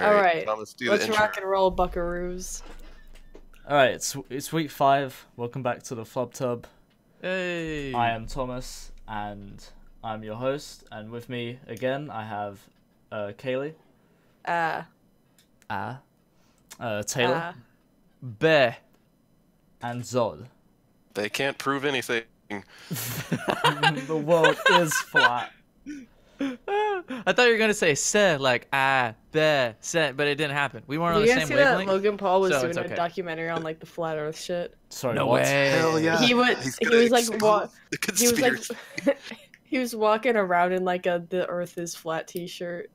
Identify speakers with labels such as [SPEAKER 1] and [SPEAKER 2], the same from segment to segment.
[SPEAKER 1] All right.
[SPEAKER 2] Tom, let's do the
[SPEAKER 1] Let's
[SPEAKER 2] intro.
[SPEAKER 1] rock and roll, buckaroos.
[SPEAKER 3] All right, it's, it's week five. Welcome back to the Flub Tub.
[SPEAKER 4] Hey.
[SPEAKER 3] I am Thomas, and I'm your host. And with me again, I have uh, Kaylee,
[SPEAKER 1] Uh,
[SPEAKER 3] Ah, uh, Taylor,
[SPEAKER 1] uh,
[SPEAKER 4] Bear.
[SPEAKER 3] and Zod.
[SPEAKER 2] They can't prove anything.
[SPEAKER 3] the world is flat.
[SPEAKER 4] Ah, I thought you were gonna say sir, like ah, bear, sir, but it didn't happen. We weren't
[SPEAKER 1] you
[SPEAKER 4] on the
[SPEAKER 1] guys
[SPEAKER 4] same
[SPEAKER 1] see that
[SPEAKER 4] wavelength.
[SPEAKER 1] Logan Paul was
[SPEAKER 4] so
[SPEAKER 1] doing
[SPEAKER 4] it's
[SPEAKER 1] a
[SPEAKER 4] okay.
[SPEAKER 1] documentary on like the flat Earth shit?
[SPEAKER 3] Sorry,
[SPEAKER 4] no
[SPEAKER 3] what?
[SPEAKER 4] way.
[SPEAKER 1] He would-
[SPEAKER 2] He's
[SPEAKER 1] he
[SPEAKER 2] gonna
[SPEAKER 1] was like,
[SPEAKER 2] expose
[SPEAKER 1] what-
[SPEAKER 2] The
[SPEAKER 1] He was
[SPEAKER 2] conspiracy.
[SPEAKER 1] like, he was walking around in like a "the Earth is flat" T-shirt.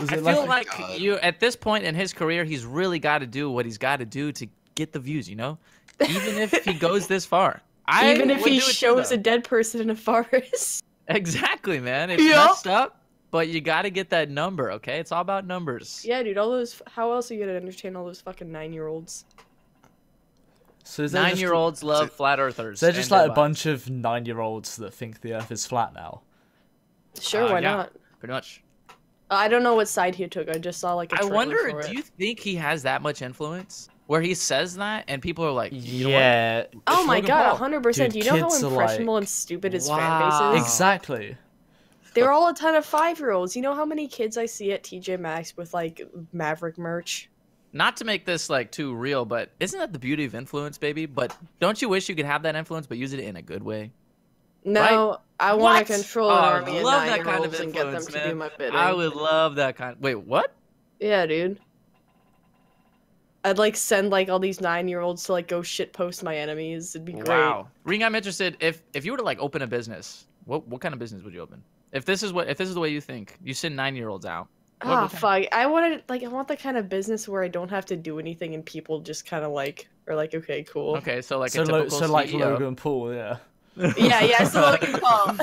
[SPEAKER 3] Was
[SPEAKER 4] I
[SPEAKER 3] it
[SPEAKER 4] feel
[SPEAKER 3] like,
[SPEAKER 4] like
[SPEAKER 2] God.
[SPEAKER 4] you at this point in his career, he's really got to do what he's got to do to get the views. You know, even if he goes this far. I
[SPEAKER 1] Even if
[SPEAKER 4] would
[SPEAKER 1] he
[SPEAKER 4] do it too,
[SPEAKER 1] shows
[SPEAKER 4] though.
[SPEAKER 1] a dead person in a forest.
[SPEAKER 4] exactly, man, it's
[SPEAKER 1] Yeah.
[SPEAKER 4] messed up, but you got to get that number. Okay, it's all about numbers.
[SPEAKER 1] yeah, dude. All those. How else are you gonna entertain all those fucking nine-year-olds?
[SPEAKER 3] so is there just-
[SPEAKER 4] Nine-year-olds love flat earthers.
[SPEAKER 3] Is there just
[SPEAKER 4] and
[SPEAKER 3] like
[SPEAKER 4] their
[SPEAKER 3] a bunch of nine-year-olds that think the Earth is flat now?
[SPEAKER 1] Sure,
[SPEAKER 4] Uh,
[SPEAKER 1] why
[SPEAKER 4] yeah.
[SPEAKER 1] not?
[SPEAKER 4] wives, pretty much.
[SPEAKER 1] I don't know what side he took. I just saw like. a
[SPEAKER 4] I
[SPEAKER 1] trailer
[SPEAKER 4] wonder,
[SPEAKER 1] for
[SPEAKER 4] do
[SPEAKER 1] it.
[SPEAKER 4] you think he has that much influence where he says that and people are like, you know what?
[SPEAKER 3] yeah,
[SPEAKER 1] Oh
[SPEAKER 4] It's
[SPEAKER 1] my
[SPEAKER 4] Logan
[SPEAKER 1] god,
[SPEAKER 4] Paul.
[SPEAKER 1] hundred percent. Do you
[SPEAKER 3] Dude,
[SPEAKER 1] know how
[SPEAKER 3] kids are
[SPEAKER 1] impressionable
[SPEAKER 3] like-
[SPEAKER 1] and stupid his fan
[SPEAKER 4] Wow.
[SPEAKER 1] base is?
[SPEAKER 3] exactly.
[SPEAKER 1] They're all a ton of five year olds. You know how many kids I see at TJ Maxx with like Maverick merch?
[SPEAKER 4] Not to make this like too real, but isn't that the beauty of influence, baby? But don't you wish you could have that influence but use it in a good way?
[SPEAKER 1] No, I want
[SPEAKER 4] What?
[SPEAKER 1] to control
[SPEAKER 4] Oh,
[SPEAKER 1] an
[SPEAKER 4] I
[SPEAKER 1] army of
[SPEAKER 4] love
[SPEAKER 1] nine
[SPEAKER 4] that
[SPEAKER 1] year
[SPEAKER 4] kind of
[SPEAKER 1] olds and get them
[SPEAKER 4] influence,
[SPEAKER 1] to do
[SPEAKER 4] man.
[SPEAKER 1] my bidding.
[SPEAKER 4] I would love that kind. Wait, what?
[SPEAKER 1] Yeah, dude. I'd like send like all these nine year olds to like go shit post my enemies. It'd be great.
[SPEAKER 4] Wow, Ring, I'm interested. If if you were to like open a business, what what kind of business would you open? If this is what if this is the way you think, you send nine year olds out. What-
[SPEAKER 1] Ah,
[SPEAKER 4] what kind-
[SPEAKER 1] fuck. I wanted like I want the kind of business where I don't have to do anything and people just kind of like are like, okay, cool.
[SPEAKER 4] Okay, so like
[SPEAKER 3] so,
[SPEAKER 4] a
[SPEAKER 3] lo-
[SPEAKER 4] typical E
[SPEAKER 3] so like
[SPEAKER 4] CEO.
[SPEAKER 3] Logan Paul, yeah.
[SPEAKER 1] Yeah, yeah, so Logan Paul.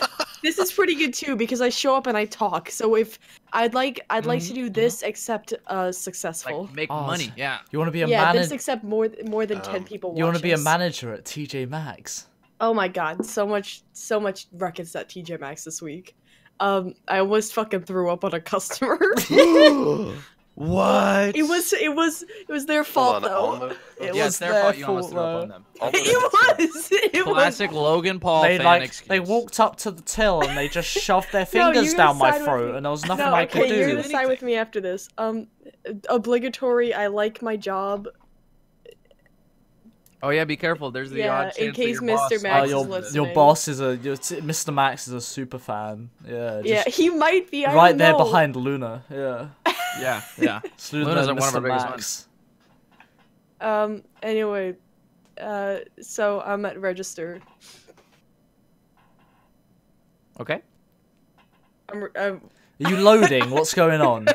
[SPEAKER 1] This is pretty good too because I show up and I talk. So if I'd like, I'd like
[SPEAKER 3] Mm-hmm,
[SPEAKER 1] to do this except uh successful.
[SPEAKER 4] like make
[SPEAKER 3] Oh,
[SPEAKER 4] money.
[SPEAKER 3] so-
[SPEAKER 4] Yeah,
[SPEAKER 3] You want to be a
[SPEAKER 1] yeah, this
[SPEAKER 3] manager?
[SPEAKER 1] except more th- more than ten
[SPEAKER 2] Um,
[SPEAKER 1] people.
[SPEAKER 3] You want to
[SPEAKER 1] watch
[SPEAKER 3] be a
[SPEAKER 1] us.
[SPEAKER 3] manager at TJ Maxx?
[SPEAKER 1] Oh my god, so much, so much ruckus at TJ Maxx this week. Um, I almost fucking threw up on a customer.
[SPEAKER 4] what?
[SPEAKER 1] it was, it was, it was their fault
[SPEAKER 2] Hold on,
[SPEAKER 1] though.
[SPEAKER 2] almost-
[SPEAKER 3] It
[SPEAKER 4] yeah,
[SPEAKER 3] was
[SPEAKER 4] it's their
[SPEAKER 3] their
[SPEAKER 4] fault. You almost
[SPEAKER 3] fault,
[SPEAKER 4] threw up
[SPEAKER 3] though.
[SPEAKER 4] on them.
[SPEAKER 1] It was, it was.
[SPEAKER 4] Classic Logan Paul
[SPEAKER 3] they
[SPEAKER 4] fan
[SPEAKER 3] like
[SPEAKER 4] excuse.
[SPEAKER 3] they walked up to the till and they just shoved their
[SPEAKER 1] No,
[SPEAKER 3] fingers
[SPEAKER 1] you
[SPEAKER 3] down my
[SPEAKER 1] side with
[SPEAKER 3] throat
[SPEAKER 1] me.
[SPEAKER 3] and there was nothing
[SPEAKER 1] No,
[SPEAKER 3] I
[SPEAKER 1] okay,
[SPEAKER 3] could
[SPEAKER 1] you're
[SPEAKER 3] do.
[SPEAKER 1] gonna side with me after this. Um, obligatory. I like my job.
[SPEAKER 4] Oh yeah, be careful. There's the
[SPEAKER 1] Yeah,
[SPEAKER 4] odd
[SPEAKER 1] in
[SPEAKER 4] chance that
[SPEAKER 1] case
[SPEAKER 4] your boss-
[SPEAKER 1] Mr.
[SPEAKER 3] Oh,
[SPEAKER 1] Max is
[SPEAKER 3] your,
[SPEAKER 1] listening.
[SPEAKER 3] your boss is a your t- Mr. Max is a super fan. Yeah,
[SPEAKER 1] yeah,
[SPEAKER 3] just
[SPEAKER 1] he might be. I
[SPEAKER 3] right
[SPEAKER 1] don't
[SPEAKER 3] there
[SPEAKER 1] know.
[SPEAKER 3] behind Luna. Yeah,
[SPEAKER 4] Yeah, yeah.
[SPEAKER 3] It's Luna
[SPEAKER 4] Luna's
[SPEAKER 3] and
[SPEAKER 4] like one of our
[SPEAKER 3] Mr. Max.
[SPEAKER 4] biggest
[SPEAKER 1] Um. Anyway, uh. So I'm at register.
[SPEAKER 4] okay.
[SPEAKER 1] I'm. I'm
[SPEAKER 3] Are you loading? What's going on?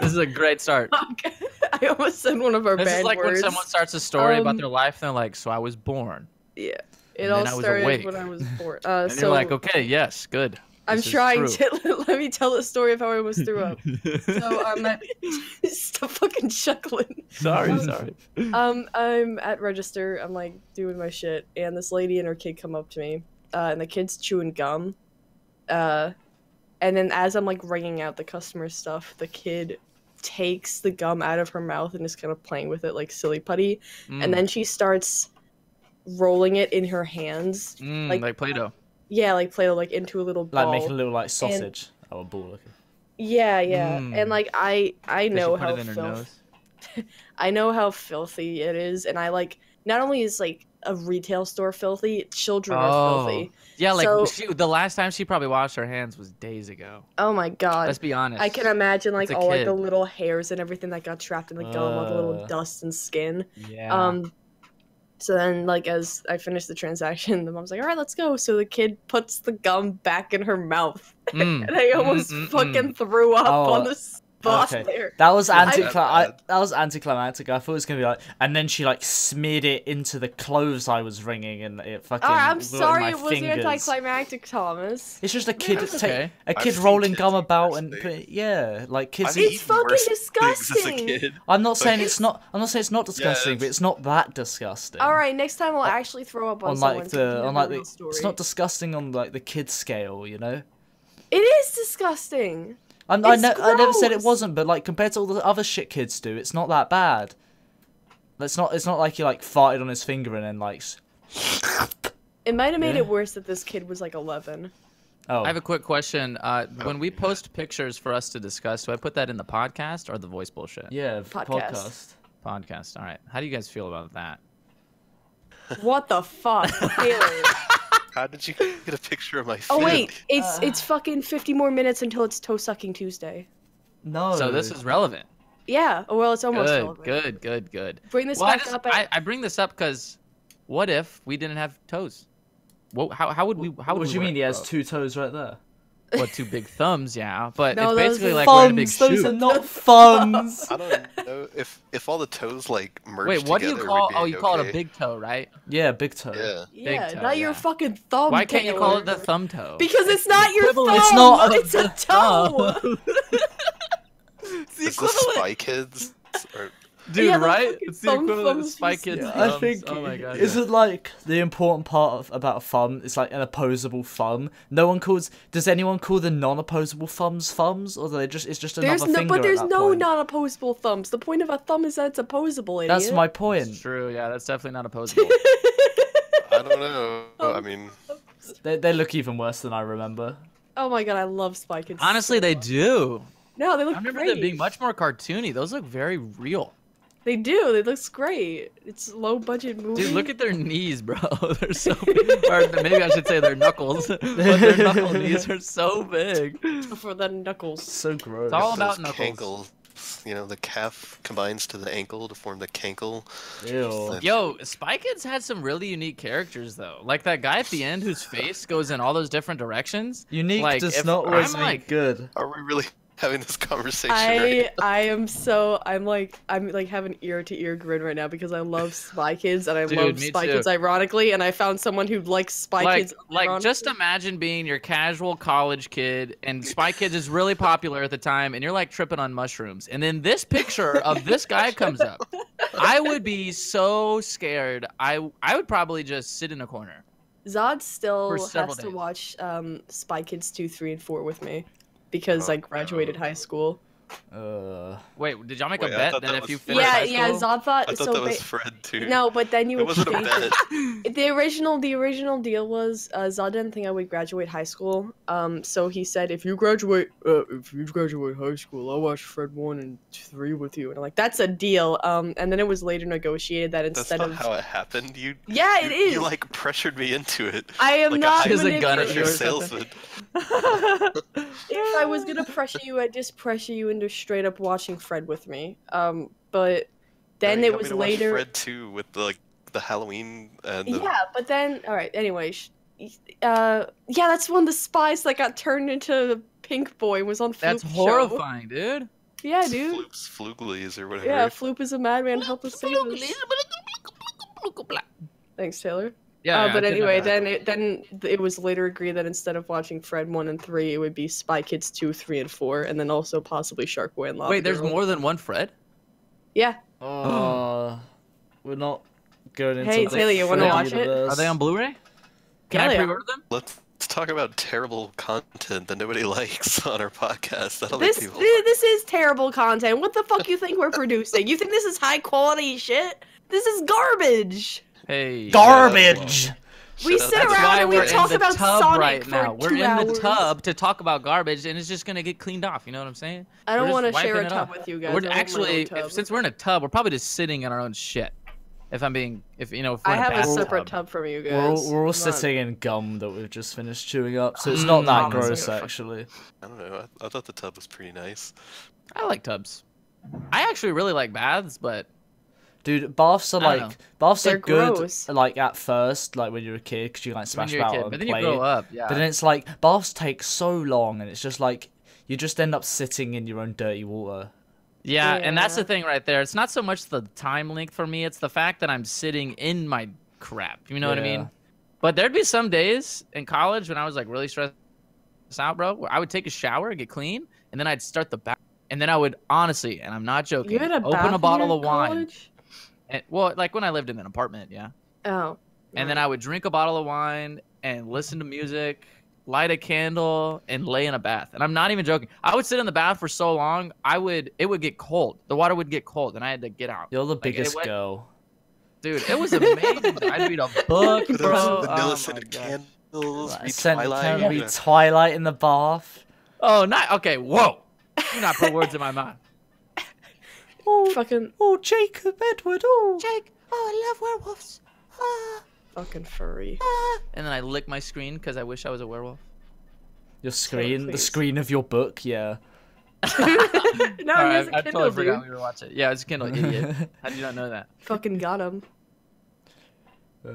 [SPEAKER 4] This is a great start.
[SPEAKER 1] I almost said one of our
[SPEAKER 4] This
[SPEAKER 1] bad
[SPEAKER 4] is like
[SPEAKER 1] words.
[SPEAKER 4] when someone starts a story
[SPEAKER 1] Um,
[SPEAKER 4] about their life and they're like, "So I was born,"
[SPEAKER 1] Yeah. It
[SPEAKER 4] And
[SPEAKER 1] all
[SPEAKER 4] then I was
[SPEAKER 1] started
[SPEAKER 4] awake.
[SPEAKER 1] when I was born. Uh,
[SPEAKER 4] and
[SPEAKER 1] so
[SPEAKER 4] you're like, "Okay, yes, good."
[SPEAKER 1] I'm
[SPEAKER 4] this is
[SPEAKER 1] trying
[SPEAKER 4] true."
[SPEAKER 1] to let me tell the story of how I almost threw up. so I'm at stop fucking chuckling.
[SPEAKER 4] sorry, sorry.
[SPEAKER 1] Um, I'm at register. I'm like doing my shit, and this lady and her kid come up to me, uh, and the kid's chewing gum, uh, and then as I'm like wringing out the customer stuff, the kid takes the gum out of her mouth and is kind of playing with it like silly putty,
[SPEAKER 4] Mm, Hmm.
[SPEAKER 1] and then she starts rolling it in her hands
[SPEAKER 4] Mm,
[SPEAKER 1] like-
[SPEAKER 4] like, Play-Doh.
[SPEAKER 1] Yeah, like Play-Doh, like into a little ball.
[SPEAKER 3] Like making a little like sausage. Oh, a ball. Okay.
[SPEAKER 1] yeah, yeah,
[SPEAKER 4] Mm.
[SPEAKER 1] and like I, I
[SPEAKER 4] They
[SPEAKER 1] know
[SPEAKER 4] should put
[SPEAKER 1] how
[SPEAKER 4] it in her
[SPEAKER 1] filth-
[SPEAKER 4] nose.
[SPEAKER 1] I know how filthy it is, and I like not only is like a retail store filthy, children are
[SPEAKER 4] Oh.
[SPEAKER 1] filthy.
[SPEAKER 4] Yeah, like
[SPEAKER 1] So-
[SPEAKER 4] she, the last time she probably washed her hands was days ago.
[SPEAKER 1] Oh my god.
[SPEAKER 4] Let's be honest.
[SPEAKER 1] I can imagine like
[SPEAKER 4] It's a
[SPEAKER 1] all like the
[SPEAKER 4] kid.
[SPEAKER 1] little hairs and everything that got trapped in the gum, all the little
[SPEAKER 3] Uh.
[SPEAKER 1] dust and skin.
[SPEAKER 4] Yeah.
[SPEAKER 1] Um, so then like as I finished the transaction, the mom's like, "All right, let's go." So the kid puts the gum back in her mouth,
[SPEAKER 4] Mm.
[SPEAKER 1] and I almost
[SPEAKER 4] Mm, mm, mm.
[SPEAKER 1] fucking threw up
[SPEAKER 3] Oh,
[SPEAKER 1] on the spot
[SPEAKER 3] okay.
[SPEAKER 1] there.
[SPEAKER 3] That was
[SPEAKER 2] Not
[SPEAKER 3] anti
[SPEAKER 2] that
[SPEAKER 3] I,
[SPEAKER 2] bad.
[SPEAKER 3] that was anticlimactic. I thought it was gonna be like, and then she like smeared it into the clothes I was wringing, and it fucking.
[SPEAKER 1] All right, I'm
[SPEAKER 3] blew in
[SPEAKER 1] sorry
[SPEAKER 3] my
[SPEAKER 1] it was
[SPEAKER 3] fingers.
[SPEAKER 1] anticlimactic, Thomas.
[SPEAKER 3] It's just a kid
[SPEAKER 4] That's
[SPEAKER 3] take,
[SPEAKER 4] okay.
[SPEAKER 3] a
[SPEAKER 2] I've
[SPEAKER 3] kid
[SPEAKER 2] seen
[SPEAKER 3] rolling
[SPEAKER 2] kids
[SPEAKER 3] gum
[SPEAKER 2] do
[SPEAKER 3] about
[SPEAKER 2] worse
[SPEAKER 3] and
[SPEAKER 2] things.
[SPEAKER 3] put, yeah, like kids.
[SPEAKER 2] I've
[SPEAKER 1] It's
[SPEAKER 2] eaten
[SPEAKER 1] fucking
[SPEAKER 2] worse things as a
[SPEAKER 1] disgusting.
[SPEAKER 2] kid.
[SPEAKER 3] I'm not
[SPEAKER 2] So
[SPEAKER 3] saying
[SPEAKER 2] he's-
[SPEAKER 3] it's not. I'm not saying it's not disgusting, but
[SPEAKER 2] it's-
[SPEAKER 3] it's not that disgusting.
[SPEAKER 1] All right, next time we'll actually throw up on,
[SPEAKER 3] On
[SPEAKER 1] someone.
[SPEAKER 3] like
[SPEAKER 1] to give
[SPEAKER 3] the
[SPEAKER 1] them
[SPEAKER 3] on like
[SPEAKER 1] the
[SPEAKER 3] the
[SPEAKER 1] real story.
[SPEAKER 3] it's not disgusting on like the kid scale, you know.
[SPEAKER 1] It is disgusting.
[SPEAKER 3] I'm, I,
[SPEAKER 1] It's
[SPEAKER 3] ne- I never said it
[SPEAKER 1] gross.
[SPEAKER 3] wasn't, but like compared to all the other shit kids do, it's not that bad. It's not. It's not like he like farted on his finger and then like. s-
[SPEAKER 1] It might have made
[SPEAKER 3] Yeah.
[SPEAKER 1] it worse that this kid was like 11.
[SPEAKER 3] Oh,
[SPEAKER 4] I have a quick question. Uh, when we post pictures for us to discuss, do I put that in the podcast or the voice bullshit?
[SPEAKER 3] yeah, v-
[SPEAKER 1] Podcast.
[SPEAKER 3] podcast.
[SPEAKER 4] Podcast. All right. How do you guys feel about that?
[SPEAKER 1] What the fuck? Taylor.
[SPEAKER 2] How did you get a picture of my feet?
[SPEAKER 1] Oh wait,
[SPEAKER 4] Uh.
[SPEAKER 1] it's it's fucking 50 more minutes until it's toe sucking Tuesday.
[SPEAKER 3] No.
[SPEAKER 4] So this is relevant.
[SPEAKER 1] Yeah, oh, well it's almost
[SPEAKER 4] Good,
[SPEAKER 1] relevant.
[SPEAKER 4] good, good, good.
[SPEAKER 1] Bring this
[SPEAKER 4] Well, I,
[SPEAKER 1] back
[SPEAKER 4] just-
[SPEAKER 1] up. At,
[SPEAKER 4] I, I bring this up because what if we didn't have toes? Well, how, how would we? How
[SPEAKER 3] What
[SPEAKER 4] would
[SPEAKER 3] do you
[SPEAKER 4] we
[SPEAKER 3] mean? He
[SPEAKER 4] work,
[SPEAKER 3] has
[SPEAKER 4] bro?
[SPEAKER 3] two toes right there.
[SPEAKER 4] What two big thumbs? Yeah, but
[SPEAKER 1] No,
[SPEAKER 4] it's
[SPEAKER 1] those
[SPEAKER 4] basically
[SPEAKER 1] are
[SPEAKER 4] like wearing a big
[SPEAKER 3] thumbs. Those are
[SPEAKER 4] shoe.
[SPEAKER 3] not thumbs.
[SPEAKER 2] I don't know if if all the toes like merged
[SPEAKER 4] Wait, what do you
[SPEAKER 2] together,
[SPEAKER 4] call?
[SPEAKER 2] we'd be
[SPEAKER 4] Oh, you call it
[SPEAKER 2] okay.
[SPEAKER 4] a big toe, right?
[SPEAKER 3] yeah, big toe.
[SPEAKER 2] Yeah.
[SPEAKER 1] yeah,
[SPEAKER 4] big toe,
[SPEAKER 1] not your
[SPEAKER 4] yeah.
[SPEAKER 1] fucking thumb.
[SPEAKER 4] Why can't you call it the
[SPEAKER 1] Taylor.
[SPEAKER 4] thumb toe?
[SPEAKER 1] Because it's not your thumb.
[SPEAKER 3] It's not
[SPEAKER 1] It's a toe.
[SPEAKER 4] Oh. it's the
[SPEAKER 2] Is this
[SPEAKER 4] equivalent.
[SPEAKER 2] Spy Kids? Or,
[SPEAKER 4] Dude,
[SPEAKER 1] Yeah, the
[SPEAKER 4] right?
[SPEAKER 1] fucking
[SPEAKER 4] It's the
[SPEAKER 1] thumb
[SPEAKER 4] equivalent of
[SPEAKER 1] thumbs
[SPEAKER 4] Spy
[SPEAKER 1] you
[SPEAKER 4] Kids.
[SPEAKER 1] said.
[SPEAKER 3] I
[SPEAKER 4] thumbs.
[SPEAKER 3] think
[SPEAKER 4] Oh my god.
[SPEAKER 3] is it like the important part of, about a thumb is like an opposable thumb. No one calls. Does anyone call the non-opposable thumbs thumbs, or do they just it's just
[SPEAKER 1] There's
[SPEAKER 3] another
[SPEAKER 1] no,
[SPEAKER 3] finger?
[SPEAKER 1] but
[SPEAKER 3] at
[SPEAKER 1] there's
[SPEAKER 3] that
[SPEAKER 1] no
[SPEAKER 3] point?
[SPEAKER 1] non-opposable thumbs. The point of a thumb is that it's opposable. Idiot.
[SPEAKER 3] That's my
[SPEAKER 4] It's
[SPEAKER 3] point.
[SPEAKER 4] true. Yeah, that's definitely not opposable.
[SPEAKER 2] I don't know. I mean,
[SPEAKER 3] They, they look even worse than I remember.
[SPEAKER 1] Oh my god, I love Spy Kids.
[SPEAKER 4] Honestly,
[SPEAKER 1] so
[SPEAKER 4] they
[SPEAKER 1] much.
[SPEAKER 4] do.
[SPEAKER 1] No, they
[SPEAKER 4] I
[SPEAKER 1] look
[SPEAKER 4] remember
[SPEAKER 1] great.
[SPEAKER 4] them being much more cartoony. Those look very real.
[SPEAKER 1] They do. They look great. It's low budget movie.
[SPEAKER 4] Dude, look at their knees, bro. They're so big. or maybe I should say their knuckles. but their knuckle knees are so big. It's
[SPEAKER 1] for the knuckles.
[SPEAKER 3] So gross.
[SPEAKER 4] It's all about
[SPEAKER 2] those
[SPEAKER 4] knuckles.
[SPEAKER 2] cankles. You know, the calf combines to the ankle to form the cankle.
[SPEAKER 3] Ew.
[SPEAKER 4] Yo, Spy Kids had some really unique characters though. Like that guy at the end whose face goes in all those different directions.
[SPEAKER 3] Unique
[SPEAKER 4] Like,
[SPEAKER 3] does
[SPEAKER 4] if
[SPEAKER 3] not always
[SPEAKER 4] I'm
[SPEAKER 3] mean
[SPEAKER 4] like-
[SPEAKER 3] good.
[SPEAKER 2] Are we really having this conversation? right?
[SPEAKER 1] I I am so I'm like I'm like have an ear to ear grin right now because I love Spy Kids and I
[SPEAKER 4] Dude,
[SPEAKER 1] love
[SPEAKER 4] me
[SPEAKER 1] Spy
[SPEAKER 4] too.
[SPEAKER 1] Kids ironically and I found someone who likes Spy
[SPEAKER 4] like,
[SPEAKER 1] Kids.
[SPEAKER 4] like just
[SPEAKER 1] ironically.
[SPEAKER 4] imagine being your casual college kid and Spy Kids is really popular at the time and you're like tripping on mushrooms. And then this picture of this guy comes up. I would be so scared. I I would probably just sit in a corner.
[SPEAKER 1] Zod still
[SPEAKER 4] for
[SPEAKER 1] has
[SPEAKER 4] several
[SPEAKER 1] to
[SPEAKER 4] days.
[SPEAKER 1] watch um Spy Kids two, three, and four with me because
[SPEAKER 2] Oh,
[SPEAKER 1] I graduated
[SPEAKER 2] no.
[SPEAKER 1] high school.
[SPEAKER 3] Uh,
[SPEAKER 4] Wait, did y'all make
[SPEAKER 2] Wait,
[SPEAKER 4] a
[SPEAKER 2] I
[SPEAKER 4] bet
[SPEAKER 2] thought
[SPEAKER 4] that,
[SPEAKER 2] that
[SPEAKER 4] if
[SPEAKER 2] was
[SPEAKER 4] you finish
[SPEAKER 1] Yeah,
[SPEAKER 4] high
[SPEAKER 1] yeah.
[SPEAKER 4] school?
[SPEAKER 1] Zod thought,
[SPEAKER 2] I thought
[SPEAKER 1] uh, so.
[SPEAKER 2] that was
[SPEAKER 1] ba-
[SPEAKER 2] Fred too.
[SPEAKER 1] no, but then you
[SPEAKER 2] it
[SPEAKER 1] would
[SPEAKER 2] wasn't a
[SPEAKER 1] change
[SPEAKER 2] bet.
[SPEAKER 1] The original, the original deal was uh, Zod didn't think I would graduate high school. Um, so he said, if you graduate, uh, if you graduate high school, I'll watch Fred one and three with you. And I'm like, that's a deal. Um, and then it was later negotiated that
[SPEAKER 2] That's
[SPEAKER 1] instead
[SPEAKER 2] not
[SPEAKER 1] of
[SPEAKER 2] how it happened. You.
[SPEAKER 1] yeah, it
[SPEAKER 2] you-
[SPEAKER 1] is.
[SPEAKER 2] You like pressured me into it.
[SPEAKER 1] I am
[SPEAKER 2] like
[SPEAKER 1] not
[SPEAKER 2] a
[SPEAKER 4] Just a
[SPEAKER 2] high
[SPEAKER 4] gun at
[SPEAKER 2] pressure
[SPEAKER 4] you or
[SPEAKER 1] manipulative.
[SPEAKER 4] yours. something.
[SPEAKER 2] salesman.
[SPEAKER 1] if I was gonna pressure you, I'd just pressure you into straight up watching Fred with me. Um, but then
[SPEAKER 2] Alright, you want
[SPEAKER 1] it
[SPEAKER 2] me
[SPEAKER 1] was
[SPEAKER 2] to watch
[SPEAKER 1] later.
[SPEAKER 2] Fred too with the, like the Halloween and the,
[SPEAKER 1] Yeah, but then all right. Anyway, sh- uh, yeah, that's when the spies that got turned into Pink Boy was on. Floop
[SPEAKER 4] That's
[SPEAKER 1] show.
[SPEAKER 4] horrifying, dude.
[SPEAKER 1] Yeah, dude.
[SPEAKER 2] Floops, Fluglies or whatever.
[SPEAKER 1] Yeah, Floop is a madman. Help us save us. Thanks, Taylor.
[SPEAKER 4] Yeah,
[SPEAKER 1] uh, but anyway, then it then it was later agreed that instead of watching Fred one and three, it would be Spy Kids two, three, and four, and then also possibly Shark Boy and Lava
[SPEAKER 4] Wait, there's
[SPEAKER 1] Girl.
[SPEAKER 4] more than one Fred?
[SPEAKER 1] Yeah,
[SPEAKER 4] Oh.
[SPEAKER 3] uh, we're not going into.
[SPEAKER 1] Hey,
[SPEAKER 3] the
[SPEAKER 1] Taylor, you wanna
[SPEAKER 3] Freddy
[SPEAKER 4] watch
[SPEAKER 1] it?
[SPEAKER 3] universe.
[SPEAKER 4] Are they on Blu-ray? Can
[SPEAKER 1] Hell
[SPEAKER 4] I
[SPEAKER 1] yeah.
[SPEAKER 4] pre-order them?
[SPEAKER 2] Let's talk about terrible content that nobody likes on our podcast. That'll
[SPEAKER 1] this
[SPEAKER 2] make people.
[SPEAKER 1] thi- this is terrible content. What the fuck you think we're producing? You think this is high quality shit? This is garbage.
[SPEAKER 4] Hey.
[SPEAKER 3] Garbage.
[SPEAKER 1] we
[SPEAKER 2] Shut up.
[SPEAKER 1] sit
[SPEAKER 2] That's
[SPEAKER 4] That's
[SPEAKER 1] around
[SPEAKER 4] why
[SPEAKER 1] and we
[SPEAKER 4] we're
[SPEAKER 1] talk
[SPEAKER 4] in the
[SPEAKER 1] about
[SPEAKER 4] tub
[SPEAKER 1] Sonic
[SPEAKER 4] right
[SPEAKER 1] for
[SPEAKER 4] now. We're
[SPEAKER 1] two
[SPEAKER 4] in
[SPEAKER 1] hours.
[SPEAKER 4] the tub to talk about garbage, and it's just gonna get cleaned off. You know what I'm saying?
[SPEAKER 1] I don't
[SPEAKER 4] We're
[SPEAKER 1] want to
[SPEAKER 4] just
[SPEAKER 1] share
[SPEAKER 4] wiping
[SPEAKER 1] a
[SPEAKER 4] it
[SPEAKER 1] tub
[SPEAKER 4] off.
[SPEAKER 1] with you guys. I
[SPEAKER 4] we're
[SPEAKER 1] want my own
[SPEAKER 4] actually, if-
[SPEAKER 1] tub.
[SPEAKER 4] since we're in a tub, we're probably just sitting in our own shit. If I'm being, if you know, if we're
[SPEAKER 1] I
[SPEAKER 4] in
[SPEAKER 1] have a
[SPEAKER 4] bathtub.
[SPEAKER 1] separate tub from you guys.
[SPEAKER 3] We're all, we're all
[SPEAKER 1] Come on.
[SPEAKER 3] sitting in gum that we've just finished chewing up, so it's not
[SPEAKER 4] Mm.
[SPEAKER 3] that gross
[SPEAKER 4] Yeah.
[SPEAKER 3] actually.
[SPEAKER 2] I don't know. I, I thought the tub was pretty nice.
[SPEAKER 4] I like tubs. I actually really like baths, but
[SPEAKER 3] Dude, baths are
[SPEAKER 4] I don't
[SPEAKER 3] like baths
[SPEAKER 1] They're
[SPEAKER 3] are good
[SPEAKER 1] gross.
[SPEAKER 3] like at first, like when you're a kid, because you can, like
[SPEAKER 4] when
[SPEAKER 3] smash
[SPEAKER 4] you're a
[SPEAKER 3] about
[SPEAKER 4] kid,
[SPEAKER 3] on
[SPEAKER 4] but
[SPEAKER 3] a
[SPEAKER 4] then you
[SPEAKER 3] plate.
[SPEAKER 4] grow up, yeah.
[SPEAKER 3] But then it's like baths take so long, and it's just like you just end up sitting in your own dirty water.
[SPEAKER 4] Yeah, and that's
[SPEAKER 1] Yeah.
[SPEAKER 4] the thing right there. It's not so much the time length for me, it's the fact that I'm sitting in my crap. You know what I
[SPEAKER 3] Yeah.
[SPEAKER 4] mean? But there'd be some days in college when I was like really stressed out, bro, where I would take a shower, get clean, and then I'd start the bath. And then I would honestly, and I'm not joking,
[SPEAKER 1] You had a
[SPEAKER 4] open
[SPEAKER 1] bathroom
[SPEAKER 4] a bottle
[SPEAKER 1] in
[SPEAKER 4] of wine.
[SPEAKER 1] college?
[SPEAKER 4] And, well, like when I lived in an apartment, yeah.
[SPEAKER 1] Oh.
[SPEAKER 4] And then I would drink a bottle of wine and listen to music light a candle, and lay in a bath. And I'm not even joking. I would sit in the bath for so long, I would it would get cold. The water would get cold, and I had to get out.
[SPEAKER 3] You're the
[SPEAKER 4] it
[SPEAKER 3] biggest
[SPEAKER 4] went-
[SPEAKER 3] girl.
[SPEAKER 4] Dude, it was amazing. I'd read a book,
[SPEAKER 2] Those
[SPEAKER 4] bro.
[SPEAKER 2] vanilla
[SPEAKER 4] oh,
[SPEAKER 2] scented
[SPEAKER 4] my God.
[SPEAKER 2] candles,
[SPEAKER 3] Like,
[SPEAKER 2] read
[SPEAKER 3] sent-
[SPEAKER 2] Twilight.
[SPEAKER 3] read Twilight in the bath.
[SPEAKER 4] oh, not okay. Whoa, you not put words in my mouth.
[SPEAKER 3] Oh,
[SPEAKER 1] Fucking
[SPEAKER 3] oh, Jacob Edward. Oh,
[SPEAKER 4] Jake, oh, I love werewolves. Ah,
[SPEAKER 1] fucking furry.
[SPEAKER 4] ah. And then I lick my screen because I wish I was a werewolf.
[SPEAKER 3] your screen, the
[SPEAKER 1] please.
[SPEAKER 3] screen of your book. Yeah.
[SPEAKER 1] no,
[SPEAKER 4] All
[SPEAKER 1] he
[SPEAKER 4] right,
[SPEAKER 1] has a Kindle,
[SPEAKER 4] I totally
[SPEAKER 1] dude.
[SPEAKER 4] forgot we were watching. Yeah, it's a Kindle, idiot. How do you not know that?
[SPEAKER 1] Fucking got him.
[SPEAKER 3] Uh,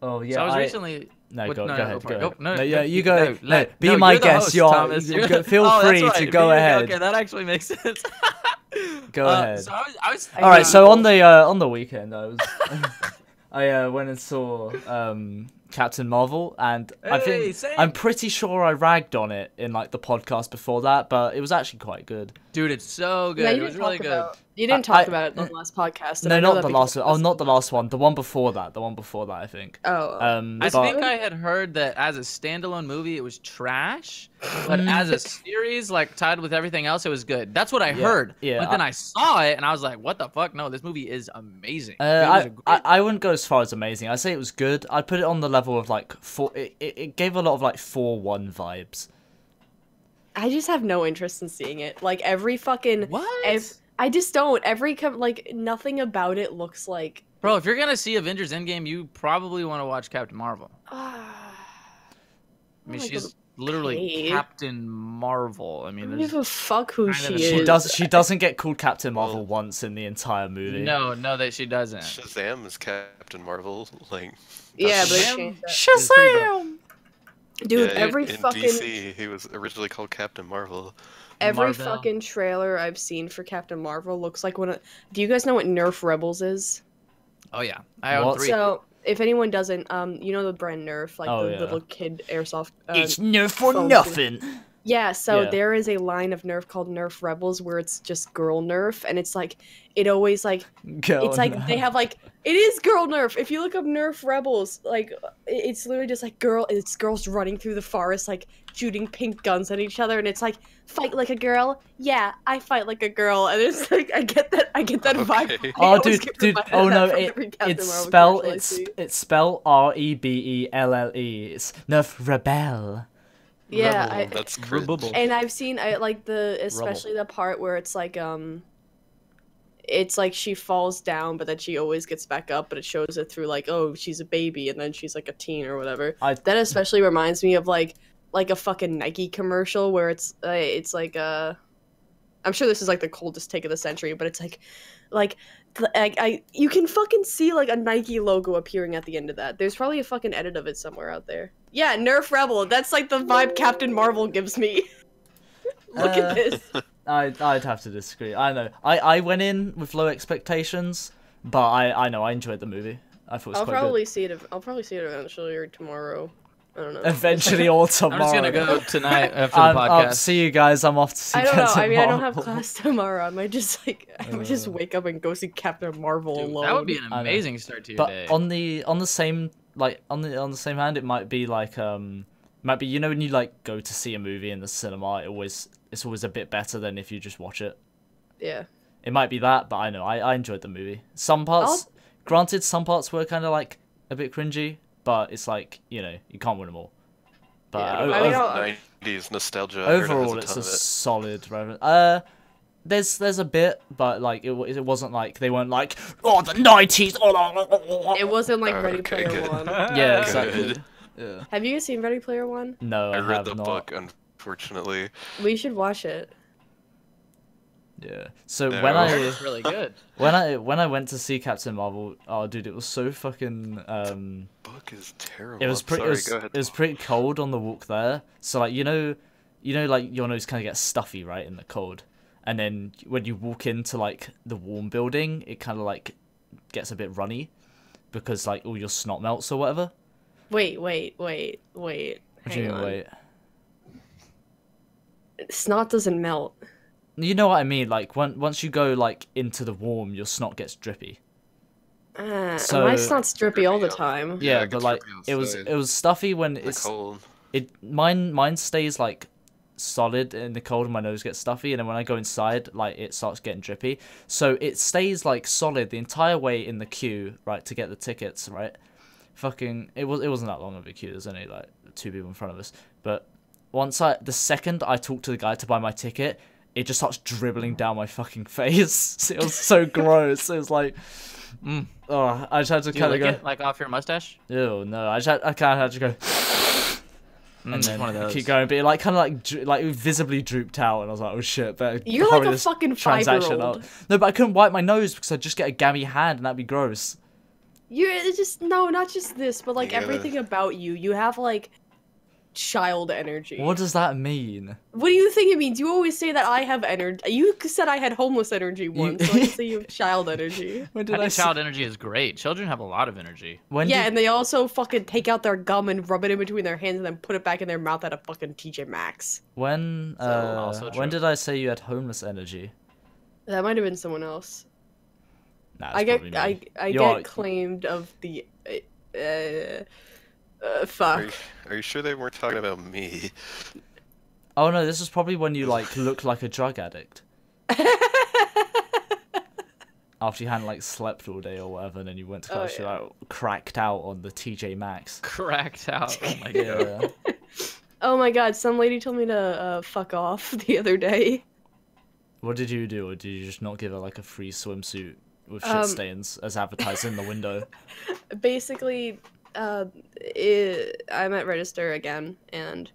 [SPEAKER 3] oh yeah.
[SPEAKER 4] so I was
[SPEAKER 3] I-
[SPEAKER 4] recently.
[SPEAKER 3] No,
[SPEAKER 4] What-
[SPEAKER 3] go,
[SPEAKER 4] no, oh,
[SPEAKER 3] go
[SPEAKER 4] no,
[SPEAKER 3] ahead. Go
[SPEAKER 4] go for it.
[SPEAKER 3] ahead.
[SPEAKER 4] Go- no,
[SPEAKER 3] No,
[SPEAKER 4] no,
[SPEAKER 3] yeah,
[SPEAKER 4] you-
[SPEAKER 3] you go.
[SPEAKER 4] no,
[SPEAKER 3] no,
[SPEAKER 4] let-
[SPEAKER 3] be
[SPEAKER 4] no,
[SPEAKER 3] my
[SPEAKER 4] you're the
[SPEAKER 3] guest.
[SPEAKER 4] host,
[SPEAKER 3] you are.
[SPEAKER 4] Thomas.
[SPEAKER 3] you
[SPEAKER 4] You're
[SPEAKER 3] go-
[SPEAKER 4] the-
[SPEAKER 3] feel
[SPEAKER 4] Oh, that's
[SPEAKER 3] free to
[SPEAKER 4] right.
[SPEAKER 3] go
[SPEAKER 4] Be-
[SPEAKER 3] ahead.
[SPEAKER 4] Okay, that actually makes sense.
[SPEAKER 3] Go
[SPEAKER 4] Uh,
[SPEAKER 3] ahead.
[SPEAKER 4] So I was, I was,
[SPEAKER 1] I
[SPEAKER 3] All right.
[SPEAKER 1] Yeah.
[SPEAKER 3] So on the uh, on the weekend, I was I uh, went and saw um, Captain Marvel, and I
[SPEAKER 4] Hey,
[SPEAKER 3] think
[SPEAKER 4] same.
[SPEAKER 3] I'm pretty sure I ragged on it in like the podcast before that, but it was actually quite good.
[SPEAKER 4] dude, it's so good.
[SPEAKER 1] Yeah,
[SPEAKER 4] it
[SPEAKER 1] you
[SPEAKER 4] was
[SPEAKER 1] didn't
[SPEAKER 4] really
[SPEAKER 1] talk
[SPEAKER 4] good.
[SPEAKER 1] about. You didn't
[SPEAKER 3] I-
[SPEAKER 1] talk about it on the last podcast. and I know
[SPEAKER 3] No, not
[SPEAKER 1] that
[SPEAKER 3] the
[SPEAKER 1] because
[SPEAKER 3] last one.
[SPEAKER 1] it
[SPEAKER 3] Oh,
[SPEAKER 1] was-
[SPEAKER 3] not the last one. The one before that. The one before that. I think.
[SPEAKER 1] Oh,
[SPEAKER 3] Um,
[SPEAKER 4] I
[SPEAKER 3] but-
[SPEAKER 4] think I had heard that as a standalone movie, it was trash, but
[SPEAKER 3] Mm.
[SPEAKER 4] as a series, like tied with everything else, it was good. That's what I heard.
[SPEAKER 3] yeah,
[SPEAKER 4] But then I, saw it and I was like, "What the fuck? No, this movie is amazing." It was
[SPEAKER 3] Uh,
[SPEAKER 4] a great-
[SPEAKER 3] I, I, I wouldn't go as far as amazing. I'd say it was good. I'd put it on the level of like four. It, it, it gave a lot of like four one vibes.
[SPEAKER 1] I just have no interest in seeing it. Like every fucking,
[SPEAKER 4] what?
[SPEAKER 1] ev- I just don't. Every com- like nothing about it looks like.
[SPEAKER 4] Bro, if you're gonna see Avengers Endgame, you probably want to watch Captain Marvel. I mean,
[SPEAKER 1] Oh my
[SPEAKER 4] she's
[SPEAKER 1] God.
[SPEAKER 4] literally
[SPEAKER 1] okay.
[SPEAKER 4] Captain Marvel. I
[SPEAKER 1] I
[SPEAKER 4] mean,
[SPEAKER 1] don't give
[SPEAKER 4] there's
[SPEAKER 1] a fuck who
[SPEAKER 4] kind
[SPEAKER 1] she
[SPEAKER 4] of
[SPEAKER 1] is.
[SPEAKER 4] a-
[SPEAKER 3] She
[SPEAKER 4] Is-
[SPEAKER 3] does. She doesn't get called Captain Marvel once in the entire movie.
[SPEAKER 4] no, no, that she doesn't.
[SPEAKER 2] Shazam is Captain Marvel. Like,
[SPEAKER 1] Yeah, but they
[SPEAKER 4] Shazam.
[SPEAKER 1] changed that.
[SPEAKER 4] Shazam!
[SPEAKER 1] dude,
[SPEAKER 2] yeah,
[SPEAKER 1] every
[SPEAKER 2] in
[SPEAKER 1] fucking
[SPEAKER 2] DC, he was originally called Captain Marvel.
[SPEAKER 1] every
[SPEAKER 4] Marvel.
[SPEAKER 1] fucking trailer I've seen for Captain Marvel looks like one. Of, do you guys know what Nerf Rebels is?
[SPEAKER 4] Oh yeah, I own
[SPEAKER 3] What?
[SPEAKER 4] three.
[SPEAKER 1] So if anyone doesn't, um, you know the brand Nerf, like
[SPEAKER 3] Oh,
[SPEAKER 1] the
[SPEAKER 3] yeah.
[SPEAKER 1] little kid airsoft. Uh,
[SPEAKER 3] It's no for
[SPEAKER 1] Phone
[SPEAKER 3] nothing.
[SPEAKER 1] Yeah, so
[SPEAKER 3] Yeah.
[SPEAKER 1] there is a line of Nerf called Nerf Rebels where it's just girl Nerf, and it's like it always like
[SPEAKER 3] Go
[SPEAKER 1] it's like they have like it is girl Nerf. If you look up Nerf Rebels, like it- it's literally just like girl, it's girls running through the forest like shooting pink guns at each other, and it's like fight like a girl. Yeah, I fight like a girl, and it's like I get that I get that
[SPEAKER 2] Okay.
[SPEAKER 1] vibe. I
[SPEAKER 3] Oh,
[SPEAKER 1] always
[SPEAKER 3] dude,
[SPEAKER 1] get
[SPEAKER 3] dude.
[SPEAKER 1] reminded
[SPEAKER 3] Oh
[SPEAKER 1] of that
[SPEAKER 3] no,
[SPEAKER 1] from
[SPEAKER 3] it,
[SPEAKER 1] every Captain
[SPEAKER 3] it's
[SPEAKER 1] Marvel
[SPEAKER 3] spelled
[SPEAKER 1] commercial I
[SPEAKER 3] it's
[SPEAKER 1] see.
[SPEAKER 3] it's spelled R E B E L L E. It's Nerf Rebel.
[SPEAKER 1] yeah,
[SPEAKER 4] Rebel.
[SPEAKER 1] I,
[SPEAKER 2] That's cringe.
[SPEAKER 4] Rebubble.
[SPEAKER 1] and I've seen I like the especially the part where it's like um it's like she falls down but then she always gets back up but it shows it through like oh she's a baby and then she's like a teen or whatever.
[SPEAKER 3] I-
[SPEAKER 1] that especially reminds me of like like a fucking Nike commercial where it's uh, it's like uh I'm sure this is like the coldest take of the century but it's like like th- I, I you can fucking see like a Nike logo appearing at the end of that. There's probably a fucking edit of it somewhere out there. Yeah, Nerf Rebel. That's like the vibe Captain Marvel gives me. Look
[SPEAKER 3] Uh,
[SPEAKER 1] at this.
[SPEAKER 3] I I'd have to disagree. I know. I I went in with low expectations, but I I know I enjoyed the movie. I thought it was
[SPEAKER 1] I'll
[SPEAKER 3] quite
[SPEAKER 1] probably see it. ev- I'll probably see it eventually or tomorrow. I don't know.
[SPEAKER 3] good. Eventually or
[SPEAKER 4] I'm
[SPEAKER 3] tomorrow.
[SPEAKER 4] just gonna go tonight after the
[SPEAKER 3] I'm
[SPEAKER 4] podcast.
[SPEAKER 3] up. See you guys. I'm off to see
[SPEAKER 1] I don't know.
[SPEAKER 3] Captain
[SPEAKER 1] I mean, I don't have
[SPEAKER 3] Marvel.
[SPEAKER 1] class tomorrow. I might just like I might just
[SPEAKER 3] Uh.
[SPEAKER 1] wake up and go see Captain Marvel
[SPEAKER 4] Dude,
[SPEAKER 1] alone.
[SPEAKER 4] that would be an
[SPEAKER 3] I know.
[SPEAKER 4] amazing start to your
[SPEAKER 3] But
[SPEAKER 4] day.
[SPEAKER 3] on the on the same like on the on the same hand, it might be like um might be you know when you like go to see a movie in the cinema, it always it's always a bit better than if you just watch it.
[SPEAKER 1] yeah.
[SPEAKER 3] It might be that, but I know I I enjoyed the movie. Some parts, granted, some parts were kind of like a bit cringy, but it's like you know you can't win them all. But
[SPEAKER 1] Yeah,
[SPEAKER 3] o-
[SPEAKER 1] I mean,
[SPEAKER 3] ov-
[SPEAKER 1] I'll- I'll-
[SPEAKER 2] 90s nostalgia. I heard it
[SPEAKER 3] overall,
[SPEAKER 2] was
[SPEAKER 3] it's
[SPEAKER 2] ton
[SPEAKER 3] a
[SPEAKER 2] of it.
[SPEAKER 3] solid reference. Uh, there's there's a bit, but like it, wa- it wasn't like they weren't like oh the nineties. Oh, la, la, la, la, la."
[SPEAKER 1] It wasn't like Ready
[SPEAKER 2] Okay,
[SPEAKER 1] Player
[SPEAKER 2] good.
[SPEAKER 1] One.
[SPEAKER 3] yeah, exactly.
[SPEAKER 2] Good.
[SPEAKER 3] Yeah.
[SPEAKER 1] Have you guys seen Ready Player One?
[SPEAKER 3] No, I,
[SPEAKER 2] I read
[SPEAKER 3] have
[SPEAKER 2] the
[SPEAKER 3] not.
[SPEAKER 2] book, unfortunately.
[SPEAKER 1] We should watch it.
[SPEAKER 3] Yeah. So
[SPEAKER 2] No.
[SPEAKER 3] when I
[SPEAKER 4] it's really good.
[SPEAKER 3] when I when I went to see Captain Marvel, oh dude, it was so fucking um.
[SPEAKER 2] Book is terrible.
[SPEAKER 3] It was
[SPEAKER 2] I'm
[SPEAKER 3] pretty.
[SPEAKER 2] Sorry,
[SPEAKER 3] It, was,
[SPEAKER 2] go ahead.
[SPEAKER 3] it was pretty cold on the walk there. So like you know, you know like your nose kind of gets stuffy right in the cold, and then when you walk into like the warm building, it kind of like gets a bit runny because like all your snot melts or whatever.
[SPEAKER 1] Wait, wait, wait, wait.
[SPEAKER 3] What do
[SPEAKER 1] Hang
[SPEAKER 3] you mean,
[SPEAKER 1] on.
[SPEAKER 3] wait?
[SPEAKER 1] Snot doesn't melt.
[SPEAKER 3] You know what I mean? Like when, once you go like into the warm, your snot gets drippy.
[SPEAKER 1] Uh,
[SPEAKER 3] So-
[SPEAKER 1] Ah, my snot's drippy all the
[SPEAKER 2] Drippy,
[SPEAKER 1] time.
[SPEAKER 2] Yeah,
[SPEAKER 3] Yeah,
[SPEAKER 2] it
[SPEAKER 3] but
[SPEAKER 2] gets
[SPEAKER 3] like
[SPEAKER 2] drippy
[SPEAKER 3] it was
[SPEAKER 2] outside.
[SPEAKER 3] it was stuffy when
[SPEAKER 2] It's
[SPEAKER 3] it's
[SPEAKER 2] cold.
[SPEAKER 3] it mine mine stays like solid in the cold and my nose gets stuffy and then when I go inside like it starts getting drippy. So it stays like solid the entire way in the queue, right, to get the tickets, right? Fucking it was it wasn't that long of a queue, there's only like two people in front of us. But once I the second I talked to the guy to buy my ticket, it just starts dribbling down my fucking face. It was so gross. It was like
[SPEAKER 4] Mm.
[SPEAKER 3] Oh, I just had to
[SPEAKER 4] Do you
[SPEAKER 3] kind
[SPEAKER 4] lick
[SPEAKER 3] of
[SPEAKER 4] it like off your mustache?
[SPEAKER 3] go. Ew, no, I just had, I kind of had to go.
[SPEAKER 4] Mm,
[SPEAKER 3] and then
[SPEAKER 4] one of those.
[SPEAKER 3] keep going. But it like kind of like dro- like visibly drooped out, and I was like, oh shit, better
[SPEAKER 1] You're
[SPEAKER 3] hurry
[SPEAKER 1] like a
[SPEAKER 3] this
[SPEAKER 1] fucking
[SPEAKER 3] transaction
[SPEAKER 1] five-year-old.
[SPEAKER 3] up. No, but I couldn't wipe my nose because I'd just get a gammy hand, and that'd be gross.
[SPEAKER 1] You're it's just no, not just this, but like
[SPEAKER 2] You gotta-
[SPEAKER 1] everything about you. You have like child energy.
[SPEAKER 3] What does that mean?
[SPEAKER 1] What do you think it means? You always say that I have energy. You said I had homeless energy once, so I can say you have child energy.
[SPEAKER 3] When
[SPEAKER 4] I
[SPEAKER 3] did I?
[SPEAKER 4] think
[SPEAKER 3] say-
[SPEAKER 4] child energy is great. Children have a lot of energy.
[SPEAKER 3] when
[SPEAKER 1] yeah,
[SPEAKER 3] did-
[SPEAKER 1] and they also fucking take out their gum and rub it in between their hands and then put it back in their mouth at a fucking TJ Maxx.
[SPEAKER 3] when
[SPEAKER 1] So-
[SPEAKER 3] uh,
[SPEAKER 4] Also
[SPEAKER 3] when
[SPEAKER 4] true.
[SPEAKER 3] did I say you had homeless energy?
[SPEAKER 1] That might have been someone else.
[SPEAKER 3] Nah, it's
[SPEAKER 1] I get
[SPEAKER 3] probably me.
[SPEAKER 1] I, I
[SPEAKER 3] You are-
[SPEAKER 1] get claimed of the uh, uh fuck.
[SPEAKER 2] Are you, are you sure they weren't talking about me?
[SPEAKER 3] Oh no, this was probably when you like looked like a drug addict after you hadn't like slept all day or whatever, and then you went to
[SPEAKER 1] Oh,
[SPEAKER 3] class.
[SPEAKER 1] yeah.
[SPEAKER 3] You're like cracked out on the TJ Maxx.
[SPEAKER 4] Cracked out. Oh my god.
[SPEAKER 3] Yeah.
[SPEAKER 1] oh my god, some lady told me to uh, fuck off the other day.
[SPEAKER 3] What did you do, or did you just not give her like a free swimsuit with shit
[SPEAKER 1] Um,
[SPEAKER 3] stains as advertised in the window?
[SPEAKER 1] basically, uh, i I'm at register again, and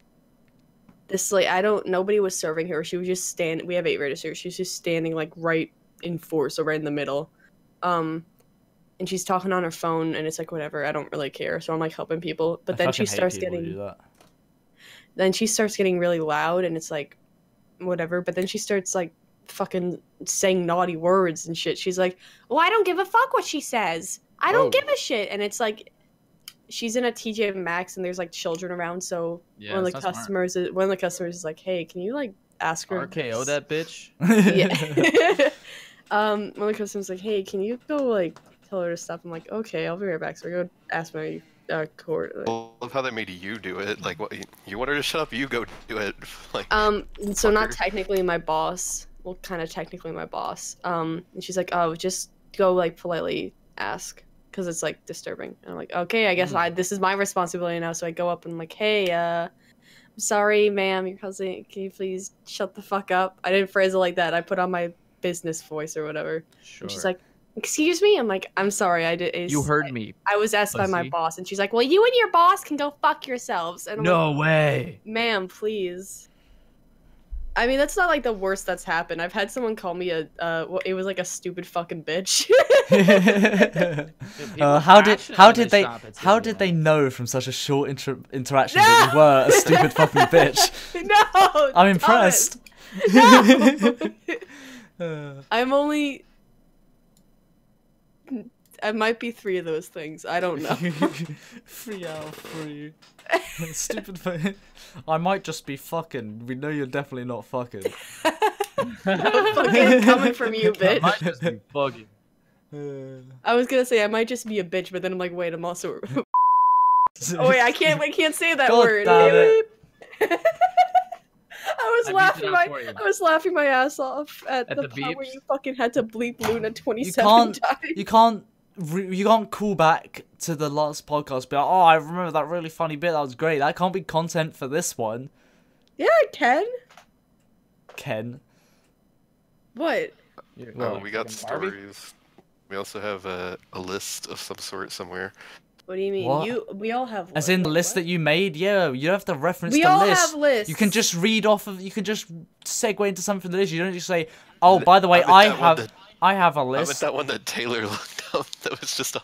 [SPEAKER 1] this like I don't. Nobody was serving her. She was just standing. We have eight registers. She's just standing like right in four, so right in the middle. Um, and she's talking on her phone, and it's like whatever. I don't really care. So I'm like helping people, but
[SPEAKER 3] I
[SPEAKER 1] then she
[SPEAKER 3] fucking hate
[SPEAKER 1] starts
[SPEAKER 3] people who
[SPEAKER 1] getting
[SPEAKER 3] do that.
[SPEAKER 1] then she starts getting really loud and it's like whatever but then she starts like fucking saying naughty words and shit she's like well i don't give a fuck what she says i don't
[SPEAKER 2] Oh.
[SPEAKER 1] give a shit and it's like she's in a tj maxx and there's like children around so
[SPEAKER 4] Yeah,
[SPEAKER 1] one of
[SPEAKER 4] it's
[SPEAKER 1] the
[SPEAKER 4] not smart.
[SPEAKER 1] customers is, one of the customers is like hey can you like ask her
[SPEAKER 4] RKO that bitch.
[SPEAKER 1] yeah um one of the customers is like hey can you go like tell her to stop i'm like okay i'll be right back so i go ask my uh, court like,
[SPEAKER 2] I love how they made you do it. Like, what, you- you want her to shut up? You go do it. Like,
[SPEAKER 1] Um, and so not
[SPEAKER 2] Fucker.
[SPEAKER 1] technically my boss. Well, kind of technically my boss. Um, and she's like, "Oh, just go like politely ask, because it's like disturbing." And I'm like, "Okay, I guess
[SPEAKER 4] Mm.
[SPEAKER 1] I this is my responsibility now." So I go up and I'm like, "Hey, uh, I'm sorry, ma'am, your cousin, can you please shut the fuck up?" I didn't phrase it like that. I put on my business voice or whatever.
[SPEAKER 4] Sure.
[SPEAKER 1] And she's like, "Excuse me." I'm like, "I'm sorry, I did."
[SPEAKER 4] you heard me.
[SPEAKER 1] I was asked by my
[SPEAKER 4] pussy.
[SPEAKER 1] boss, and she's like, "Well, you and your boss can go fuck yourselves." And I'm like,
[SPEAKER 4] No way.
[SPEAKER 1] ma'am, please. I mean, that's not like the worst that's happened. I've had someone call me a, uh, wh- it was like a stupid fucking bitch.
[SPEAKER 4] people
[SPEAKER 3] Uh,
[SPEAKER 4] are
[SPEAKER 3] how did
[SPEAKER 4] passionate
[SPEAKER 3] how
[SPEAKER 4] when they
[SPEAKER 3] did they
[SPEAKER 4] shop at
[SPEAKER 3] how
[SPEAKER 4] TJ
[SPEAKER 3] did they
[SPEAKER 4] Maxx.
[SPEAKER 3] know from such a short inter- interaction that you were a stupid fucking bitch?
[SPEAKER 1] no,
[SPEAKER 3] I'm
[SPEAKER 1] Thomas,
[SPEAKER 3] impressed.
[SPEAKER 1] No!
[SPEAKER 3] Uh,
[SPEAKER 1] I'm only. I might be three of those things. I don't know.
[SPEAKER 3] free out free. Stupid. fu- I might just be fucking. We know you're definitely not fucking.
[SPEAKER 1] fucking coming from you,
[SPEAKER 4] I
[SPEAKER 1] bitch.
[SPEAKER 4] might just be bugging.
[SPEAKER 3] Uh,
[SPEAKER 1] I was gonna say I might just be a bitch, but then I'm like, wait, I'm also. oh wait, I can't. I can't say that
[SPEAKER 3] God
[SPEAKER 1] word.
[SPEAKER 3] damn it.
[SPEAKER 1] I was
[SPEAKER 4] I beat it
[SPEAKER 1] laughing
[SPEAKER 4] out
[SPEAKER 1] my
[SPEAKER 4] for you.
[SPEAKER 1] I was laughing my ass off at,
[SPEAKER 4] At
[SPEAKER 1] the,
[SPEAKER 4] the
[SPEAKER 1] part where
[SPEAKER 4] beeps.
[SPEAKER 1] you fucking had to bleep Luna twenty seven
[SPEAKER 3] can't-
[SPEAKER 1] times.
[SPEAKER 3] you can't re- you can't call back to the last podcast be like, oh i remember that really funny bit that was great that can't be content for this one
[SPEAKER 1] Yeah, I can.
[SPEAKER 3] ken
[SPEAKER 1] What?
[SPEAKER 4] You're-
[SPEAKER 2] oh,
[SPEAKER 1] Um,
[SPEAKER 3] Well,
[SPEAKER 2] we got
[SPEAKER 4] fucking Barbie?
[SPEAKER 2] stories. We also have a, a list of some sort somewhere.
[SPEAKER 1] What do you mean?
[SPEAKER 3] What?
[SPEAKER 1] You we all have.
[SPEAKER 3] as in the list that you made yeah you don't have to reference
[SPEAKER 1] we
[SPEAKER 3] the
[SPEAKER 1] all
[SPEAKER 3] list
[SPEAKER 1] have lists.
[SPEAKER 3] you can just read off of you can just segue into something from the list you don't just say oh by the way
[SPEAKER 2] meant
[SPEAKER 3] i
[SPEAKER 2] that one
[SPEAKER 3] have
[SPEAKER 2] that-
[SPEAKER 3] i have a
[SPEAKER 2] How about
[SPEAKER 3] list
[SPEAKER 2] that one that Taylor looked up? That was just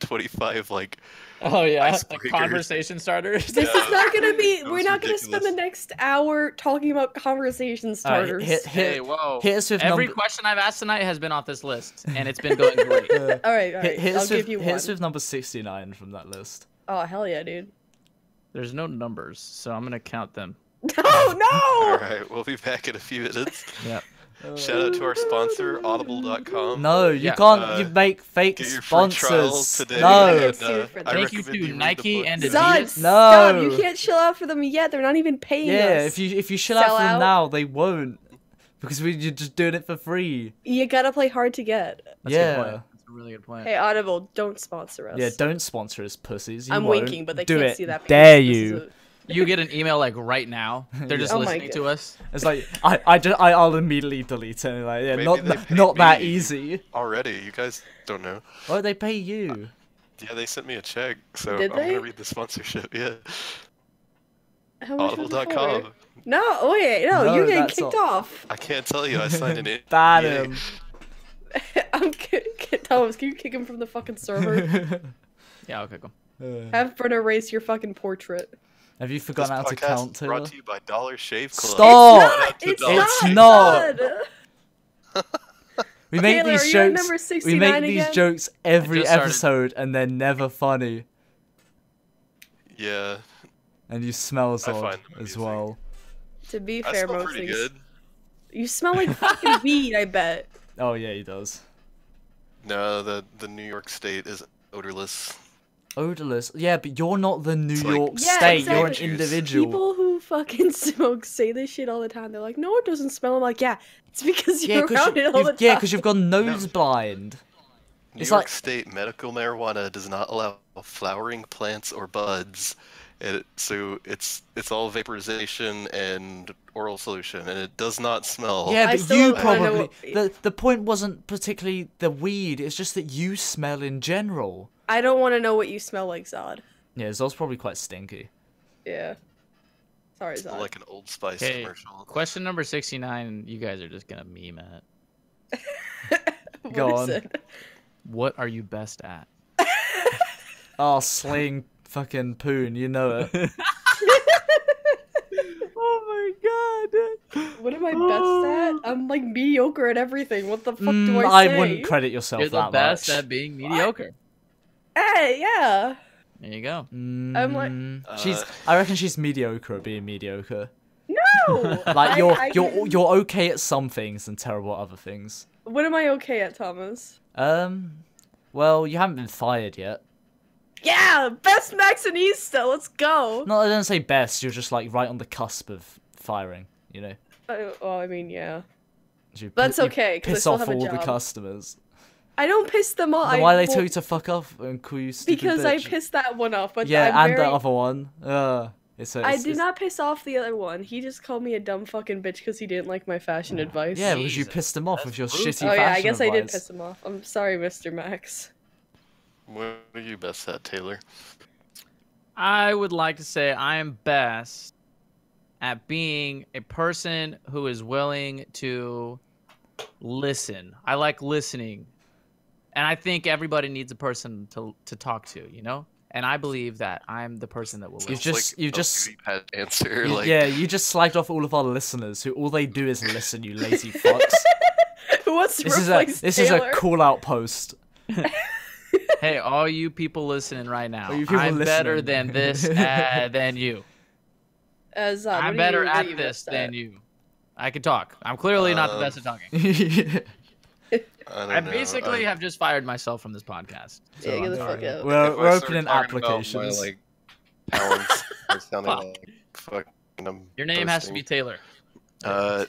[SPEAKER 2] 125. Like,
[SPEAKER 4] Oh yeah,
[SPEAKER 2] Icebreakers.
[SPEAKER 4] like conversation starters.
[SPEAKER 1] This is not gonna be.
[SPEAKER 2] That
[SPEAKER 1] We're
[SPEAKER 2] was
[SPEAKER 1] not gonna spend the
[SPEAKER 2] ridiculous.
[SPEAKER 1] next hour talking about conversation
[SPEAKER 3] All right, hit-
[SPEAKER 1] starters.
[SPEAKER 3] hit,
[SPEAKER 4] Hey, whoa.
[SPEAKER 3] hit us with
[SPEAKER 4] Every
[SPEAKER 3] number-
[SPEAKER 4] question I've asked tonight has been off this list, and it's been going great.
[SPEAKER 3] uh,
[SPEAKER 1] all right, all
[SPEAKER 3] hit,
[SPEAKER 1] right.
[SPEAKER 3] hit
[SPEAKER 1] I'll
[SPEAKER 3] us
[SPEAKER 1] give
[SPEAKER 3] with,
[SPEAKER 1] you
[SPEAKER 3] hit
[SPEAKER 1] one.
[SPEAKER 3] us with number 69 from that list
[SPEAKER 1] Oh hell yeah, dude.
[SPEAKER 4] There's no numbers, so I'm gonna count them.
[SPEAKER 1] Oh, No, no.
[SPEAKER 2] all right, we'll be back in a few minutes.
[SPEAKER 4] Yeah.
[SPEAKER 2] Shout out to our sponsor, audible.com.
[SPEAKER 3] No, you
[SPEAKER 4] Yeah,
[SPEAKER 3] can't.
[SPEAKER 2] uh,
[SPEAKER 3] you make fake
[SPEAKER 2] Get your free trial
[SPEAKER 3] sponsors.
[SPEAKER 2] today.
[SPEAKER 3] No,
[SPEAKER 2] and,
[SPEAKER 1] Thank you
[SPEAKER 2] uh,
[SPEAKER 1] for
[SPEAKER 2] I
[SPEAKER 1] that.
[SPEAKER 4] Thank you
[SPEAKER 2] recommend
[SPEAKER 4] to
[SPEAKER 2] read the
[SPEAKER 4] Nike
[SPEAKER 2] book.
[SPEAKER 4] and
[SPEAKER 1] Zod,
[SPEAKER 4] Adidas?
[SPEAKER 1] stop!
[SPEAKER 3] No.
[SPEAKER 1] You can't chill out for them yet. They're not even paying us.
[SPEAKER 3] yeah. If you if you shut out
[SPEAKER 1] Sell
[SPEAKER 3] for them
[SPEAKER 1] out.
[SPEAKER 3] now, they won't because we you're just doing it for free.
[SPEAKER 1] You gotta play hard to get.
[SPEAKER 4] That's a good
[SPEAKER 3] yeah,
[SPEAKER 4] point. That's a really good point.
[SPEAKER 1] Hey, Audible, don't sponsor us.
[SPEAKER 3] yeah. Don't sponsor us, pussies. You
[SPEAKER 1] I'm
[SPEAKER 3] won't.
[SPEAKER 1] winking, but they
[SPEAKER 3] Do
[SPEAKER 1] can't
[SPEAKER 3] it.
[SPEAKER 1] see that. because
[SPEAKER 3] Dare
[SPEAKER 1] this is
[SPEAKER 3] you?
[SPEAKER 1] a-
[SPEAKER 4] You get an email like right now. They're just
[SPEAKER 1] Yeah. Oh my
[SPEAKER 4] listening to
[SPEAKER 1] God.
[SPEAKER 4] us.
[SPEAKER 3] It's like I I just, I I'll immediately delete it. Like, yeah,
[SPEAKER 2] Maybe
[SPEAKER 3] not
[SPEAKER 2] they
[SPEAKER 3] tha-
[SPEAKER 2] paid
[SPEAKER 3] not that
[SPEAKER 2] me.
[SPEAKER 3] easy.
[SPEAKER 2] Already, you guys don't know.
[SPEAKER 3] Why would they pay you?
[SPEAKER 2] Yeah, they sent me a check, so
[SPEAKER 1] Did
[SPEAKER 2] I'm
[SPEAKER 1] they?
[SPEAKER 2] gonna read the sponsorship. Yeah,
[SPEAKER 1] How much was it
[SPEAKER 2] audible.com.
[SPEAKER 1] for? No, oh yeah, no,
[SPEAKER 3] Oh, No,
[SPEAKER 1] you're getting
[SPEAKER 3] that's
[SPEAKER 1] kicked
[SPEAKER 3] all-
[SPEAKER 1] off.
[SPEAKER 2] I can't tell you. I signed an NDA.
[SPEAKER 3] Ban him.
[SPEAKER 1] I'm ki- ki- Thomas, can you kick him from the fucking server?
[SPEAKER 4] Yeah, I'll kick 'em.
[SPEAKER 3] Uh,
[SPEAKER 1] Have Bern erase your fucking portrait.
[SPEAKER 3] Have you
[SPEAKER 2] This
[SPEAKER 3] forgotten how to count,
[SPEAKER 2] podcast
[SPEAKER 3] Taylor?
[SPEAKER 2] brought to you by Dollar Shave Club.
[SPEAKER 3] Stop!
[SPEAKER 2] Shout out to
[SPEAKER 1] It's
[SPEAKER 2] Dollar
[SPEAKER 1] not.
[SPEAKER 3] It's
[SPEAKER 2] Shave
[SPEAKER 3] not.
[SPEAKER 2] Club.
[SPEAKER 1] God.
[SPEAKER 3] We make
[SPEAKER 1] Taylor,
[SPEAKER 3] these
[SPEAKER 1] are you at
[SPEAKER 3] jokes.
[SPEAKER 1] number
[SPEAKER 3] we
[SPEAKER 1] 69
[SPEAKER 3] make these
[SPEAKER 1] again?
[SPEAKER 3] jokes every
[SPEAKER 4] just started.
[SPEAKER 3] episode, and they're never funny.
[SPEAKER 2] Yeah,
[SPEAKER 3] And you smell as
[SPEAKER 2] I
[SPEAKER 3] odd
[SPEAKER 2] find them
[SPEAKER 3] as
[SPEAKER 2] amusing.
[SPEAKER 3] well.
[SPEAKER 1] To be
[SPEAKER 2] I
[SPEAKER 1] fair,
[SPEAKER 2] smell
[SPEAKER 1] most
[SPEAKER 2] pretty
[SPEAKER 1] things.
[SPEAKER 2] good.
[SPEAKER 1] You smell like fucking weed, I bet.
[SPEAKER 3] Oh yeah, he does.
[SPEAKER 2] No, the the New York State is odorless.
[SPEAKER 3] Odorless. Yeah, but you're not the New
[SPEAKER 2] It's like-
[SPEAKER 3] York
[SPEAKER 1] Yeah,
[SPEAKER 3] State. You're an
[SPEAKER 1] exactly.
[SPEAKER 3] individual.
[SPEAKER 1] People who fucking smoke say this shit all the time. They're like, "No, it doesn't smell." I'm like, "Yeah, it's because
[SPEAKER 3] yeah,
[SPEAKER 1] you're
[SPEAKER 3] because
[SPEAKER 1] around
[SPEAKER 3] you,
[SPEAKER 1] it all the time."
[SPEAKER 3] have yeah, 'cause you've gone nose blind.
[SPEAKER 2] New
[SPEAKER 3] It's
[SPEAKER 2] York
[SPEAKER 3] like-
[SPEAKER 2] State medical marijuana does not allow flowering plants or buds, and it, so it's it's all vaporization and oral solution, and it does not smell.
[SPEAKER 4] Oh.
[SPEAKER 3] Yeah,
[SPEAKER 1] I
[SPEAKER 3] but
[SPEAKER 1] still
[SPEAKER 3] you
[SPEAKER 1] don't wanna
[SPEAKER 3] probably
[SPEAKER 1] know
[SPEAKER 3] the the point wasn't particularly the weed. It's just that you smell in general.
[SPEAKER 1] I don't want to know what you smell like, Zod.
[SPEAKER 3] Yeah, Zol's probably quite stinky.
[SPEAKER 1] Yeah. Sorry,
[SPEAKER 2] It's
[SPEAKER 1] Zod.
[SPEAKER 2] like an Old Spice
[SPEAKER 4] Okay.
[SPEAKER 2] commercial.
[SPEAKER 4] Question number 69. You guys are just going to meme it.
[SPEAKER 1] What
[SPEAKER 3] go
[SPEAKER 1] is
[SPEAKER 3] on.
[SPEAKER 1] it?
[SPEAKER 4] What are you best at?
[SPEAKER 3] Oh, sling fucking poon, you know it.
[SPEAKER 4] Oh my god.
[SPEAKER 1] What am I best at? I'm like mediocre at everything. What the fuck do
[SPEAKER 3] Mm,
[SPEAKER 1] I
[SPEAKER 3] I
[SPEAKER 1] say?
[SPEAKER 3] wouldn't credit yourself
[SPEAKER 4] You're the
[SPEAKER 3] that
[SPEAKER 4] best
[SPEAKER 3] much.
[SPEAKER 4] at being mediocre.
[SPEAKER 1] Hey, yeah.
[SPEAKER 4] There you go.
[SPEAKER 1] I'm like-
[SPEAKER 3] Mm, she's.
[SPEAKER 2] Uh,
[SPEAKER 3] I reckon she's mediocre at being mediocre.
[SPEAKER 1] No.
[SPEAKER 3] Like
[SPEAKER 1] I-
[SPEAKER 3] you're
[SPEAKER 1] I
[SPEAKER 3] you're
[SPEAKER 1] can-
[SPEAKER 3] you're okay at some things and terrible at other things.
[SPEAKER 1] What am I okay at, Thomas?
[SPEAKER 3] Um, well, you haven't been fired yet.
[SPEAKER 1] Yeah, best Maxinista. Let's go.
[SPEAKER 3] No, I don't say best. You're just like right on the cusp of firing. You know.
[SPEAKER 1] I, Uh, well, I mean, yeah.
[SPEAKER 3] You pi-
[SPEAKER 1] That's
[SPEAKER 3] you
[SPEAKER 1] okay, 'cause I
[SPEAKER 3] Piss
[SPEAKER 1] still
[SPEAKER 3] off
[SPEAKER 1] have a
[SPEAKER 3] all the
[SPEAKER 1] job.
[SPEAKER 3] customers.
[SPEAKER 1] I don't piss them off.
[SPEAKER 3] Then
[SPEAKER 1] I-
[SPEAKER 3] why they tell
[SPEAKER 1] well,
[SPEAKER 3] you to fuck off and call you stupid
[SPEAKER 1] Because I
[SPEAKER 3] bitch?
[SPEAKER 1] pissed that one off, but
[SPEAKER 3] Yeah,
[SPEAKER 1] I'm
[SPEAKER 3] and
[SPEAKER 1] very...
[SPEAKER 3] the other one. Uh, it's a,
[SPEAKER 1] I
[SPEAKER 3] it's-
[SPEAKER 1] did
[SPEAKER 3] it's-
[SPEAKER 1] not piss off the other one. He just called me a dumb fucking bitch because he didn't like my fashion advice.
[SPEAKER 3] Yeah, because you
[SPEAKER 4] Jesus.
[SPEAKER 3] pissed them off
[SPEAKER 2] That's
[SPEAKER 3] with your
[SPEAKER 2] rude.
[SPEAKER 3] shitty
[SPEAKER 1] Oh yeah, I
[SPEAKER 3] fashion
[SPEAKER 1] guess I did
[SPEAKER 3] advice.
[SPEAKER 1] piss him off. I'm sorry, Mr. Max.
[SPEAKER 2] What are you best at, Taylor?
[SPEAKER 4] I would like to say I am best at being a person who is willing to listen. I like listening. And I think everybody needs a person to to talk to, you know? And I believe that I'm the person that will
[SPEAKER 3] You've
[SPEAKER 4] listen.
[SPEAKER 3] just-
[SPEAKER 2] like
[SPEAKER 3] you've
[SPEAKER 2] a
[SPEAKER 3] just-
[SPEAKER 2] beauty pad answer.
[SPEAKER 3] You-
[SPEAKER 2] like,
[SPEAKER 3] yeah, you just slagged off all of our listeners who all they do is listen, you lazy fucks.
[SPEAKER 1] What's
[SPEAKER 3] this is a
[SPEAKER 1] replace
[SPEAKER 3] this is
[SPEAKER 1] Taylor?
[SPEAKER 3] a call out post.
[SPEAKER 4] Hey, all you people listening right now,
[SPEAKER 3] All you people
[SPEAKER 4] I'm better
[SPEAKER 3] listening.
[SPEAKER 4] than this uh, than you.
[SPEAKER 1] Uh, Zod, what do
[SPEAKER 4] I'm
[SPEAKER 1] you-
[SPEAKER 4] better
[SPEAKER 1] what do
[SPEAKER 4] at
[SPEAKER 1] you
[SPEAKER 4] this
[SPEAKER 1] best
[SPEAKER 4] than you. I can talk. I'm clearly not the
[SPEAKER 2] Um,
[SPEAKER 4] best at
[SPEAKER 3] Uh,
[SPEAKER 4] talking.
[SPEAKER 3] we're
[SPEAKER 2] I, don't
[SPEAKER 4] I
[SPEAKER 2] know,
[SPEAKER 4] basically
[SPEAKER 3] uh,
[SPEAKER 2] I-
[SPEAKER 4] have just fired myself from this podcast.
[SPEAKER 1] Yeah, get the
[SPEAKER 4] sorry.
[SPEAKER 1] fuck out.
[SPEAKER 2] if I
[SPEAKER 3] we're
[SPEAKER 2] start
[SPEAKER 3] opening
[SPEAKER 2] talking about my,
[SPEAKER 3] applications.
[SPEAKER 2] like, talents, I sounded
[SPEAKER 4] Fuck.
[SPEAKER 2] like fucking. I'm
[SPEAKER 4] Your name has to
[SPEAKER 2] boasting.
[SPEAKER 4] be Taylor.
[SPEAKER 2] Uh,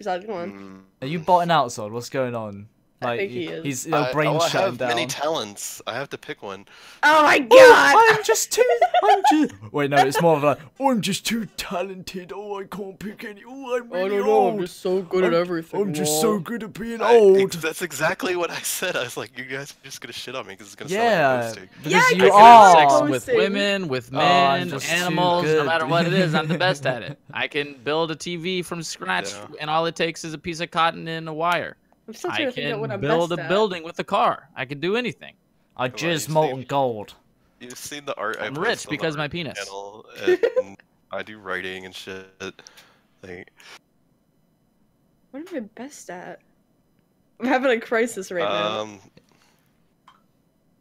[SPEAKER 1] Zod, come on.
[SPEAKER 2] mm,
[SPEAKER 3] Are you botting out, Zod? What's going on?
[SPEAKER 1] I
[SPEAKER 3] Like
[SPEAKER 1] think he
[SPEAKER 3] you-
[SPEAKER 1] is.
[SPEAKER 3] he's your
[SPEAKER 2] I,
[SPEAKER 3] brain
[SPEAKER 2] oh, I
[SPEAKER 3] shutting
[SPEAKER 2] have
[SPEAKER 3] down.
[SPEAKER 2] many talents. I have to pick one.
[SPEAKER 1] Oh my god!
[SPEAKER 3] Oh, I'm just too. I'm just. Wait, no, it's more of like I'm just too talented. Oh, I can't pick any. Oh, I'm really old.
[SPEAKER 1] so good
[SPEAKER 3] I'm- I'm just so good at being
[SPEAKER 2] I-
[SPEAKER 3] old.
[SPEAKER 2] that's exactly what I said. I was like, you guys are just gonna shit on me because it's gonna sound
[SPEAKER 3] yeah,
[SPEAKER 2] like I'm boasting.
[SPEAKER 1] Yeah,
[SPEAKER 3] because
[SPEAKER 1] I guess
[SPEAKER 3] you
[SPEAKER 4] I can
[SPEAKER 1] that's
[SPEAKER 3] are.
[SPEAKER 4] have
[SPEAKER 1] Oh.
[SPEAKER 4] sex with
[SPEAKER 1] Posting.
[SPEAKER 4] women, with
[SPEAKER 3] I'm
[SPEAKER 4] men,
[SPEAKER 3] just too
[SPEAKER 4] animals, no
[SPEAKER 3] good.
[SPEAKER 4] matter what it is. I'm the best at it. I can build a TV from scratch,
[SPEAKER 2] Yeah.
[SPEAKER 4] and all it takes is a piece of cotton and a wire.
[SPEAKER 1] I'm still trying
[SPEAKER 4] I
[SPEAKER 1] to think out what
[SPEAKER 4] can
[SPEAKER 1] I'm
[SPEAKER 4] build
[SPEAKER 1] best
[SPEAKER 4] a
[SPEAKER 1] at.
[SPEAKER 4] building with a car. I can do anything.
[SPEAKER 3] I
[SPEAKER 2] Come on, you
[SPEAKER 3] jizz
[SPEAKER 2] see.
[SPEAKER 3] molten
[SPEAKER 1] Oh.
[SPEAKER 3] gold.
[SPEAKER 2] You've seen the art. I
[SPEAKER 4] I'm
[SPEAKER 2] post
[SPEAKER 4] rich
[SPEAKER 2] on the
[SPEAKER 4] because
[SPEAKER 2] art
[SPEAKER 4] my penis.
[SPEAKER 2] channel, and I do writing and shit. Like,
[SPEAKER 1] What am I best at? I'm having a crisis right now.
[SPEAKER 2] um,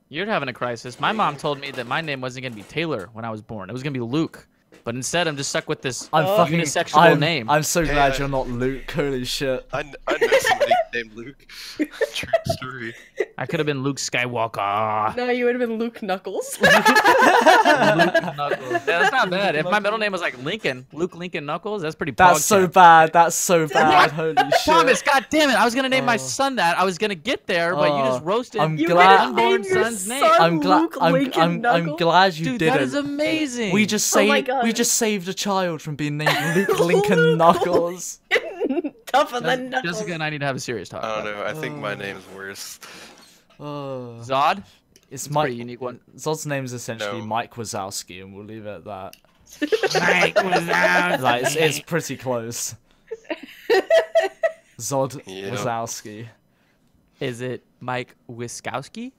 [SPEAKER 4] You're having a crisis. My mom told me that my name wasn't going to be Taylor when I was born. It was going to be Luke. But instead, I'm just stuck with this
[SPEAKER 3] I'm
[SPEAKER 1] Oh.
[SPEAKER 3] fucking
[SPEAKER 4] unisexual
[SPEAKER 3] I'm,
[SPEAKER 4] name.
[SPEAKER 3] I'm so
[SPEAKER 2] Hey,
[SPEAKER 3] glad
[SPEAKER 2] I-
[SPEAKER 3] you're not Luke. Holy shit.
[SPEAKER 2] I, kn- I know somebody named Luke. True story.
[SPEAKER 4] I could have been Luke Skywalker.
[SPEAKER 1] No, you would have been Luke Knuckles.
[SPEAKER 4] Luke Knuckles. Yeah, that's not bad. If my middle name was like Lincoln, Luke Lincoln Knuckles, that's pretty.
[SPEAKER 3] That's
[SPEAKER 4] bog
[SPEAKER 3] so
[SPEAKER 4] champ.
[SPEAKER 3] bad. That's so bad. Holy shit.
[SPEAKER 4] Thomas, god damn it! I was gonna name
[SPEAKER 3] Oh.
[SPEAKER 4] my son that. I was gonna get there, but you just
[SPEAKER 3] Oh,
[SPEAKER 4] roasted.
[SPEAKER 3] I'm
[SPEAKER 1] you
[SPEAKER 3] glad-
[SPEAKER 1] didn't name
[SPEAKER 4] Unborn
[SPEAKER 1] your
[SPEAKER 4] son's name.
[SPEAKER 1] son
[SPEAKER 3] I'm glad.
[SPEAKER 1] Luke
[SPEAKER 3] I'm,
[SPEAKER 1] Lincoln
[SPEAKER 3] I'm, I'm
[SPEAKER 1] Knuckles?
[SPEAKER 3] glad you
[SPEAKER 4] Dude,
[SPEAKER 3] didn't.
[SPEAKER 4] that is amazing.
[SPEAKER 3] we just
[SPEAKER 1] Oh my
[SPEAKER 3] saved. we
[SPEAKER 1] God. Oh
[SPEAKER 3] just saved a child from being named Luke
[SPEAKER 1] Luke
[SPEAKER 3] Lincoln Knuckles.
[SPEAKER 1] Knuckles. Tougher
[SPEAKER 4] Jes-
[SPEAKER 1] than Knuckles.
[SPEAKER 4] Jessica and I need to have a serious talk.
[SPEAKER 2] I don't
[SPEAKER 4] about
[SPEAKER 2] know. I think my
[SPEAKER 3] Oh.
[SPEAKER 2] name's worse.
[SPEAKER 3] Oh,
[SPEAKER 4] it. Zod,
[SPEAKER 3] it's my
[SPEAKER 4] pretty unique one.
[SPEAKER 3] Zod's name's essentially
[SPEAKER 2] No.
[SPEAKER 3] Mike Wazowski, and we'll leave it at that.
[SPEAKER 4] Mike Wazowski.
[SPEAKER 3] Like it's, it's pretty close. Zod
[SPEAKER 2] Yeah.
[SPEAKER 3] Wazowski.
[SPEAKER 4] is it Mike Wiskowski?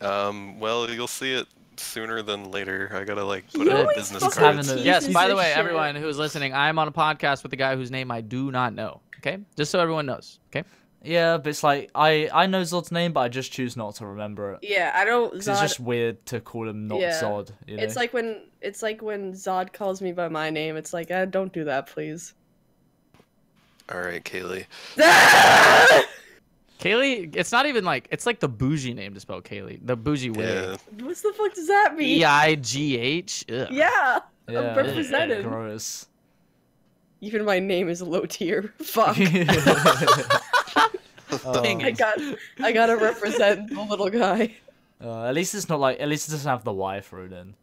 [SPEAKER 2] Um, well, you'll see it sooner than later. I gotta like
[SPEAKER 1] He
[SPEAKER 2] put it on
[SPEAKER 1] always
[SPEAKER 2] business
[SPEAKER 1] fucking
[SPEAKER 3] having
[SPEAKER 2] cards.
[SPEAKER 3] a-
[SPEAKER 1] teases
[SPEAKER 4] Yes. By the
[SPEAKER 1] his
[SPEAKER 4] way,
[SPEAKER 1] shit.
[SPEAKER 4] everyone who is listening, I am on a podcast with a guy whose name I do not know. Okay, just so everyone knows. Okay,
[SPEAKER 3] Yeah, but it's like I I know Zod's name, but I just choose not to remember it.
[SPEAKER 1] Yeah, I don't.
[SPEAKER 3] 'Cause
[SPEAKER 1] Zod,
[SPEAKER 3] it's just weird to call him not
[SPEAKER 1] Yeah.
[SPEAKER 3] Zod. You know?
[SPEAKER 1] it's like when it's like when Zod calls me by my name. It's like, uh, don't do that, please.
[SPEAKER 2] All right, Kaylee.
[SPEAKER 4] Kaylee. It's not even like it's like the bougie name to spell Kaylee. The bougie
[SPEAKER 2] Yeah.
[SPEAKER 4] way.
[SPEAKER 1] What the fuck does that mean?
[SPEAKER 4] E i g h. Ugh.
[SPEAKER 1] Yeah.
[SPEAKER 3] yeah,
[SPEAKER 1] represented.
[SPEAKER 3] Gross.
[SPEAKER 1] Even my name is low tier. Fuck.
[SPEAKER 3] Oh.
[SPEAKER 1] I got. I gotta represent the little guy.
[SPEAKER 3] Uh, at least it's not like at least it doesn't have the Y thrown in.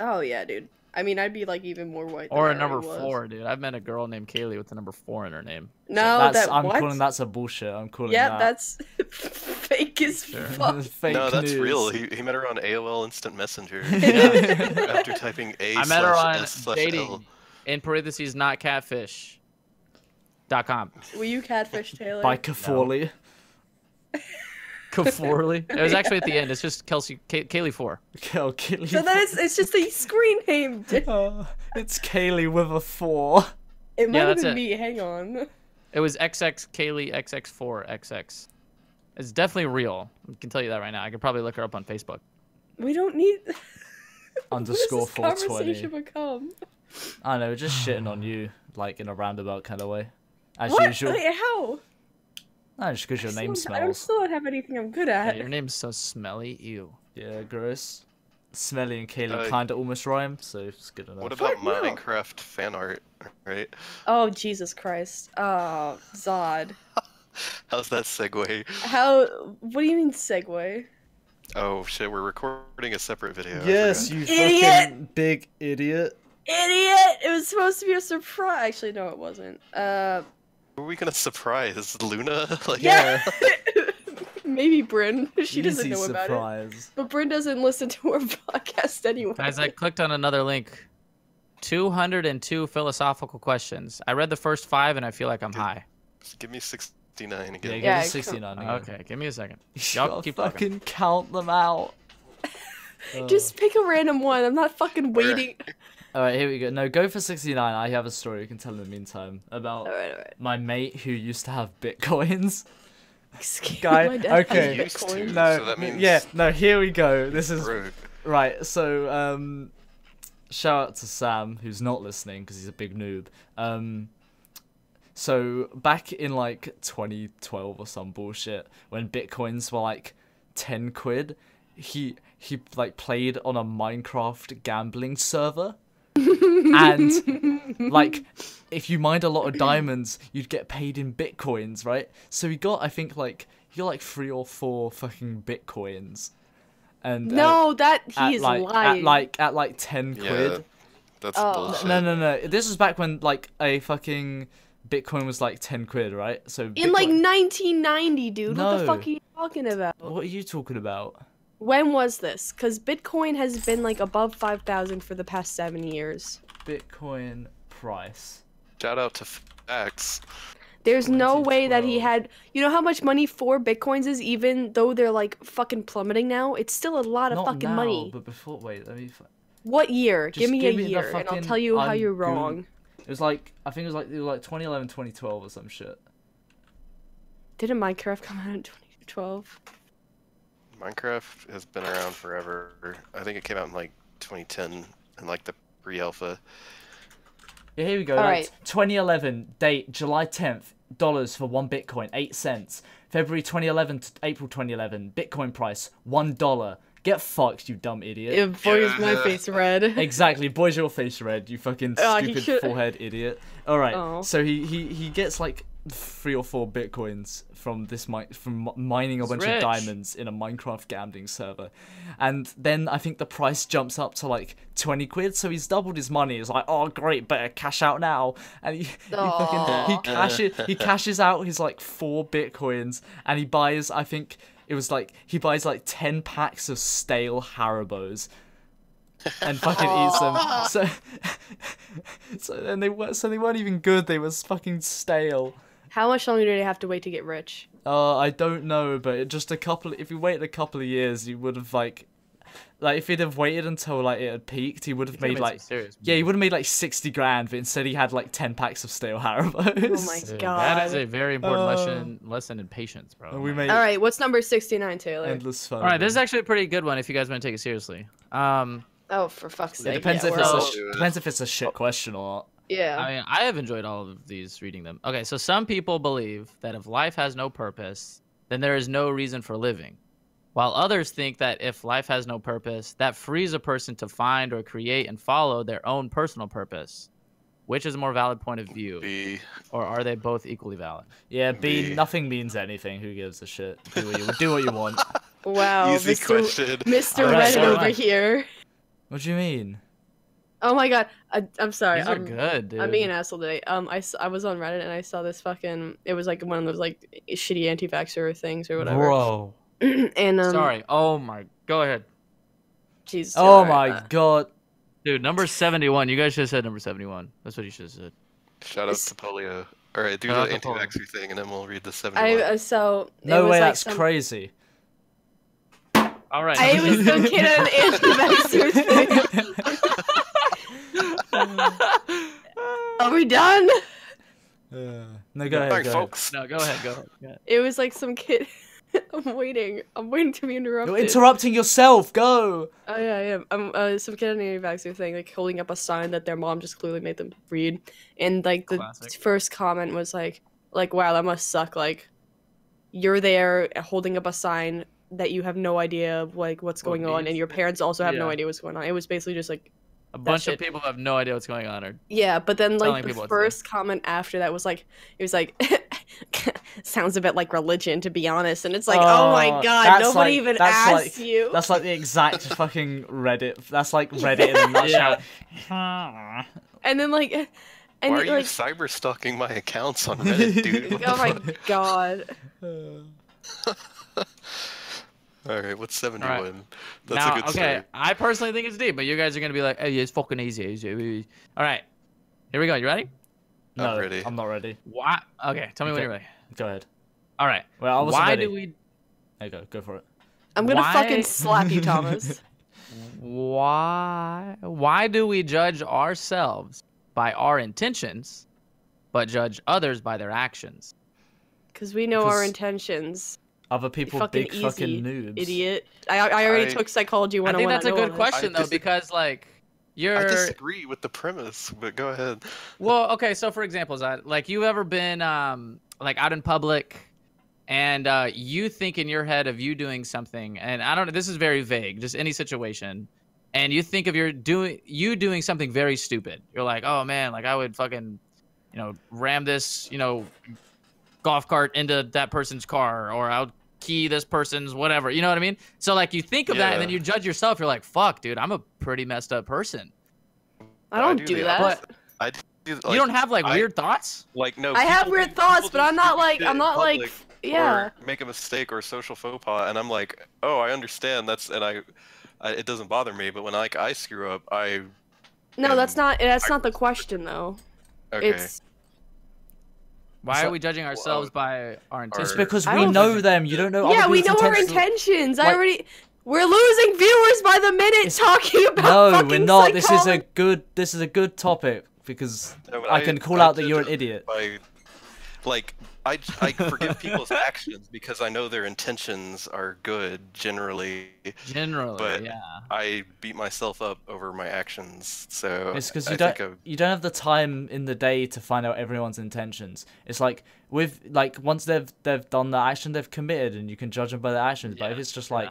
[SPEAKER 1] Oh yeah, dude. I mean, I'd be like even more white. than
[SPEAKER 4] Or
[SPEAKER 1] I
[SPEAKER 4] a number
[SPEAKER 1] already was.
[SPEAKER 4] four, dude. I've met a girl named Kaylee with the number four in her name.
[SPEAKER 1] No,
[SPEAKER 3] that's
[SPEAKER 1] Oh, that
[SPEAKER 3] I'm
[SPEAKER 1] what?
[SPEAKER 3] calling that's a bullshit. I'm calling
[SPEAKER 1] yeah,
[SPEAKER 3] that.
[SPEAKER 1] that's fake as fuck.
[SPEAKER 3] fake
[SPEAKER 2] no, that's
[SPEAKER 3] news.
[SPEAKER 2] real. He, he met her on AOL Instant Messenger. After typing A
[SPEAKER 4] I met her
[SPEAKER 2] slash
[SPEAKER 4] on
[SPEAKER 2] S slash L.
[SPEAKER 4] dating in parentheses not catfish. Dot com.
[SPEAKER 1] Were you catfish, Taylor?
[SPEAKER 3] By Cafforley.
[SPEAKER 4] Kaforley. It was actually at the end. It's just Kelsey Kay- Kaylee four.
[SPEAKER 3] Okay, I'll kill you.
[SPEAKER 1] So that is. It's just a screen name. dude.
[SPEAKER 3] Uh, it's Kaylee with a four.
[SPEAKER 1] It might
[SPEAKER 4] Yeah,
[SPEAKER 1] have
[SPEAKER 4] that's
[SPEAKER 1] been
[SPEAKER 4] it.
[SPEAKER 1] me. Hang on.
[SPEAKER 4] It was XX Kaylee XX four XX. It's definitely real. I can tell you that right now. I could probably look her up on Facebook.
[SPEAKER 1] We don't need.
[SPEAKER 3] Underscore
[SPEAKER 1] what does this
[SPEAKER 3] 420.
[SPEAKER 1] conversation become?
[SPEAKER 3] I know, just shitting on you, like in a roundabout kind of way, as
[SPEAKER 1] What?
[SPEAKER 3] usual.
[SPEAKER 1] Wait, how?
[SPEAKER 3] No, just because your name
[SPEAKER 1] Still- I don't
[SPEAKER 3] smells.
[SPEAKER 1] still don't have anything I'm good
[SPEAKER 4] Yeah,
[SPEAKER 1] at.
[SPEAKER 4] your name's so smelly. Ew.
[SPEAKER 3] Yeah, gross. Smelly and Kaylee
[SPEAKER 2] Uh,
[SPEAKER 3] kinda almost rhyme, so it's good enough.
[SPEAKER 2] What about
[SPEAKER 1] Fuck no.
[SPEAKER 2] Minecraft fan art? Right?
[SPEAKER 1] Oh Jesus Christ! Oh Zod.
[SPEAKER 2] How's that segue?
[SPEAKER 1] How? What do you mean segue?
[SPEAKER 2] Oh shit, we're recording a separate video. I
[SPEAKER 3] you
[SPEAKER 1] Idiot! fucking
[SPEAKER 3] big idiot.
[SPEAKER 1] Idiot! It was supposed to be a surprise. Actually, no, it wasn't. Uh,
[SPEAKER 2] forgot. Who are we gonna surprise? Luna? like,
[SPEAKER 1] yeah. Maybe Bryn. She doesn't
[SPEAKER 3] Easy
[SPEAKER 1] know about it.
[SPEAKER 3] surprise.
[SPEAKER 1] But Bryn doesn't listen to our podcast anyway.
[SPEAKER 4] Guys, I clicked on another link. 202 philosophical questions. I read the first five and I feel like I'm high.
[SPEAKER 2] Give me 69
[SPEAKER 3] Yeah,
[SPEAKER 2] again.
[SPEAKER 3] give
[SPEAKER 1] Yeah,
[SPEAKER 3] us
[SPEAKER 1] I
[SPEAKER 3] 69 again.
[SPEAKER 4] Okay, give me a second.
[SPEAKER 3] You
[SPEAKER 4] Yup,
[SPEAKER 3] gotta
[SPEAKER 4] keep talking.
[SPEAKER 3] fucking count them out.
[SPEAKER 1] Just pick a random one. I'm not fucking waiting.
[SPEAKER 3] All right, here we go. No, go for 69. I have a story you can tell in the meantime about
[SPEAKER 1] All right, all right.
[SPEAKER 3] my mate who used to have bitcoins.
[SPEAKER 1] Excuse
[SPEAKER 3] Guy-
[SPEAKER 1] my dad has
[SPEAKER 3] okay.
[SPEAKER 2] He used to.
[SPEAKER 1] Bitcoin.
[SPEAKER 3] No,
[SPEAKER 2] So that means-
[SPEAKER 3] yeah, no. Here we go. This is
[SPEAKER 2] Broke.
[SPEAKER 3] Right, so um, shout out to Sam who's not listening because he's a big noob. Um, so back in like 2012 or some bullshit, when bitcoins were like 10 quid, he he like played on a Minecraft gambling server, and like if you mined a lot of diamonds, you'd get paid in bitcoins, right? So he got I think like he got like three or four fucking bitcoins. And uh,
[SPEAKER 1] No, that he
[SPEAKER 3] at
[SPEAKER 1] is
[SPEAKER 3] like
[SPEAKER 1] lying.
[SPEAKER 3] at like at like ten
[SPEAKER 2] Yeah.
[SPEAKER 3] quid.
[SPEAKER 2] That's
[SPEAKER 1] Oh.
[SPEAKER 2] bullshit.
[SPEAKER 3] No, no, no. This was back when like a fucking Bitcoin was like ten quid, right? So
[SPEAKER 1] in like
[SPEAKER 3] Bitcoin-
[SPEAKER 1] 1990, dude. What
[SPEAKER 3] No.
[SPEAKER 1] the fuck are you talking about?
[SPEAKER 3] what are you talking about?
[SPEAKER 1] When was this? Because Bitcoin has been like above 5,000 for the past seven years.
[SPEAKER 3] Bitcoin price.
[SPEAKER 2] Shout out to Facts.
[SPEAKER 1] There's no way that he
[SPEAKER 3] 2012.
[SPEAKER 1] had. You know how much money four bitcoins is, even though they're like fucking plummeting now. It's still a lot of
[SPEAKER 3] Not
[SPEAKER 1] fucking
[SPEAKER 3] now,
[SPEAKER 1] money.
[SPEAKER 3] but before. Wait, let me. fi-
[SPEAKER 1] What year?
[SPEAKER 3] Just
[SPEAKER 1] Give me
[SPEAKER 3] give
[SPEAKER 1] a
[SPEAKER 3] me the
[SPEAKER 1] year, and I'll
[SPEAKER 3] fucking-
[SPEAKER 1] tell you how
[SPEAKER 3] I'm
[SPEAKER 1] you're
[SPEAKER 3] Goog-
[SPEAKER 1] wrong.
[SPEAKER 3] It was like I think it was like it was like 2011, 2012 or some shit.
[SPEAKER 1] Didn't Minecraft come out in 2012?
[SPEAKER 2] Minecraft has been around forever. I think it came out in like 2010, and like the pre-alpha.
[SPEAKER 3] Yeah, here we go.
[SPEAKER 5] All
[SPEAKER 3] That's
[SPEAKER 5] right.
[SPEAKER 3] 2011 date July 10th. Dollars for one Bitcoin, eight cents. February 2011 to April 2011. Bitcoin price one dollar. Get fucked, you dumb idiot.
[SPEAKER 1] It boys my
[SPEAKER 2] Yeah.
[SPEAKER 1] face red.
[SPEAKER 3] Exactly, boys, your face red. You fucking
[SPEAKER 1] Oh, he
[SPEAKER 3] stupid
[SPEAKER 1] should-
[SPEAKER 3] forehead idiot. All right.
[SPEAKER 1] Oh.
[SPEAKER 3] So he, he he gets like three or four bitcoins from this mi- from mi- mining a bunch of
[SPEAKER 4] rich.
[SPEAKER 3] diamonds in a Minecraft gambling server, and then I think the price jumps up to like twenty quid. So he's doubled his money. He's like, oh great, better cash out now. And he, he fucking he
[SPEAKER 5] Aw.
[SPEAKER 3] cashes he cashes out his like four bitcoins, and he buys I think. It was like he buys like ten packs of stale Haribos, and fucking eats them. So, so then they were so they weren't even good. They were fucking stale.
[SPEAKER 1] How much longer do they have to wait to get rich?
[SPEAKER 3] Uh, I don't know, but it just a couple. If you waited a couple of years, you would have like, like if he'd have waited until like it had peaked, he would have made like.
[SPEAKER 4] serious.
[SPEAKER 3] Yeah, he would have made like sixty grand, but instead he had like ten packs of stale Haribos.
[SPEAKER 1] Oh my
[SPEAKER 4] Dude,
[SPEAKER 1] god. Oh.
[SPEAKER 4] That is a very important
[SPEAKER 3] Uh,
[SPEAKER 4] lesson lesson in patience, bro.
[SPEAKER 3] And we
[SPEAKER 4] man.
[SPEAKER 3] made
[SPEAKER 1] All right, what's number 69, Taylor?
[SPEAKER 3] endless fun.
[SPEAKER 4] All right, this is actually a pretty good one if you guys want to take it seriously. Um,
[SPEAKER 5] Oh, for fuck's
[SPEAKER 3] It
[SPEAKER 5] sake.
[SPEAKER 3] depends
[SPEAKER 5] yeah,
[SPEAKER 3] if
[SPEAKER 5] we're
[SPEAKER 3] it's
[SPEAKER 5] all-
[SPEAKER 3] a
[SPEAKER 2] all
[SPEAKER 3] sh-
[SPEAKER 2] doing it.
[SPEAKER 3] depends if it's a shit question or not.
[SPEAKER 1] yeah.
[SPEAKER 4] I mean, I have enjoyed all of these reading them. Okay, so some people believe that if life has no purpose, then there is no reason for living, while others think that if life has no purpose, that frees a person to find or create and follow their own personal purpose. Which is a more valid point of view,
[SPEAKER 2] Be
[SPEAKER 4] or are they both equally valid?
[SPEAKER 3] Yeah, B,
[SPEAKER 2] B.
[SPEAKER 3] nothing means anything. Who gives a shit? Do what you, do what you want.
[SPEAKER 1] wow.
[SPEAKER 2] easy
[SPEAKER 1] Mr.
[SPEAKER 2] question.
[SPEAKER 1] Mr.
[SPEAKER 3] All right,
[SPEAKER 1] Red
[SPEAKER 3] so
[SPEAKER 1] over
[SPEAKER 4] am I.
[SPEAKER 1] here.
[SPEAKER 3] What do you mean?
[SPEAKER 1] Oh my god. I, I'm sorry.
[SPEAKER 4] These are
[SPEAKER 1] I'm,
[SPEAKER 4] good, dude.
[SPEAKER 1] I'm being an asshole today. Um, I, s- I was on Reddit and I saw this fucking. It was like one of those like shitty anti-vaxxer things or whatever.
[SPEAKER 4] Bro,
[SPEAKER 1] and um,
[SPEAKER 4] sorry. Oh my, go ahead,
[SPEAKER 1] Jesus.
[SPEAKER 3] Oh
[SPEAKER 1] Taylor,
[SPEAKER 3] my
[SPEAKER 1] uh,
[SPEAKER 3] god.
[SPEAKER 4] dude. Number seventy-one. You guys should have said number seventy-one. That's what you should have said.
[SPEAKER 2] Shout out
[SPEAKER 1] It's-
[SPEAKER 2] to polio. All right, do the
[SPEAKER 4] Shout out to polio.
[SPEAKER 2] anti-vaxxer thing, and then we'll read the
[SPEAKER 1] I
[SPEAKER 2] seventy-one.
[SPEAKER 1] uh, so it
[SPEAKER 3] No
[SPEAKER 1] was,
[SPEAKER 3] way,
[SPEAKER 1] like,
[SPEAKER 3] that's
[SPEAKER 1] some-
[SPEAKER 3] crazy.
[SPEAKER 4] All right.
[SPEAKER 1] I was the kid on anti-vaxxer thing. Are we done?
[SPEAKER 3] no, go ahead.
[SPEAKER 2] Thanks,
[SPEAKER 3] Go
[SPEAKER 2] folks.
[SPEAKER 4] no, go ahead. Go ahead. Go ahead.
[SPEAKER 1] It was like some kid. I'm waiting. I'm waiting to be interrupted.
[SPEAKER 3] You're interrupting yourself. Go.
[SPEAKER 1] Oh yeah, I am. Um, uh, some kid on an anti-vaxxer thing, like holding up a sign that their mom just clearly made them read, and like the
[SPEAKER 4] Classic.
[SPEAKER 1] first comment was like, "Like wow, that must suck. Like, you're there holding up a sign that you have no idea of, like what's
[SPEAKER 4] What it
[SPEAKER 1] going on, and
[SPEAKER 4] means.
[SPEAKER 1] your parents also have no
[SPEAKER 4] Yeah.
[SPEAKER 1] idea what's going on." It was basically just like,
[SPEAKER 4] A bunch of
[SPEAKER 1] shit.
[SPEAKER 4] people have no idea what's going on. Or
[SPEAKER 1] yeah, but then
[SPEAKER 4] Telling
[SPEAKER 1] like
[SPEAKER 4] people
[SPEAKER 1] the
[SPEAKER 4] what to do.
[SPEAKER 1] first comment after that was like, it was like. Sounds a bit like religion, to be honest. And it's like, oh, my
[SPEAKER 3] Oh,
[SPEAKER 1] god,
[SPEAKER 3] that's
[SPEAKER 1] nobody
[SPEAKER 3] like-
[SPEAKER 1] even
[SPEAKER 3] that's
[SPEAKER 1] asked
[SPEAKER 3] like-
[SPEAKER 1] you.
[SPEAKER 3] That's like the exact fucking Reddit. That's like Reddit in a nutshell.
[SPEAKER 1] And then like, and
[SPEAKER 2] Why are
[SPEAKER 1] it,
[SPEAKER 2] you
[SPEAKER 1] like,
[SPEAKER 2] cyber stalking my accounts on Reddit, dude? What the
[SPEAKER 1] oh my
[SPEAKER 2] fuck?
[SPEAKER 1] god.
[SPEAKER 2] All right, what's seventy-one? That's
[SPEAKER 4] now,
[SPEAKER 2] a good
[SPEAKER 4] okay, I personally think it's deep, but you guys are gonna be like, "Hey, it's fucking easy." easy, easy." All right, here we go. You ready?
[SPEAKER 3] no,
[SPEAKER 2] Not ready.
[SPEAKER 3] I'm not ready.
[SPEAKER 4] Why? Okay, tell me when
[SPEAKER 3] Okay.
[SPEAKER 4] you're ready.
[SPEAKER 3] Go ahead.
[SPEAKER 4] All right.
[SPEAKER 3] Well, I wasn't
[SPEAKER 4] Why
[SPEAKER 3] ready.
[SPEAKER 4] do we?
[SPEAKER 3] There you go. Go for it.
[SPEAKER 1] I'm gonna
[SPEAKER 4] Why-
[SPEAKER 1] fucking slap you, Thomas.
[SPEAKER 4] Why? Why do we judge ourselves by our intentions, but judge others by their actions?
[SPEAKER 1] Because we know our
[SPEAKER 3] Because-
[SPEAKER 1] intentions.
[SPEAKER 3] Other people,
[SPEAKER 1] fucking
[SPEAKER 3] big
[SPEAKER 1] easy,
[SPEAKER 3] fucking noobs.
[SPEAKER 1] Idiot. I, I already
[SPEAKER 2] I-
[SPEAKER 1] took psychology
[SPEAKER 4] I think
[SPEAKER 1] 101.
[SPEAKER 4] that's a
[SPEAKER 1] know
[SPEAKER 4] good
[SPEAKER 1] all this.
[SPEAKER 4] question
[SPEAKER 2] I
[SPEAKER 4] though,
[SPEAKER 2] dis-
[SPEAKER 4] because like you're
[SPEAKER 2] three.
[SPEAKER 1] Er,
[SPEAKER 2] I disagree with the premise, but go ahead.
[SPEAKER 4] Well, okay. So, for example, Zod, like you've ever been um, like out in public, and uh, you think in your head of you doing something, and I don't know. This is very vague. Just any situation, and you think of your doing you doing something very stupid. You're like, oh man, like I would fucking, you know, ram this, you know, golf cart into that person's car, or I'll key this person's whatever. You know what I mean? So like you think of that, and then
[SPEAKER 2] Yeah.
[SPEAKER 4] you judge yourself. You're like, fuck, dude, I'm a pretty messed up person.
[SPEAKER 1] I don't
[SPEAKER 2] I do
[SPEAKER 1] do
[SPEAKER 2] the
[SPEAKER 1] that.
[SPEAKER 2] opposite. I do, like,
[SPEAKER 4] you don't have like
[SPEAKER 2] I-
[SPEAKER 4] weird thoughts.
[SPEAKER 2] like no.
[SPEAKER 1] I
[SPEAKER 2] people
[SPEAKER 1] have
[SPEAKER 2] do-
[SPEAKER 1] weird thoughts,
[SPEAKER 2] people
[SPEAKER 1] but
[SPEAKER 2] do
[SPEAKER 1] I'm not
[SPEAKER 2] stupid
[SPEAKER 1] like
[SPEAKER 2] shit
[SPEAKER 1] I'm
[SPEAKER 2] in
[SPEAKER 1] not like
[SPEAKER 2] public
[SPEAKER 1] f- yeah.
[SPEAKER 2] or make a mistake or a social faux pas and i'm like oh i understand that's and i, I it doesn't bother me but when like i screw up i
[SPEAKER 1] No, that's
[SPEAKER 2] am
[SPEAKER 1] not that's not the
[SPEAKER 2] backwards.
[SPEAKER 1] question though.
[SPEAKER 2] okay
[SPEAKER 1] It's
[SPEAKER 4] Why
[SPEAKER 3] So-
[SPEAKER 4] are we judging ourselves by our
[SPEAKER 3] It's
[SPEAKER 4] intentions?
[SPEAKER 2] Or-
[SPEAKER 3] because
[SPEAKER 1] I
[SPEAKER 3] we
[SPEAKER 1] don't
[SPEAKER 3] know them. You don't know.
[SPEAKER 1] yeah,
[SPEAKER 3] other
[SPEAKER 1] we know
[SPEAKER 3] people's
[SPEAKER 1] our
[SPEAKER 3] intentions.
[SPEAKER 1] intentions. I
[SPEAKER 3] Like-
[SPEAKER 1] already we're losing viewers by the minute
[SPEAKER 3] It's-
[SPEAKER 1] talking about
[SPEAKER 3] No,
[SPEAKER 1] fucking
[SPEAKER 3] we're not. This is a
[SPEAKER 1] psychology.
[SPEAKER 3] good. This is a good topic because
[SPEAKER 2] No, but
[SPEAKER 3] I can call
[SPEAKER 2] I
[SPEAKER 3] out that you're an
[SPEAKER 2] judge
[SPEAKER 3] idiot.
[SPEAKER 2] by, like I, I forgive people's actions because I know their intentions are good generally.
[SPEAKER 3] Uh-huh.
[SPEAKER 4] Generally,
[SPEAKER 2] But-
[SPEAKER 4] yeah.
[SPEAKER 2] I beat myself up over my actions, so
[SPEAKER 3] It's because
[SPEAKER 2] I-
[SPEAKER 3] you
[SPEAKER 2] I
[SPEAKER 3] don't
[SPEAKER 2] think of-
[SPEAKER 3] you don't have the time in the day to find out everyone's intentions. It's like with like once they've they've done the action they've committed, and you can judge them by their actions. but if
[SPEAKER 4] Yeah,
[SPEAKER 3] it's just
[SPEAKER 4] yeah.
[SPEAKER 3] like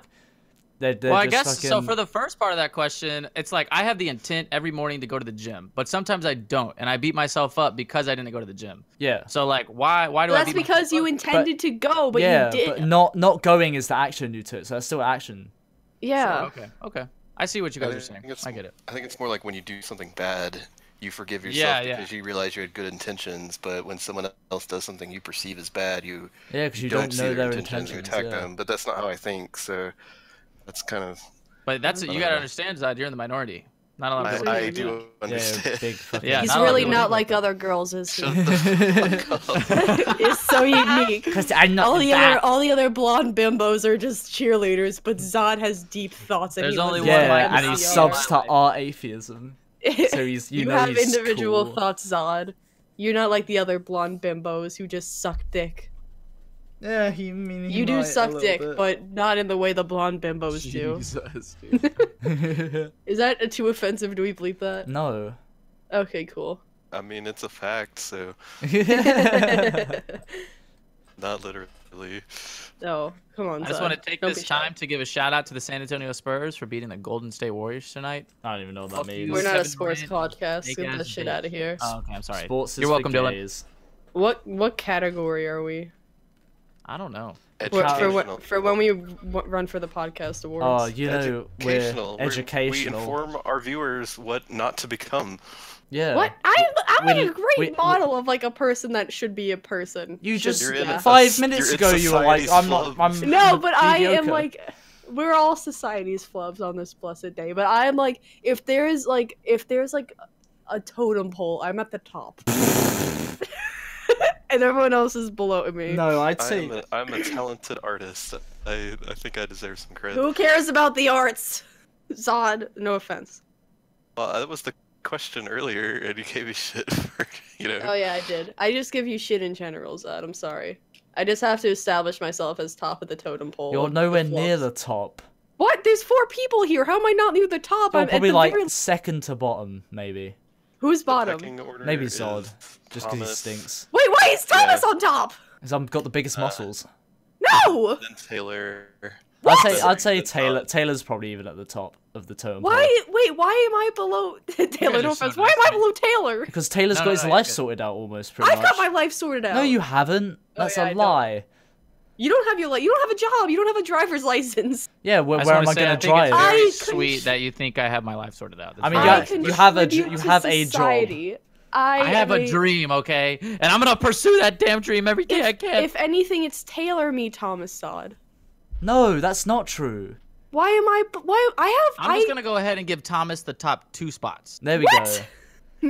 [SPEAKER 3] they're, they're
[SPEAKER 4] well, I
[SPEAKER 3] just
[SPEAKER 4] guess
[SPEAKER 3] fucking,
[SPEAKER 4] so. For the first part of that question, it's like I have the intent every morning to go to the gym, but sometimes I don't, and I beat myself up because I didn't go to the gym.
[SPEAKER 3] yeah
[SPEAKER 4] So like, why? Why do I?
[SPEAKER 1] that's
[SPEAKER 4] beat
[SPEAKER 1] because you
[SPEAKER 4] myself
[SPEAKER 1] intended to go, but
[SPEAKER 3] yeah
[SPEAKER 1] you didn't.
[SPEAKER 3] but not not going is the action you took. So that's still action.
[SPEAKER 1] yeah.
[SPEAKER 4] up? Okay. Okay. I see what you
[SPEAKER 2] I
[SPEAKER 4] guys are
[SPEAKER 2] think
[SPEAKER 4] saying.
[SPEAKER 2] it's-
[SPEAKER 4] I get it.
[SPEAKER 2] I think it's more like when you do something bad, you forgive yourself
[SPEAKER 4] Yeah, yeah.
[SPEAKER 2] because you realize you had good intentions, but when someone else does something you perceive as bad, you,
[SPEAKER 3] Yeah, because you,
[SPEAKER 2] don't,
[SPEAKER 3] don't,
[SPEAKER 2] see
[SPEAKER 3] know
[SPEAKER 2] their
[SPEAKER 3] their
[SPEAKER 2] intentions,
[SPEAKER 3] intentions.
[SPEAKER 2] you attack
[SPEAKER 3] yeah.
[SPEAKER 2] them. But that's not how I think, so that's kind of
[SPEAKER 4] But that's you
[SPEAKER 2] Whatever.
[SPEAKER 4] gotta understand, Zod. You're in the minority. Not a lot of
[SPEAKER 2] I,
[SPEAKER 4] people.
[SPEAKER 1] Absolutely.
[SPEAKER 2] I do
[SPEAKER 3] Yeah,
[SPEAKER 2] understand.
[SPEAKER 3] big fucking.
[SPEAKER 4] Yeah,
[SPEAKER 1] He's
[SPEAKER 4] not a lot of
[SPEAKER 1] really
[SPEAKER 4] people
[SPEAKER 1] not
[SPEAKER 4] think
[SPEAKER 1] like
[SPEAKER 4] that.
[SPEAKER 1] other girls, is he?
[SPEAKER 2] Shut the fuck up.
[SPEAKER 1] it's so unique.
[SPEAKER 3] Because I'm not
[SPEAKER 1] All the
[SPEAKER 3] that.
[SPEAKER 1] other all the other blonde bimbos are just cheerleaders, but Zod has deep thoughts. And
[SPEAKER 4] There's
[SPEAKER 1] he
[SPEAKER 4] only
[SPEAKER 1] lives
[SPEAKER 4] one
[SPEAKER 1] in
[SPEAKER 4] like
[SPEAKER 3] yeah,
[SPEAKER 1] the
[SPEAKER 3] and he
[SPEAKER 4] that.
[SPEAKER 3] subs to
[SPEAKER 4] Yeah.
[SPEAKER 3] our atheism.
[SPEAKER 1] NCR.
[SPEAKER 3] So he's you,
[SPEAKER 1] you,
[SPEAKER 3] know
[SPEAKER 1] have
[SPEAKER 3] he's
[SPEAKER 1] individual
[SPEAKER 3] cool.
[SPEAKER 1] thoughts, Zod. You're not like the other blonde bimbos who just suck dick.
[SPEAKER 3] Yeah, he, I mean,
[SPEAKER 1] you do suck dick, but not in the way the blonde bimbos do.
[SPEAKER 4] Jesus, dude.
[SPEAKER 3] but
[SPEAKER 1] Is that uh, too offensive? Do we bleep that?
[SPEAKER 3] no.
[SPEAKER 1] Okay, cool.
[SPEAKER 2] I mean, it's a fact, so not literally.
[SPEAKER 1] oh, come on.
[SPEAKER 4] I just
[SPEAKER 1] Zod.
[SPEAKER 4] want to take
[SPEAKER 1] Don't
[SPEAKER 4] this
[SPEAKER 1] be shy.
[SPEAKER 4] time to give a shout out to the San Antonio Spurs for beating the Golden State Warriors tonight.
[SPEAKER 3] I don't even know what that
[SPEAKER 4] Fuck
[SPEAKER 3] means.
[SPEAKER 4] you.
[SPEAKER 1] We're not a
[SPEAKER 4] Seven
[SPEAKER 1] sports
[SPEAKER 4] grand.
[SPEAKER 1] podcast.
[SPEAKER 4] Big
[SPEAKER 1] Get
[SPEAKER 4] ass
[SPEAKER 1] that shit
[SPEAKER 4] bitch.
[SPEAKER 1] out of here.
[SPEAKER 4] Oh, okay, I'm sorry.
[SPEAKER 3] Sports is
[SPEAKER 4] You're
[SPEAKER 3] for
[SPEAKER 4] welcome, Dylan.
[SPEAKER 3] gays.
[SPEAKER 1] What what category are we?
[SPEAKER 4] I don't know.
[SPEAKER 1] For, for,
[SPEAKER 2] Educational.
[SPEAKER 1] what, for when we w- run for the podcast awards.
[SPEAKER 3] Oh, you know,
[SPEAKER 2] educational.
[SPEAKER 3] we're
[SPEAKER 2] We're-
[SPEAKER 3] educational.
[SPEAKER 2] We inform our viewers what not to become.
[SPEAKER 3] yeah.
[SPEAKER 1] What? I, I'm
[SPEAKER 3] we-
[SPEAKER 1] like a great
[SPEAKER 3] we- we-
[SPEAKER 1] model of like a person that should be a person.
[SPEAKER 3] You
[SPEAKER 1] Should-
[SPEAKER 3] just
[SPEAKER 2] You're in
[SPEAKER 1] yeah.
[SPEAKER 2] a-
[SPEAKER 3] five
[SPEAKER 2] soc-
[SPEAKER 3] minutes
[SPEAKER 2] you're in
[SPEAKER 3] ago you were like,
[SPEAKER 2] society's
[SPEAKER 3] I'm not.
[SPEAKER 2] slums.
[SPEAKER 3] I'm
[SPEAKER 1] No, but I am
[SPEAKER 3] mediocre.
[SPEAKER 1] like, we're all society's flubs on this blessed day. But I am like, if there is like, if there's like a totem pole, I'm at the top, and everyone else is below me.
[SPEAKER 3] No, I'd
[SPEAKER 2] I
[SPEAKER 3] say
[SPEAKER 2] am a, I'm a talented artist. I, I think I deserve some credit.
[SPEAKER 1] Who cares about the arts? Zod, no offense.
[SPEAKER 2] Well, that was the question earlier, and you gave me shit for, you know.
[SPEAKER 1] Oh yeah, I did. I just give you shit in general, Zod. I'm sorry. I just have to establish myself as top of the totem pole.
[SPEAKER 3] you're
[SPEAKER 1] of
[SPEAKER 3] nowhere
[SPEAKER 1] the
[SPEAKER 3] near
[SPEAKER 1] flubs.
[SPEAKER 3] the top.
[SPEAKER 1] What? There's four people here. How am I not near the top?
[SPEAKER 3] You're
[SPEAKER 1] I'm
[SPEAKER 3] probably
[SPEAKER 1] at the
[SPEAKER 3] like
[SPEAKER 1] very...
[SPEAKER 3] second to bottom, maybe.
[SPEAKER 1] Who's
[SPEAKER 2] the
[SPEAKER 1] bottom?
[SPEAKER 2] pecking order
[SPEAKER 3] Maybe
[SPEAKER 2] is
[SPEAKER 3] Zod, just because he
[SPEAKER 2] Thomas,
[SPEAKER 3] stinks.
[SPEAKER 1] Wait, why is
[SPEAKER 2] Yeah.
[SPEAKER 1] Thomas on top?
[SPEAKER 3] Because I've got the biggest
[SPEAKER 2] Uh,
[SPEAKER 3] muscles.
[SPEAKER 1] No!
[SPEAKER 2] Then Taylor.
[SPEAKER 1] Oh,
[SPEAKER 3] I'd say
[SPEAKER 2] What?
[SPEAKER 3] I'd say
[SPEAKER 2] It's
[SPEAKER 3] Taylor.
[SPEAKER 2] not.
[SPEAKER 3] Taylor's probably even at the top of the term.
[SPEAKER 1] Why? Wait, why am I below Taylor?
[SPEAKER 4] guys
[SPEAKER 1] No
[SPEAKER 4] are so
[SPEAKER 1] offense. Why am I
[SPEAKER 4] nasty.
[SPEAKER 1] below Taylor?
[SPEAKER 3] Because Taylor's
[SPEAKER 4] No,
[SPEAKER 3] got
[SPEAKER 4] no,
[SPEAKER 3] his
[SPEAKER 4] no,
[SPEAKER 3] life
[SPEAKER 4] it's good.
[SPEAKER 3] sorted out almost pretty
[SPEAKER 1] I've
[SPEAKER 3] much.
[SPEAKER 1] got my life sorted out.
[SPEAKER 3] No, you haven't. That's
[SPEAKER 1] yeah,
[SPEAKER 3] a
[SPEAKER 1] I don't.
[SPEAKER 3] lie.
[SPEAKER 1] You don't have your li- You don't have a job. You don't have a driver's license.
[SPEAKER 3] Yeah, where,
[SPEAKER 4] I just
[SPEAKER 3] where am
[SPEAKER 4] wanna
[SPEAKER 3] I
[SPEAKER 4] say
[SPEAKER 3] going
[SPEAKER 4] think
[SPEAKER 3] to
[SPEAKER 4] it's
[SPEAKER 3] drive?
[SPEAKER 1] I
[SPEAKER 4] Very
[SPEAKER 1] couldn't-
[SPEAKER 4] sweet that you think I have my life sorted out.
[SPEAKER 3] I mean, yeah,
[SPEAKER 4] That's very
[SPEAKER 1] I
[SPEAKER 4] sweet.
[SPEAKER 3] you have a j-
[SPEAKER 1] contribute
[SPEAKER 3] you
[SPEAKER 1] to
[SPEAKER 3] have a job.
[SPEAKER 1] society. I,
[SPEAKER 4] I have
[SPEAKER 1] am
[SPEAKER 4] a dream, okay, and I'm gonna pursue that damn dream every day I can.
[SPEAKER 1] If anything, it's Taylor me, Thomas Sod.
[SPEAKER 3] No, that's not true.
[SPEAKER 1] Why am I? b- Why I have?
[SPEAKER 4] I'm just
[SPEAKER 1] I-
[SPEAKER 4] gonna go ahead and give Thomas the top two spots.
[SPEAKER 3] There we
[SPEAKER 1] What?
[SPEAKER 3] go.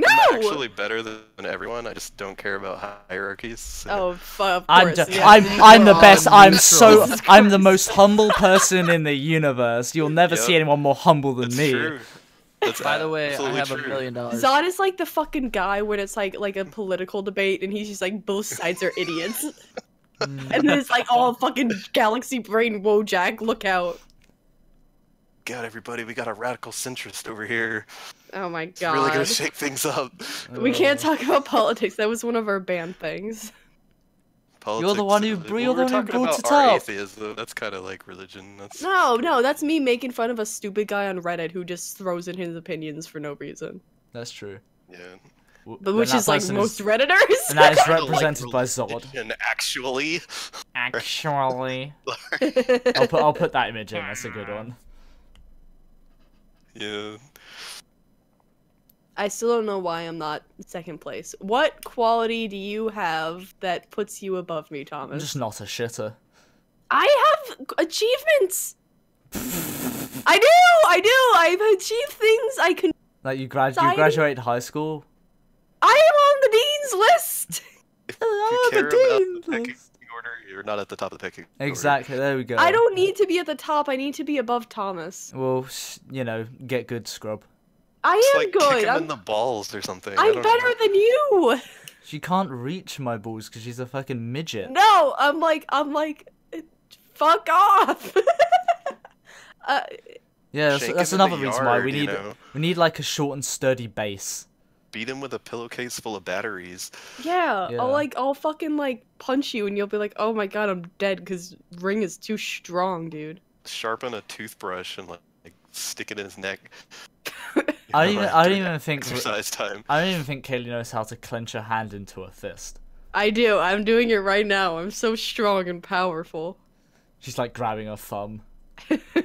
[SPEAKER 2] I'm
[SPEAKER 1] no.
[SPEAKER 2] actually better than everyone. I just don't care about hierarchies. so-
[SPEAKER 1] oh, fu- of
[SPEAKER 3] I'm
[SPEAKER 1] course,
[SPEAKER 3] just,
[SPEAKER 1] yeah.
[SPEAKER 3] I'm I'm the
[SPEAKER 4] We're
[SPEAKER 3] best.
[SPEAKER 4] all
[SPEAKER 3] I'm so
[SPEAKER 4] neutral.
[SPEAKER 3] I'm the most humble person in the universe. You'll never see
[SPEAKER 2] Yep.
[SPEAKER 3] anyone more humble than
[SPEAKER 2] That's
[SPEAKER 3] me.
[SPEAKER 2] true. That's
[SPEAKER 4] By the way, I
[SPEAKER 2] absolutely
[SPEAKER 4] have a
[SPEAKER 2] true.
[SPEAKER 4] million dollars.
[SPEAKER 1] Zod is like the fucking guy when it's like like a political debate and he's just like both sides are idiots.
[SPEAKER 4] Mm.
[SPEAKER 1] and then it's like all fucking galaxy brain Wojak, look out.
[SPEAKER 2] God, everybody, we got a radical centrist over here.
[SPEAKER 1] Oh my
[SPEAKER 2] It's really
[SPEAKER 1] god.
[SPEAKER 2] gonna shake things up.
[SPEAKER 3] Oh,
[SPEAKER 1] we can't talk about politics. That was one of our banned things.
[SPEAKER 2] Politics,
[SPEAKER 3] the one who-
[SPEAKER 2] uh,
[SPEAKER 3] you're the
[SPEAKER 2] we
[SPEAKER 3] one
[SPEAKER 2] were
[SPEAKER 3] who
[SPEAKER 2] talking
[SPEAKER 3] brought
[SPEAKER 2] about
[SPEAKER 3] it
[SPEAKER 2] our
[SPEAKER 3] up.
[SPEAKER 2] atheism. That's kind of like religion. That's
[SPEAKER 1] No, no, that's me making fun of a stupid guy on Reddit who just throws in his opinions for no reason.
[SPEAKER 3] That's true.
[SPEAKER 2] yeah.
[SPEAKER 3] W-
[SPEAKER 1] But
[SPEAKER 3] then
[SPEAKER 1] which
[SPEAKER 3] that
[SPEAKER 1] is like
[SPEAKER 3] person
[SPEAKER 1] most
[SPEAKER 3] and that
[SPEAKER 1] Redditors.
[SPEAKER 3] is
[SPEAKER 2] Kinda like
[SPEAKER 3] represented by Zod.
[SPEAKER 2] religion, actually.
[SPEAKER 3] Actually, I'll put I'll put that image in. That's a good one.
[SPEAKER 2] Yeah.
[SPEAKER 1] I still don't know why I'm not second place. What quality do you have that puts you above me,
[SPEAKER 3] I'm
[SPEAKER 1] Thomas?
[SPEAKER 3] just not a shitter.
[SPEAKER 1] I have g- achievements. I do, I do. I've achieved things. I can.
[SPEAKER 3] Like you grad you
[SPEAKER 1] Society?
[SPEAKER 3] graduated high school.
[SPEAKER 1] I am on the dean's list.
[SPEAKER 3] Oh,
[SPEAKER 2] care
[SPEAKER 3] the
[SPEAKER 2] about
[SPEAKER 3] dean's
[SPEAKER 2] the pecking
[SPEAKER 3] list.
[SPEAKER 2] order, you're not at the top of the pecking order.
[SPEAKER 3] Exactly. There we go.
[SPEAKER 1] I don't need to be at the top. I need to be above Thomas.
[SPEAKER 3] Well, s- you know, get good, scrub.
[SPEAKER 1] I
[SPEAKER 2] Just,
[SPEAKER 1] am
[SPEAKER 2] like, Kick
[SPEAKER 1] good.
[SPEAKER 2] him
[SPEAKER 1] I'm,
[SPEAKER 2] in the balls or something. I
[SPEAKER 1] I'm
[SPEAKER 2] don't
[SPEAKER 1] better
[SPEAKER 2] know.
[SPEAKER 1] than you.
[SPEAKER 3] She can't reach my balls because she's a fucking midget.
[SPEAKER 1] No, I'm like, I'm like, fuck off. uh,
[SPEAKER 3] yeah, that's,
[SPEAKER 2] Shake
[SPEAKER 3] that's
[SPEAKER 2] him in the
[SPEAKER 3] another reason why we
[SPEAKER 2] yard, you
[SPEAKER 3] need
[SPEAKER 2] know.
[SPEAKER 3] we need like a short and sturdy base.
[SPEAKER 2] Beat him with a pillowcase full of batteries.
[SPEAKER 1] yeah,
[SPEAKER 3] Yeah.
[SPEAKER 1] I'll like, I'll fucking like punch you, and you'll be like, oh my god, I'm dead because ring is too strong, dude.
[SPEAKER 2] Sharpen a toothbrush and like, like, stick it in his neck.
[SPEAKER 3] I don't even,
[SPEAKER 2] Like,
[SPEAKER 3] I don't
[SPEAKER 2] during
[SPEAKER 3] even think
[SPEAKER 2] exercise time.
[SPEAKER 3] I don't even think Kaylee knows how to clench her hand into a fist.
[SPEAKER 1] I do. I'm doing it right now. I'm so strong and powerful.
[SPEAKER 3] She's like grabbing her thumb.
[SPEAKER 1] no,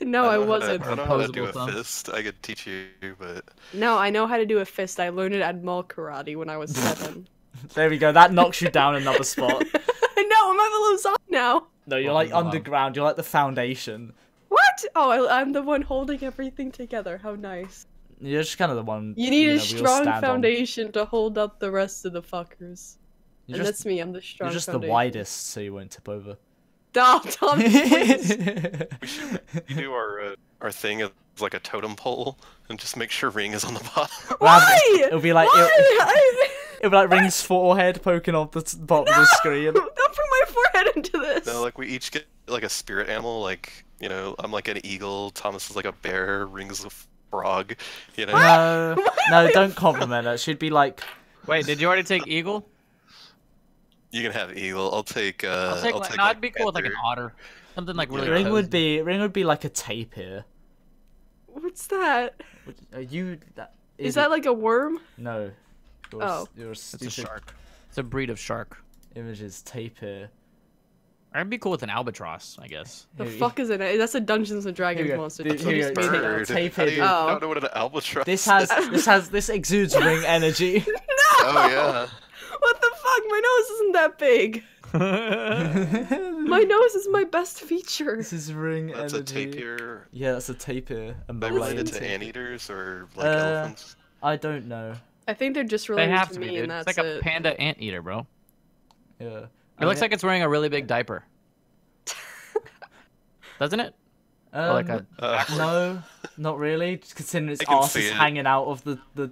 [SPEAKER 1] I,
[SPEAKER 2] know how to-
[SPEAKER 1] wasn't.
[SPEAKER 2] I don't know how to
[SPEAKER 4] Opposable
[SPEAKER 2] do a
[SPEAKER 4] thumb.
[SPEAKER 2] fist. I could teach you, but
[SPEAKER 1] No, I know how to do a fist. I learned it at mall karate when I was seven.
[SPEAKER 3] There we go. That knocks you down another spot.
[SPEAKER 1] I know. I'm at Lausanne now.
[SPEAKER 3] No, you're
[SPEAKER 4] Well,
[SPEAKER 3] like
[SPEAKER 4] there's a lot.
[SPEAKER 3] underground. You're like the foundation.
[SPEAKER 1] What? Oh, I, I'm the one holding everything together. How nice.
[SPEAKER 3] You're just kind of the one.
[SPEAKER 1] You need
[SPEAKER 3] know,
[SPEAKER 1] a
[SPEAKER 3] we all
[SPEAKER 1] strong
[SPEAKER 3] stand on.
[SPEAKER 1] foundation to hold up the rest of the fuckers.
[SPEAKER 3] You're
[SPEAKER 1] and
[SPEAKER 3] just,
[SPEAKER 1] that's me. I'm the strong.
[SPEAKER 3] you're just the
[SPEAKER 1] foundation.
[SPEAKER 3] widest, so you won't tip over.
[SPEAKER 1] Oh, Tom, please.
[SPEAKER 2] you do our uh, our thing as like a totem pole and just make sure ring is on the bottom.
[SPEAKER 1] Why?
[SPEAKER 3] It'll be like
[SPEAKER 1] Why?
[SPEAKER 3] it'll,
[SPEAKER 1] I-
[SPEAKER 3] it'll be like Ring's forehead poking off the t- bottom of the screen.
[SPEAKER 1] Don't bring my forehead into this.
[SPEAKER 2] no, like we each get like a spirit animal. Like you know, I'm like an eagle. Thomas is like a bear. Rings a frog. You know,
[SPEAKER 3] No, no, don't compliment her. She'd be like,
[SPEAKER 4] Wait, did you already take eagle?
[SPEAKER 2] you can have eagle. I'll take. Uh,
[SPEAKER 4] I'll take, like, no, I'd be cool with like an
[SPEAKER 2] panther.
[SPEAKER 4] otter, something like really.
[SPEAKER 3] Ring would
[SPEAKER 4] cozy.
[SPEAKER 3] be Ring would be like a tapir.
[SPEAKER 1] What's that?
[SPEAKER 3] Are you? That,
[SPEAKER 1] Is that like a worm?
[SPEAKER 3] no? Your,
[SPEAKER 1] Oh.
[SPEAKER 3] your
[SPEAKER 4] It's a
[SPEAKER 3] stupid
[SPEAKER 4] shark. It's a breed of shark.
[SPEAKER 3] image is tapir.
[SPEAKER 4] I'd be cool with an albatross, I guess.
[SPEAKER 1] The
[SPEAKER 3] Here you-
[SPEAKER 1] fuck is it? That's a Dungeons and Dragons
[SPEAKER 3] go.
[SPEAKER 1] monster.
[SPEAKER 3] Here
[SPEAKER 1] That's
[SPEAKER 3] you
[SPEAKER 1] what
[SPEAKER 3] go.
[SPEAKER 1] it's
[SPEAKER 3] Here you
[SPEAKER 1] made
[SPEAKER 3] go.
[SPEAKER 1] out
[SPEAKER 2] Bird.
[SPEAKER 1] of.
[SPEAKER 3] Tapir,
[SPEAKER 2] How do you
[SPEAKER 3] dude.
[SPEAKER 4] Oh.
[SPEAKER 2] not know what an albatross?
[SPEAKER 3] This
[SPEAKER 2] is?
[SPEAKER 3] has this has this exudes ring energy.
[SPEAKER 2] Oh yeah.
[SPEAKER 1] What the fuck? My nose isn't that big. My
[SPEAKER 4] Hmm.
[SPEAKER 1] nose is my best feature.
[SPEAKER 3] this is ring
[SPEAKER 2] That's a
[SPEAKER 3] energy.
[SPEAKER 2] tapir.
[SPEAKER 3] Yeah, that's a tapir.
[SPEAKER 2] They
[SPEAKER 3] A Malayan
[SPEAKER 2] related to
[SPEAKER 3] tapir.
[SPEAKER 2] anteaters or like
[SPEAKER 3] Uh,
[SPEAKER 2] elephants?
[SPEAKER 3] I don't know.
[SPEAKER 1] I think they're just
[SPEAKER 4] They
[SPEAKER 1] related
[SPEAKER 4] have
[SPEAKER 1] to,
[SPEAKER 4] to
[SPEAKER 1] me,
[SPEAKER 4] be. Dude.
[SPEAKER 1] and
[SPEAKER 4] It's
[SPEAKER 1] that's
[SPEAKER 4] like a
[SPEAKER 1] it.
[SPEAKER 4] panda anteater, bro.
[SPEAKER 3] Yeah.
[SPEAKER 4] It looks like it's wearing a really big diaper. Doesn't it? Or like
[SPEAKER 3] um,
[SPEAKER 4] a
[SPEAKER 2] Uh,
[SPEAKER 3] no, not really. Just considering its
[SPEAKER 2] I can
[SPEAKER 3] ass
[SPEAKER 2] see
[SPEAKER 3] is
[SPEAKER 2] it.
[SPEAKER 3] hanging out of the the.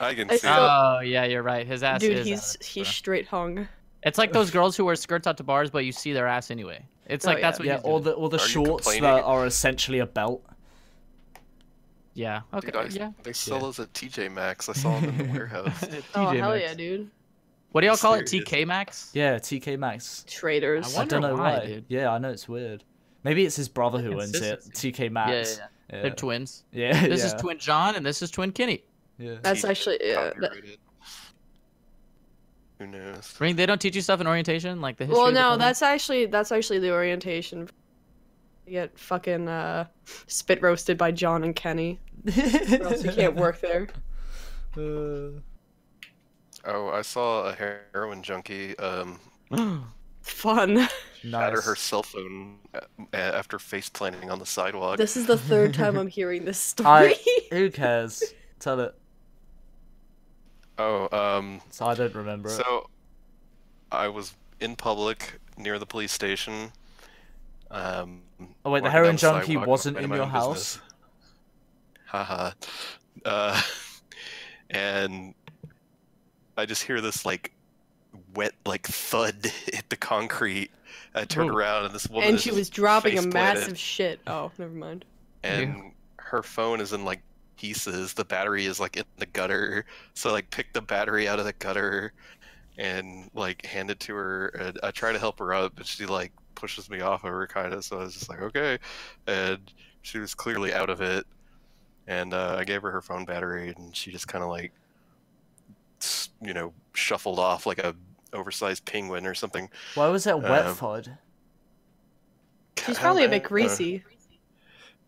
[SPEAKER 2] I can
[SPEAKER 1] I
[SPEAKER 2] see.
[SPEAKER 1] saw-
[SPEAKER 2] it.
[SPEAKER 4] Oh yeah, you're right. His ass
[SPEAKER 1] Dude,
[SPEAKER 4] is.
[SPEAKER 1] he's
[SPEAKER 4] out of
[SPEAKER 1] he's
[SPEAKER 4] control.
[SPEAKER 1] straight hung.
[SPEAKER 4] It's like those girls who wear skirts out to bars, but you see their ass anyway. It's
[SPEAKER 1] Oh,
[SPEAKER 4] like that's
[SPEAKER 1] yeah.
[SPEAKER 4] what
[SPEAKER 3] Yeah,
[SPEAKER 4] he's
[SPEAKER 3] all
[SPEAKER 4] doing.
[SPEAKER 3] the all the
[SPEAKER 2] Are you
[SPEAKER 3] shorts that
[SPEAKER 2] complaining?
[SPEAKER 3] are essentially a belt.
[SPEAKER 4] Yeah. Okay.
[SPEAKER 2] Dude, I,
[SPEAKER 4] yeah.
[SPEAKER 2] They sell those at TJ Maxx. I saw them in the warehouse.
[SPEAKER 1] Oh
[SPEAKER 4] TJ
[SPEAKER 1] hell
[SPEAKER 4] Maxx.
[SPEAKER 1] yeah, dude.
[SPEAKER 4] What do y'all call it?
[SPEAKER 2] Serious.
[SPEAKER 4] TK Max?
[SPEAKER 3] Yeah, TK Maxx.
[SPEAKER 4] I
[SPEAKER 1] Traitors.
[SPEAKER 4] want-
[SPEAKER 3] I don't
[SPEAKER 4] wonder
[SPEAKER 3] know why.
[SPEAKER 4] why, dude.
[SPEAKER 3] Yeah, I know it's weird. Maybe it's his brother who owns it.
[SPEAKER 4] Consistency.
[SPEAKER 3] TK
[SPEAKER 4] Yeah, yeah,
[SPEAKER 3] Maxx.
[SPEAKER 4] yeah.
[SPEAKER 3] Yeah,
[SPEAKER 4] They're twins.
[SPEAKER 3] Yeah,
[SPEAKER 4] This
[SPEAKER 3] yeah,
[SPEAKER 4] is twin John and this is twin Kenny.
[SPEAKER 3] yeah.
[SPEAKER 1] That's
[SPEAKER 2] TJ
[SPEAKER 1] actually- yeah, that-
[SPEAKER 2] copyrighted. Who knows?
[SPEAKER 4] Ring, they don't teach you stuff in orientation, like the history.
[SPEAKER 1] Well,
[SPEAKER 4] of the
[SPEAKER 1] no,
[SPEAKER 4] company?
[SPEAKER 1] that's actually that's actually the orientation. You get fucking uh, spit roasted by John and Kenny. Or else you can't work there.
[SPEAKER 3] Uh,
[SPEAKER 2] Oh, I saw a heroin junkie um,
[SPEAKER 1] Fun.
[SPEAKER 2] shatter
[SPEAKER 3] nice.
[SPEAKER 2] her cell phone a- after face planting on the sidewalk.
[SPEAKER 1] This is the third time I'm hearing this story.
[SPEAKER 3] I- Who cares? Tell it.
[SPEAKER 2] Oh, um,
[SPEAKER 3] So I don't remember it.
[SPEAKER 2] so I was in public near the police station. Um,
[SPEAKER 3] Oh, wait, the
[SPEAKER 2] walking
[SPEAKER 3] heroin
[SPEAKER 2] down
[SPEAKER 3] junkie
[SPEAKER 2] sidewalk,
[SPEAKER 3] wasn't
[SPEAKER 2] minding
[SPEAKER 3] in
[SPEAKER 2] my
[SPEAKER 3] your
[SPEAKER 2] own
[SPEAKER 3] house?
[SPEAKER 2] business. Haha. uh, and I just hear this like wet like thud hit the concrete. I turned
[SPEAKER 4] Ooh.
[SPEAKER 2] around and this woman
[SPEAKER 1] and
[SPEAKER 2] is
[SPEAKER 1] she
[SPEAKER 2] just
[SPEAKER 1] was dropping a
[SPEAKER 2] face-planted,
[SPEAKER 1] massive shit. Oh, never mind.
[SPEAKER 2] and her phone is in like pieces. The battery is like in the gutter. So I, like pick the battery out of the gutter and like hand it to her. And I try to help her up, but she like pushes me off of her kind of. So I was just like, okay. And she was clearly out of it. And uh, I gave her her phone battery, and she just kind of like, s- you know, shuffled off like a oversized penguin or something.
[SPEAKER 3] Why was that wet
[SPEAKER 2] Um,
[SPEAKER 3] fud?
[SPEAKER 1] She's
[SPEAKER 2] I
[SPEAKER 1] probably a
[SPEAKER 2] don't
[SPEAKER 1] bit
[SPEAKER 2] know.
[SPEAKER 1] greasy.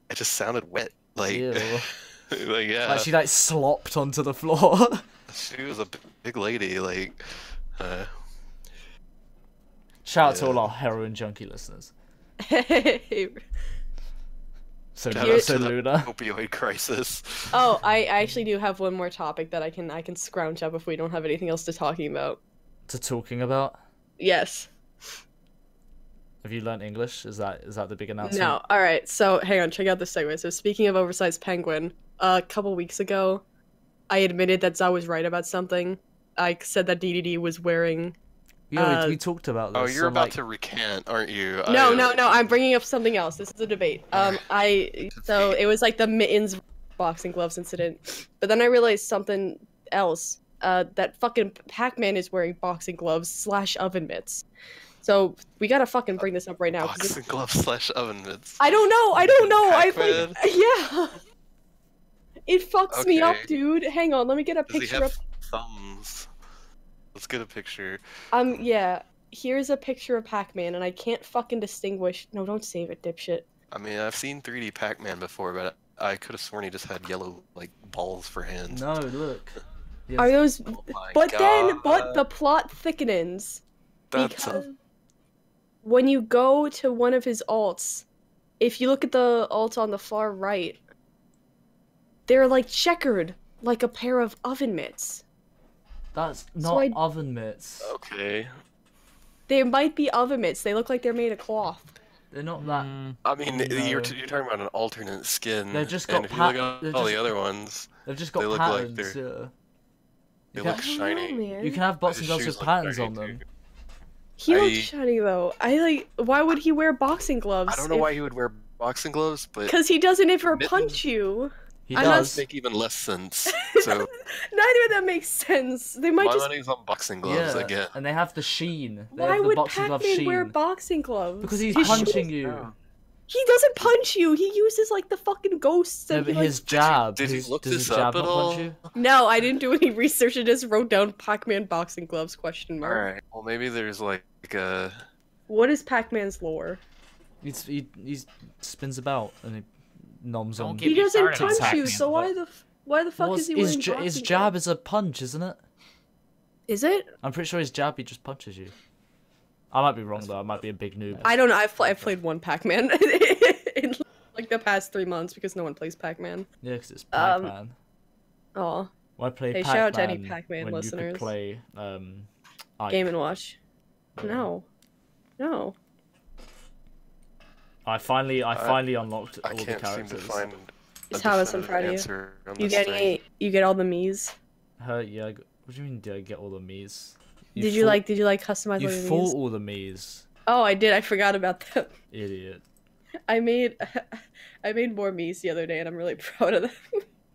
[SPEAKER 2] It just sounded wet. Like,
[SPEAKER 3] Ew.
[SPEAKER 2] like yeah.
[SPEAKER 3] Like she like slopped onto the floor.
[SPEAKER 2] She was a b- big lady, like, uh,
[SPEAKER 3] Shout out to all
[SPEAKER 2] Yeah.
[SPEAKER 3] our heroin junkie listeners. So,
[SPEAKER 2] Shout
[SPEAKER 1] out
[SPEAKER 3] so
[SPEAKER 2] to the-
[SPEAKER 3] Luna.
[SPEAKER 2] opioid crisis.
[SPEAKER 1] oh, I I actually do have one more topic that I can I can scrounge up if we don't have anything else to talking about.
[SPEAKER 3] To talking about.
[SPEAKER 1] Yes.
[SPEAKER 3] Have you learnt English? Is that is that the big announcement?
[SPEAKER 1] No. All right. So hang on. Check out this segment. So speaking of oversized penguin, a couple weeks ago, I admitted that Zao was right about something, I said that DDD was wearing.
[SPEAKER 3] You know, we-
[SPEAKER 1] Uh,
[SPEAKER 3] we talked about this.
[SPEAKER 2] Oh, you're
[SPEAKER 3] so,
[SPEAKER 2] about
[SPEAKER 3] like,
[SPEAKER 2] to recant, aren't you?
[SPEAKER 1] No,
[SPEAKER 2] I- uh,
[SPEAKER 1] no, no. I'm bringing up something else. This is a debate. Um, I so it was like the mittens, boxing gloves incident, but then I realized something else. Uh, that fucking Pac-Man is wearing boxing gloves slash oven mitts. So we gotta fucking bring this up right now. 'cause it's-
[SPEAKER 2] boxing glove slash oven mitts.
[SPEAKER 1] I don't know. I don't know. I
[SPEAKER 2] Pac-Man?
[SPEAKER 1] like yeah. It fucks me up,
[SPEAKER 2] Okay.
[SPEAKER 1] dude. Hang on, let me get a
[SPEAKER 2] Does he
[SPEAKER 1] picture
[SPEAKER 2] have
[SPEAKER 1] up.
[SPEAKER 2] thumbs? Let's get a picture.
[SPEAKER 1] Um, yeah. Here's a picture of Pac-Man, and I can't fucking distinguish. No, don't save it, dipshit.
[SPEAKER 2] I mean, I've seen 3D Pac-Man before, but I could have sworn he just had yellow like balls for hands.
[SPEAKER 3] No, look. Yes.
[SPEAKER 1] Are those?
[SPEAKER 2] Oh my
[SPEAKER 1] But then,
[SPEAKER 2] God,
[SPEAKER 1] but the plot thickens
[SPEAKER 2] that's
[SPEAKER 1] because when you go to one of his alts, if you look at the alt on the far right, they're like checkered, like a pair of oven mitts.
[SPEAKER 3] That's not
[SPEAKER 1] I-
[SPEAKER 3] oven mitts.
[SPEAKER 2] Oh. okay.
[SPEAKER 1] They might be oven mitts. They look like they're made of cloth.
[SPEAKER 3] They're not that.
[SPEAKER 4] Mm.
[SPEAKER 2] I mean,
[SPEAKER 3] No.
[SPEAKER 2] you're, t- you're talking about an alternate skin.
[SPEAKER 3] They've just
[SPEAKER 2] and
[SPEAKER 3] got
[SPEAKER 2] if
[SPEAKER 3] pat-
[SPEAKER 2] you look
[SPEAKER 3] they've
[SPEAKER 2] at all
[SPEAKER 3] just-
[SPEAKER 2] the other ones,
[SPEAKER 3] They've just got
[SPEAKER 2] They look like
[SPEAKER 3] patterns.
[SPEAKER 2] they're-
[SPEAKER 3] yeah.
[SPEAKER 2] they
[SPEAKER 3] You
[SPEAKER 2] look
[SPEAKER 3] can,
[SPEAKER 2] shiny.
[SPEAKER 3] you can have boxing
[SPEAKER 2] His
[SPEAKER 3] gloves
[SPEAKER 2] shoes
[SPEAKER 3] with
[SPEAKER 2] look
[SPEAKER 3] patterns
[SPEAKER 2] shiny,
[SPEAKER 3] on them.
[SPEAKER 2] too.
[SPEAKER 1] He
[SPEAKER 2] I-
[SPEAKER 1] looked shiny though. I like. Why would he wear boxing gloves?
[SPEAKER 2] I don't know why he would wear boxing gloves, but
[SPEAKER 1] Because he doesn't ever
[SPEAKER 2] Mittens.
[SPEAKER 1] punch you.
[SPEAKER 3] He
[SPEAKER 1] I'm not-
[SPEAKER 3] does.
[SPEAKER 2] make even less sense.
[SPEAKER 1] Neither
[SPEAKER 2] So
[SPEAKER 1] of that makes sense. They might
[SPEAKER 2] my
[SPEAKER 1] just.
[SPEAKER 2] money's on boxing gloves
[SPEAKER 3] yeah,
[SPEAKER 2] again.
[SPEAKER 3] and they have the sheen. They
[SPEAKER 1] Why
[SPEAKER 3] have the
[SPEAKER 1] would
[SPEAKER 3] boxing glove
[SPEAKER 1] Pac-Man
[SPEAKER 3] sheen.
[SPEAKER 1] wear boxing gloves?
[SPEAKER 3] because he's
[SPEAKER 1] His
[SPEAKER 3] punching
[SPEAKER 1] shoes-
[SPEAKER 3] you.
[SPEAKER 1] He doesn't punch you. He uses like the fucking ghosts.
[SPEAKER 3] No,
[SPEAKER 1] And
[SPEAKER 3] but
[SPEAKER 1] he, like-
[SPEAKER 3] his jab.
[SPEAKER 2] did you
[SPEAKER 3] his,
[SPEAKER 2] look
[SPEAKER 3] does his
[SPEAKER 2] this up
[SPEAKER 3] jab
[SPEAKER 2] at
[SPEAKER 3] not punch
[SPEAKER 2] all?
[SPEAKER 3] you?
[SPEAKER 1] No, I didn't do any research. I just wrote down Pac-Man boxing gloves question
[SPEAKER 2] All
[SPEAKER 1] mark.
[SPEAKER 2] right. Well, maybe there's like uh, a.
[SPEAKER 1] What is Pac-Man's lore?
[SPEAKER 3] He's, he he spins about and he noms
[SPEAKER 4] Don't
[SPEAKER 3] on.
[SPEAKER 4] get
[SPEAKER 1] He
[SPEAKER 4] me
[SPEAKER 1] doesn't
[SPEAKER 4] started on
[SPEAKER 1] punch you,
[SPEAKER 3] Pac-Man,
[SPEAKER 1] so why the f- why the fuck
[SPEAKER 3] Well,
[SPEAKER 1] is he
[SPEAKER 3] his,
[SPEAKER 1] wearing
[SPEAKER 3] j-
[SPEAKER 1] boxing
[SPEAKER 3] his jab
[SPEAKER 1] gloves?
[SPEAKER 3] is a punch, isn't it?
[SPEAKER 1] Is it?
[SPEAKER 3] I'm pretty sure his jab he just punches you. I might be wrong though. I might be a big noob.
[SPEAKER 1] I don't know. I've, pl- I've played one Pac-Man in like the past three months because no one plays Pac-Man.
[SPEAKER 3] Yeah, because it's
[SPEAKER 1] Um,
[SPEAKER 3] Pac-Man.
[SPEAKER 1] Oh,
[SPEAKER 3] Well, I play
[SPEAKER 1] Hey,
[SPEAKER 3] Pac-Man
[SPEAKER 1] shout out to any Pac-Man
[SPEAKER 3] when you
[SPEAKER 1] listeners.
[SPEAKER 3] could play um, Ike.
[SPEAKER 1] Game and Watch. No, no.
[SPEAKER 3] I finally, I
[SPEAKER 2] I-
[SPEAKER 3] finally unlocked
[SPEAKER 2] I
[SPEAKER 3] all the
[SPEAKER 2] can't seem to
[SPEAKER 3] characters.
[SPEAKER 2] find. a
[SPEAKER 1] Thomas, I'm
[SPEAKER 2] definitive
[SPEAKER 1] proud of you.
[SPEAKER 2] answer on
[SPEAKER 1] You
[SPEAKER 2] this
[SPEAKER 1] get
[SPEAKER 2] thing.
[SPEAKER 1] any? You get all the Mii's.
[SPEAKER 3] Her, yeah. I got- What do you mean? Did I get all the Mii's?
[SPEAKER 1] did you
[SPEAKER 3] fought-
[SPEAKER 1] like? Did you like customize
[SPEAKER 3] You
[SPEAKER 1] all the
[SPEAKER 3] fought
[SPEAKER 1] Mii's?
[SPEAKER 3] all the Mii's,
[SPEAKER 1] Oh, I did. I forgot about that.
[SPEAKER 3] idiot.
[SPEAKER 1] I made, I made more Mii's the other day, and I'm really proud of them.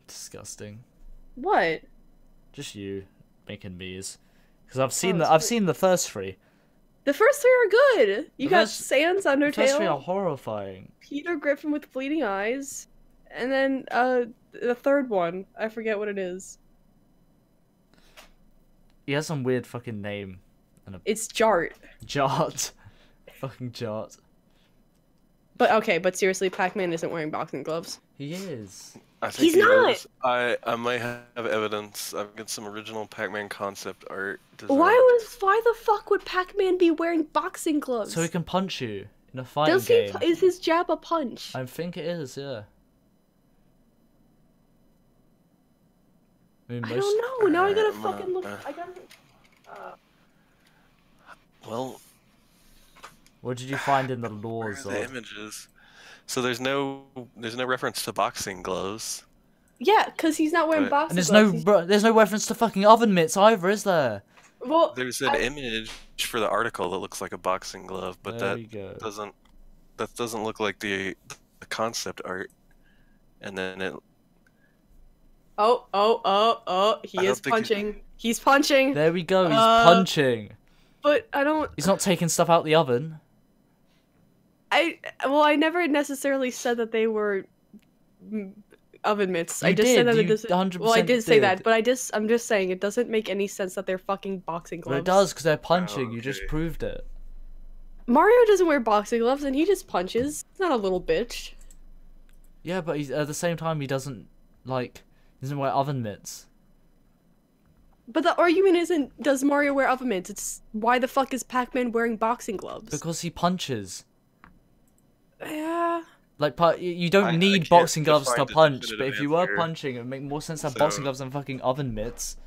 [SPEAKER 3] Disgusting.
[SPEAKER 1] what?
[SPEAKER 3] Just you making Mii's. Because I've seen
[SPEAKER 1] Oh,
[SPEAKER 3] the,
[SPEAKER 1] it's
[SPEAKER 3] I've
[SPEAKER 1] pretty-
[SPEAKER 3] seen the first three.
[SPEAKER 1] The first three are good. You
[SPEAKER 3] The
[SPEAKER 1] got
[SPEAKER 3] first-
[SPEAKER 1] Sans
[SPEAKER 3] The first three are
[SPEAKER 1] Undertale,
[SPEAKER 3] horrifying.
[SPEAKER 1] Peter Griffin with bleeding eyes, and then uh the third one. I forget what it is.
[SPEAKER 3] He has some weird fucking name.
[SPEAKER 1] It's Jart.
[SPEAKER 3] Jart. fucking Jart.
[SPEAKER 1] But okay, but seriously, Pac-Man isn't wearing boxing gloves.
[SPEAKER 3] He is.
[SPEAKER 2] I think
[SPEAKER 1] He's
[SPEAKER 2] he
[SPEAKER 1] not!
[SPEAKER 2] is. I I might have evidence. I've got some original Pac-Man concept art. Design.
[SPEAKER 1] Why was why the fuck would Pac-Man be wearing boxing gloves?
[SPEAKER 3] So he can punch you in a fighting
[SPEAKER 1] Does he?
[SPEAKER 3] game.
[SPEAKER 1] Is his jab a punch?
[SPEAKER 3] I think it is, yeah. mean,
[SPEAKER 1] I
[SPEAKER 3] most-
[SPEAKER 1] don't know. Now I gotta
[SPEAKER 2] Uh,
[SPEAKER 1] fucking look.
[SPEAKER 2] uh,
[SPEAKER 1] I gotta. uh,
[SPEAKER 2] Well,
[SPEAKER 3] What did you find in the
[SPEAKER 2] where are
[SPEAKER 3] laws?
[SPEAKER 2] the
[SPEAKER 3] Of?
[SPEAKER 2] images? So there's no there's no reference to boxing gloves.
[SPEAKER 1] Yeah, cause he's not wearing
[SPEAKER 2] Right.
[SPEAKER 1] boxing
[SPEAKER 3] And there's no
[SPEAKER 1] gloves.
[SPEAKER 3] re- there's no reference to fucking oven mitts either, is there?
[SPEAKER 1] He's- Well,
[SPEAKER 2] There's an
[SPEAKER 1] I-
[SPEAKER 2] image for the article that looks like a boxing glove, but
[SPEAKER 3] there
[SPEAKER 2] that
[SPEAKER 3] we go.
[SPEAKER 2] doesn't that doesn't look like the the concept art. And then it
[SPEAKER 1] oh, oh, oh, oh,
[SPEAKER 2] I
[SPEAKER 1] he
[SPEAKER 2] don't
[SPEAKER 1] is
[SPEAKER 2] think he's-
[SPEAKER 1] punching. He's punching,
[SPEAKER 3] There we go. He's
[SPEAKER 1] Uh,
[SPEAKER 3] punching.
[SPEAKER 1] but I don't.
[SPEAKER 3] He's not taking stuff out the oven.
[SPEAKER 1] I well, I never necessarily said that they were mm, oven mitts. I
[SPEAKER 3] You
[SPEAKER 1] just
[SPEAKER 3] did,
[SPEAKER 1] said that
[SPEAKER 3] you
[SPEAKER 1] it doesn't. Well, I
[SPEAKER 3] 100%
[SPEAKER 1] did say that,
[SPEAKER 3] did.
[SPEAKER 1] but I just I'm just saying it doesn't make any sense that they're fucking boxing gloves.
[SPEAKER 3] Well, it does because they're punching. You just
[SPEAKER 2] okay.
[SPEAKER 3] proved it.
[SPEAKER 1] Mario doesn't wear boxing gloves, and he just punches. He's not a little bitch.
[SPEAKER 3] Yeah, but he's, at the same time, he doesn't like he doesn't wear oven mitts.
[SPEAKER 1] But the argument isn't does Mario wear oven mitts? It's why the fuck is Pac-Man wearing boxing gloves?
[SPEAKER 3] Because he punches.
[SPEAKER 1] yeah.
[SPEAKER 3] Like, pu- y- you don't
[SPEAKER 2] I- I
[SPEAKER 3] need
[SPEAKER 2] can't
[SPEAKER 3] boxing gloves to
[SPEAKER 2] define the
[SPEAKER 3] punch, but
[SPEAKER 2] definitive
[SPEAKER 3] if you were
[SPEAKER 2] answer.
[SPEAKER 3] punching, it would make more sense to have boxing
[SPEAKER 2] So-
[SPEAKER 3] gloves than fucking oven mitts.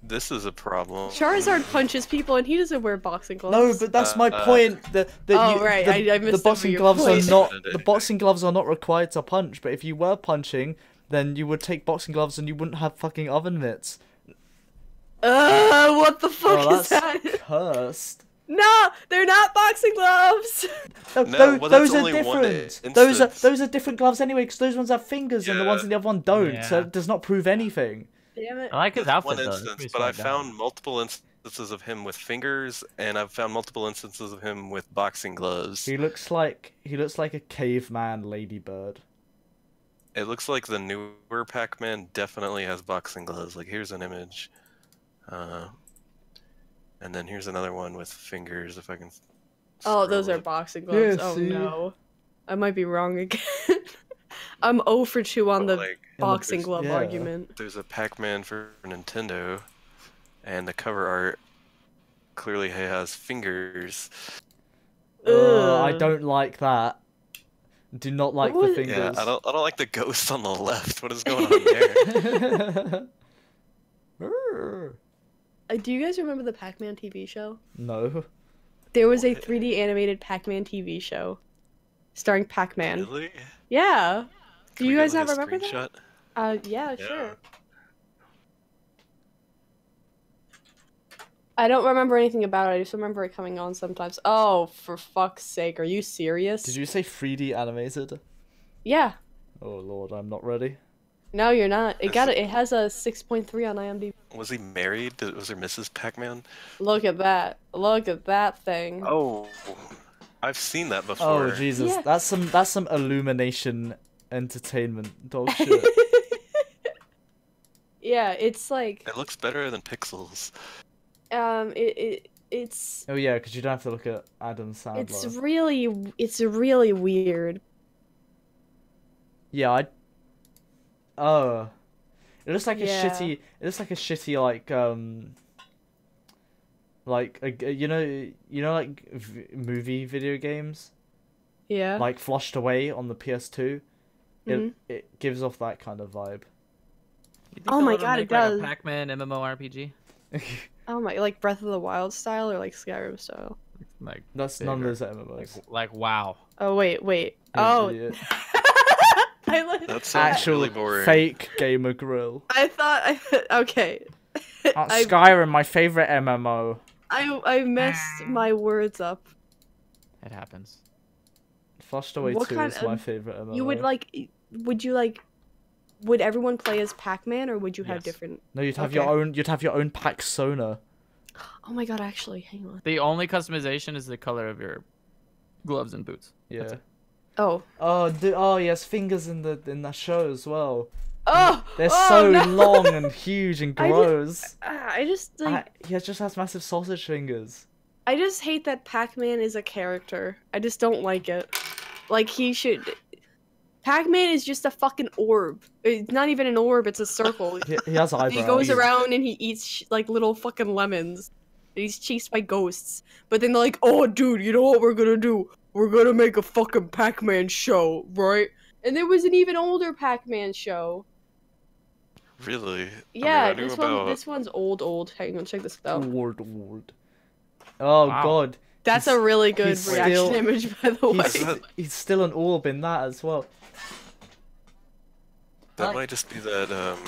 [SPEAKER 2] this is a problem.
[SPEAKER 1] Charizard punches people, and he doesn't wear boxing
[SPEAKER 3] No,
[SPEAKER 1] gloves.
[SPEAKER 3] but that's my
[SPEAKER 2] Uh,
[SPEAKER 3] point. The, the,
[SPEAKER 1] Oh,
[SPEAKER 3] you-
[SPEAKER 1] right,
[SPEAKER 3] the,
[SPEAKER 1] I- I
[SPEAKER 3] the
[SPEAKER 1] missed over
[SPEAKER 3] boxing
[SPEAKER 1] your
[SPEAKER 3] gloves
[SPEAKER 1] point.
[SPEAKER 3] are not the boxing gloves are not required to punch. But if you were punching, then you would take boxing gloves and you wouldn't have fucking oven mitts.
[SPEAKER 1] Ugh, Uh, what the fuck
[SPEAKER 3] Oh,
[SPEAKER 1] is that?
[SPEAKER 3] cursed.
[SPEAKER 1] No, they're not boxing gloves.
[SPEAKER 3] No,
[SPEAKER 2] No,
[SPEAKER 3] tho-
[SPEAKER 2] well, that's
[SPEAKER 3] those are
[SPEAKER 2] only one
[SPEAKER 3] different. Those are
[SPEAKER 2] instance.
[SPEAKER 3] those are different gloves anyway, because those ones have fingers and the ones
[SPEAKER 2] Yeah.
[SPEAKER 3] in the other one don't. So
[SPEAKER 4] Yeah.
[SPEAKER 3] it does not prove anything.
[SPEAKER 1] Damn it.
[SPEAKER 4] I like his
[SPEAKER 2] That's
[SPEAKER 4] outfit
[SPEAKER 2] one
[SPEAKER 4] though. It's
[SPEAKER 2] instance,
[SPEAKER 4] uh, pretty
[SPEAKER 2] but I
[SPEAKER 4] slimmed down.
[SPEAKER 2] found multiple instances of him with fingers, and I've found multiple instances of him with boxing gloves.
[SPEAKER 3] He looks like he looks like a caveman ladybird.
[SPEAKER 2] It looks like the newer Pac-Man definitely has boxing gloves. Like here's an image, uh, and then here's another one with fingers. If I can.
[SPEAKER 1] Oh, those
[SPEAKER 2] scroll
[SPEAKER 1] are
[SPEAKER 2] it.
[SPEAKER 1] boxing gloves.
[SPEAKER 3] Yeah,
[SPEAKER 1] oh
[SPEAKER 3] see?
[SPEAKER 1] no, I might be wrong again. I'm 0 for 2 on
[SPEAKER 2] But,
[SPEAKER 1] the
[SPEAKER 2] like,
[SPEAKER 3] the
[SPEAKER 1] boxing
[SPEAKER 3] pers-
[SPEAKER 1] glove
[SPEAKER 3] yeah.
[SPEAKER 1] argument.
[SPEAKER 2] there's a Pac-Man for Nintendo, and the cover art clearly has fingers.
[SPEAKER 3] Ugh, I
[SPEAKER 1] Ugh.
[SPEAKER 3] don't like that. Do not like
[SPEAKER 1] What?
[SPEAKER 3] the fingers.
[SPEAKER 2] Yeah, I don't. I don't like the ghost on the left. What is going on there?
[SPEAKER 3] Err.
[SPEAKER 1] Uh, do you guys remember the Pac-Man TV show?
[SPEAKER 3] no.
[SPEAKER 1] There was a
[SPEAKER 2] What?
[SPEAKER 1] 3D animated Pac-Man TV show, starring Pac-Man.
[SPEAKER 2] Really?
[SPEAKER 1] Yeah. Do
[SPEAKER 2] Can
[SPEAKER 1] you
[SPEAKER 2] we get,
[SPEAKER 1] guys
[SPEAKER 2] like,
[SPEAKER 1] not
[SPEAKER 2] a
[SPEAKER 1] remember that?
[SPEAKER 2] screenshot?
[SPEAKER 1] Uh, yeah,
[SPEAKER 2] Yeah.
[SPEAKER 1] sure. I don't remember anything about it. I just remember it coming on sometimes. Oh, for fuck's sake, are you serious?
[SPEAKER 3] Did you say 3D animated?
[SPEAKER 1] Yeah.
[SPEAKER 3] Oh lord, I'm not ready.
[SPEAKER 1] No, you're not. It
[SPEAKER 2] Is
[SPEAKER 1] got it. It has a 6.3 on IMDb.
[SPEAKER 2] Was he married? Did- Was there Mrs. Pac-Man?
[SPEAKER 1] Look at that. Look at that thing.
[SPEAKER 2] Oh, I've seen that before.
[SPEAKER 3] Oh Jesus,
[SPEAKER 1] Yeah.
[SPEAKER 3] that's some that's some illumination entertainment dog shit.
[SPEAKER 1] yeah, it's like
[SPEAKER 2] It looks better than Pixels.
[SPEAKER 1] um it, it it's
[SPEAKER 3] oh yeah, because you don't have to look at Adam Sandler.
[SPEAKER 1] it's really it's really weird.
[SPEAKER 3] Yeah, I. Oh, it looks like
[SPEAKER 1] Yeah.
[SPEAKER 3] a shitty. It looks like a shitty like um. Like a, you know you know like v- movie video games
[SPEAKER 1] Yeah.
[SPEAKER 3] like flushed away on the PS2, it
[SPEAKER 1] Mhm.
[SPEAKER 3] it gives off that kind of vibe.
[SPEAKER 4] You think
[SPEAKER 1] Oh
[SPEAKER 4] they'll
[SPEAKER 1] my
[SPEAKER 4] ever
[SPEAKER 1] God,
[SPEAKER 4] make,
[SPEAKER 1] it
[SPEAKER 4] like,
[SPEAKER 1] does.
[SPEAKER 4] A Pac-Man MMORPG.
[SPEAKER 1] Oh my like Breath of the Wild style or like Skyrim style.
[SPEAKER 4] Like,
[SPEAKER 3] That's none of
[SPEAKER 4] Bigger.
[SPEAKER 3] those MMOs.
[SPEAKER 4] like, like wow.
[SPEAKER 1] Oh wait, wait.
[SPEAKER 3] You
[SPEAKER 1] Oh.
[SPEAKER 3] idiot.
[SPEAKER 1] I li-
[SPEAKER 2] That sounds
[SPEAKER 3] actual
[SPEAKER 2] really boring.
[SPEAKER 3] fake gamer grill.
[SPEAKER 1] I thought I okay.
[SPEAKER 3] Uh,
[SPEAKER 1] I-
[SPEAKER 3] Skyrim, my favorite MMO.
[SPEAKER 1] I I messed my words up.
[SPEAKER 4] It happens.
[SPEAKER 3] Flushed Away
[SPEAKER 1] What
[SPEAKER 3] 2
[SPEAKER 1] kind
[SPEAKER 3] is my
[SPEAKER 1] of-
[SPEAKER 3] favorite MMO.
[SPEAKER 1] You would like would you like would everyone play as Pac-Man or would you have
[SPEAKER 4] Yes.
[SPEAKER 1] different
[SPEAKER 3] No, you'd have your
[SPEAKER 1] Okay.
[SPEAKER 3] own. You'd have your own Paxona.
[SPEAKER 1] Oh my god, actually, hang on.
[SPEAKER 4] The only customization is the color of your gloves and boots.
[SPEAKER 3] Yeah.
[SPEAKER 1] Oh.
[SPEAKER 3] Oh, dude, oh yes, fingers in the in that show as well.
[SPEAKER 1] Oh.
[SPEAKER 3] They're
[SPEAKER 1] oh,
[SPEAKER 3] so
[SPEAKER 1] no.
[SPEAKER 3] long and huge and
[SPEAKER 1] I did-
[SPEAKER 3] gross.
[SPEAKER 1] Ah, I just like
[SPEAKER 3] I- he just has massive sausage fingers.
[SPEAKER 1] I just hate that Pac-Man is a character. I just don't like it. Like he should. Pac-Man is just a fucking orb. It's not even an orb. It's a circle.
[SPEAKER 3] He, he has eyebrows.
[SPEAKER 1] he goes around and he eats sh- like little fucking lemons. And he's chased by ghosts. But then they're like, "Oh, dude, you know what we're gonna do? We're gonna make a fucking Pac-Man show, right?" And there was an even older Pac-Man show.
[SPEAKER 2] Really?
[SPEAKER 1] Yeah,
[SPEAKER 2] I mean, I knew
[SPEAKER 1] this one,
[SPEAKER 2] about
[SPEAKER 1] this one's old, old. Hang on, check this out.
[SPEAKER 3] Ward, ward. Oh
[SPEAKER 4] Wow.
[SPEAKER 3] god,
[SPEAKER 1] That's
[SPEAKER 3] He's-
[SPEAKER 1] a really good
[SPEAKER 3] he's
[SPEAKER 1] reaction
[SPEAKER 3] still-
[SPEAKER 1] image, by the way.
[SPEAKER 3] he's, he's still an orb in that as well.
[SPEAKER 2] that
[SPEAKER 3] Like-
[SPEAKER 2] might just be that um,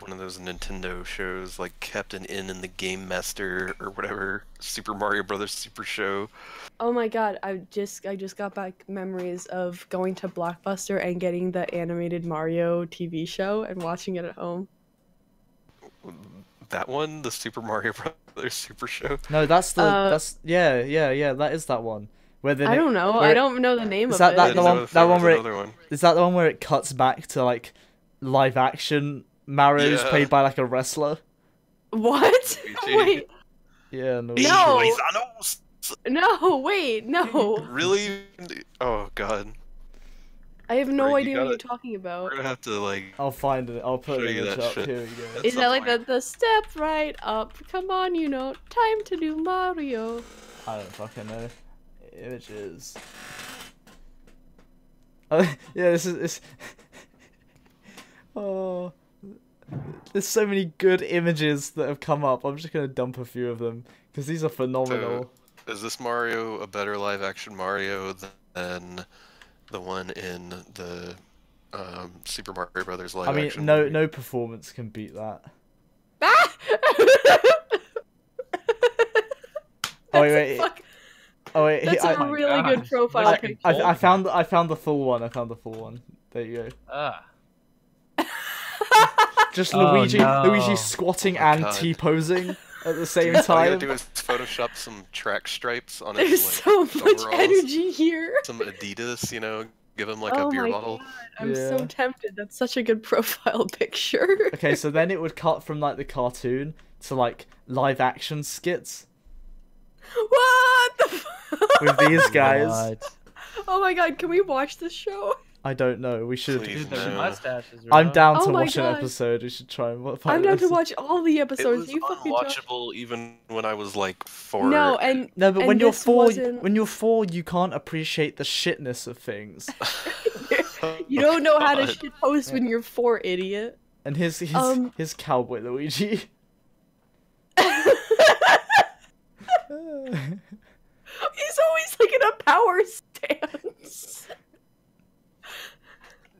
[SPEAKER 2] one of those Nintendo shows, like Captain N and the Game Master or whatever Super Mario Brothers Super Show.
[SPEAKER 1] Oh my god, I just I just got back memories of going to Blockbuster and getting the animated Mario TV show and watching it at home.
[SPEAKER 2] That one, the Super Mario Brothers Super Show.
[SPEAKER 3] No, that's the
[SPEAKER 1] Uh,
[SPEAKER 3] that's yeah yeah yeah that is that one. Where then
[SPEAKER 1] I
[SPEAKER 3] it-
[SPEAKER 1] don't know.
[SPEAKER 3] where
[SPEAKER 1] I
[SPEAKER 3] it-
[SPEAKER 1] don't know the name
[SPEAKER 3] is
[SPEAKER 1] of
[SPEAKER 3] that-
[SPEAKER 1] it.
[SPEAKER 3] that
[SPEAKER 2] I
[SPEAKER 3] the
[SPEAKER 2] didn't
[SPEAKER 3] one-
[SPEAKER 2] know if
[SPEAKER 3] that
[SPEAKER 2] there was
[SPEAKER 3] one where it-
[SPEAKER 2] another one.
[SPEAKER 3] Is that the one where it cuts back to like live action Mario's
[SPEAKER 2] Yeah.
[SPEAKER 3] played by like a wrestler?
[SPEAKER 1] What?
[SPEAKER 2] BG.
[SPEAKER 1] wait,
[SPEAKER 3] Yeah,
[SPEAKER 1] No.
[SPEAKER 3] no.
[SPEAKER 2] Paisanos!
[SPEAKER 1] no, wait, no.
[SPEAKER 2] Really? Oh god.
[SPEAKER 1] I have no
[SPEAKER 2] Wait, you
[SPEAKER 1] idea what
[SPEAKER 2] gotta-
[SPEAKER 1] you're talking about.
[SPEAKER 2] We're gonna have to like
[SPEAKER 3] I'll find it. I'll put
[SPEAKER 2] Show
[SPEAKER 3] it
[SPEAKER 2] you
[SPEAKER 3] in the
[SPEAKER 2] that
[SPEAKER 3] chat.
[SPEAKER 2] shit.
[SPEAKER 3] Here we go.
[SPEAKER 1] Is
[SPEAKER 2] some
[SPEAKER 1] that like the,
[SPEAKER 2] point.
[SPEAKER 1] the step right up? Come on, you know, time to do Mario.
[SPEAKER 3] I don't fucking know. Images. Oh, yeah, this is this. oh, there's so many good images that have come up. I'm just gonna dump a few of them because these are phenomenal.
[SPEAKER 2] Is this Mario a better live action Mario than the one in the um, Super Mario Brothers live
[SPEAKER 3] I mean,
[SPEAKER 2] action?
[SPEAKER 3] no
[SPEAKER 2] movie?
[SPEAKER 3] no performance can beat that.
[SPEAKER 1] Ah! That's
[SPEAKER 3] Oh, wait,
[SPEAKER 1] a
[SPEAKER 3] wait,
[SPEAKER 1] fuck-
[SPEAKER 3] Oh wait, he-
[SPEAKER 1] That's a
[SPEAKER 3] I,
[SPEAKER 4] my
[SPEAKER 1] really good
[SPEAKER 4] gosh.
[SPEAKER 1] profile
[SPEAKER 4] Look at
[SPEAKER 1] picture.
[SPEAKER 3] I, I found I found the full one. I found the full one. There you go.
[SPEAKER 1] Ah.
[SPEAKER 4] Ugh.
[SPEAKER 3] Just
[SPEAKER 4] Oh,
[SPEAKER 3] Luigi
[SPEAKER 4] no.
[SPEAKER 3] Luigi squatting
[SPEAKER 2] Oh my
[SPEAKER 3] and
[SPEAKER 2] God.
[SPEAKER 3] T posing at the same
[SPEAKER 2] All you gotta
[SPEAKER 3] time.
[SPEAKER 2] do is Photoshop some track stripes on
[SPEAKER 1] There's
[SPEAKER 2] his
[SPEAKER 1] so
[SPEAKER 2] like,
[SPEAKER 1] much
[SPEAKER 2] overalls,
[SPEAKER 1] energy here.
[SPEAKER 2] some Adidas, you know, give him like
[SPEAKER 1] oh
[SPEAKER 2] a beer
[SPEAKER 1] my
[SPEAKER 2] bottle.
[SPEAKER 1] god, I'm so
[SPEAKER 3] Yeah.
[SPEAKER 1] tempted. That's such a good profile picture.
[SPEAKER 3] Okay, so then it would cut from like the cartoon to like live action skits
[SPEAKER 1] what the fuck?
[SPEAKER 3] with these guys.
[SPEAKER 4] What?
[SPEAKER 1] Oh my god, can we watch this show?
[SPEAKER 3] I don't know. We should.
[SPEAKER 2] Please.
[SPEAKER 4] Dude, their
[SPEAKER 2] No.
[SPEAKER 4] mustaches are
[SPEAKER 3] I'm
[SPEAKER 4] rough.
[SPEAKER 3] down
[SPEAKER 1] Oh
[SPEAKER 3] to
[SPEAKER 1] my
[SPEAKER 3] watch an
[SPEAKER 1] God.
[SPEAKER 3] episode. We should try and wa- find.
[SPEAKER 1] I'm
[SPEAKER 3] an
[SPEAKER 1] down to
[SPEAKER 3] episode.
[SPEAKER 1] watch all the
[SPEAKER 2] It
[SPEAKER 1] episodes.
[SPEAKER 2] was
[SPEAKER 1] You fucking talk.
[SPEAKER 2] unwatchable even when I was like four.
[SPEAKER 1] No, and
[SPEAKER 3] No, but
[SPEAKER 1] and
[SPEAKER 3] when you're
[SPEAKER 1] this
[SPEAKER 3] 4
[SPEAKER 1] wasn't-
[SPEAKER 3] when you're four, you can't appreciate the shitness of things.
[SPEAKER 1] you don't know how to
[SPEAKER 2] Oh God.
[SPEAKER 1] shit post when you're four, idiot.
[SPEAKER 3] And his his,
[SPEAKER 1] Um.
[SPEAKER 3] his cowboy Luigi.
[SPEAKER 1] He's always like in a power stance.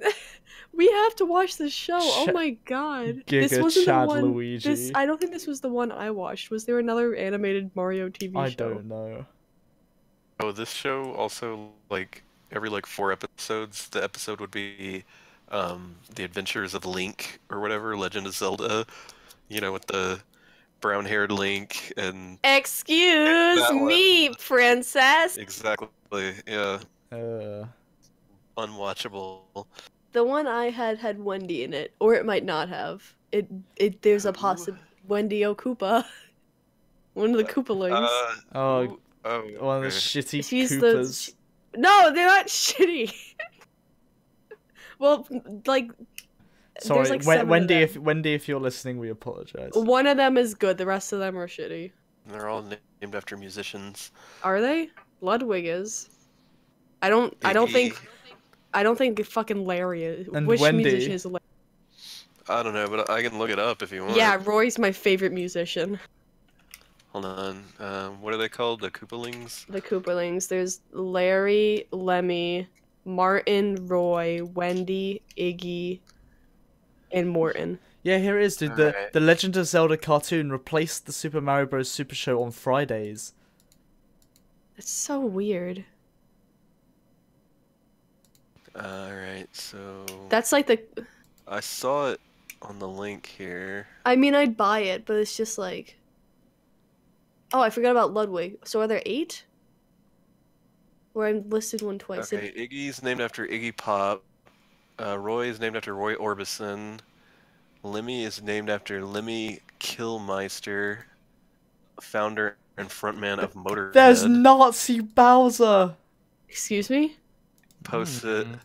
[SPEAKER 1] we have to watch this show. oh
[SPEAKER 3] Ch-
[SPEAKER 1] my god. this
[SPEAKER 3] Giga
[SPEAKER 1] wasn't
[SPEAKER 3] Chad
[SPEAKER 1] the one
[SPEAKER 3] Luigi.
[SPEAKER 1] this I don't think this was the one I watched. Was there another animated Mario TV
[SPEAKER 3] I
[SPEAKER 1] show?
[SPEAKER 3] don't know.
[SPEAKER 2] Oh, this show also like every like four episodes, the episode would be um The Adventures of Link or whatever, Legend of Zelda, you know, with the brown-haired Link and
[SPEAKER 1] Excuse
[SPEAKER 2] That one.
[SPEAKER 1] me, princess.
[SPEAKER 2] exactly, yeah,
[SPEAKER 3] Uh,
[SPEAKER 2] unwatchable.
[SPEAKER 1] The one I had had Wendy in it, or it might not have. It it there's a
[SPEAKER 2] Who?
[SPEAKER 1] possi Wendy O'Koopa. One of the Koopalings.
[SPEAKER 2] Uh,
[SPEAKER 3] oh,
[SPEAKER 2] who- oh,
[SPEAKER 3] one of
[SPEAKER 2] okay.
[SPEAKER 3] the shitty
[SPEAKER 1] She's the-
[SPEAKER 3] Koopas.
[SPEAKER 1] No, they're not shitty. well, like
[SPEAKER 3] Sorry,
[SPEAKER 1] there's like
[SPEAKER 3] Wen-
[SPEAKER 1] seven of
[SPEAKER 3] Wendy.
[SPEAKER 1] them.
[SPEAKER 3] If Wendy, if you're listening, we apologize.
[SPEAKER 1] one of them is good, the rest of them are shitty.
[SPEAKER 2] They're all named after musicians.
[SPEAKER 1] Are they? Ludwig is. I don't. I don't think.
[SPEAKER 2] Iggy.
[SPEAKER 1] I don't think fucking Larry is.
[SPEAKER 3] And
[SPEAKER 1] which
[SPEAKER 3] Wendy.
[SPEAKER 1] musician is Larry?
[SPEAKER 2] I don't know, but I can look it up if you want.
[SPEAKER 1] Yeah, Roy's my favorite musician.
[SPEAKER 2] Hold on. Um, what are they called? The Koopalings?
[SPEAKER 1] The Cooperlings. There's Larry, Lemmy, Martin, Roy, Wendy, Iggy, and Morton.
[SPEAKER 3] Yeah, here it is, dude. The
[SPEAKER 2] Alright.
[SPEAKER 3] the Legend of Zelda cartoon replaced the Super Mario Bros. Super Show on Fridays.
[SPEAKER 1] That's so weird.
[SPEAKER 2] All right, so
[SPEAKER 1] That's like the.
[SPEAKER 2] I saw it on the link here.
[SPEAKER 1] I mean, I'd buy it, but it's just like. Oh, I forgot about Ludwig. So are there eight? Where I'm listed one twice.
[SPEAKER 2] Okay, Iggy's named after Iggy Pop. Uh, Roy is named after Roy Orbison. Lemmy is named after Lemmy Kilmeister, founder and frontman of Motorhead.
[SPEAKER 3] There's Nazi Bowser
[SPEAKER 1] Excuse me.
[SPEAKER 2] Posts it.
[SPEAKER 4] Mhm.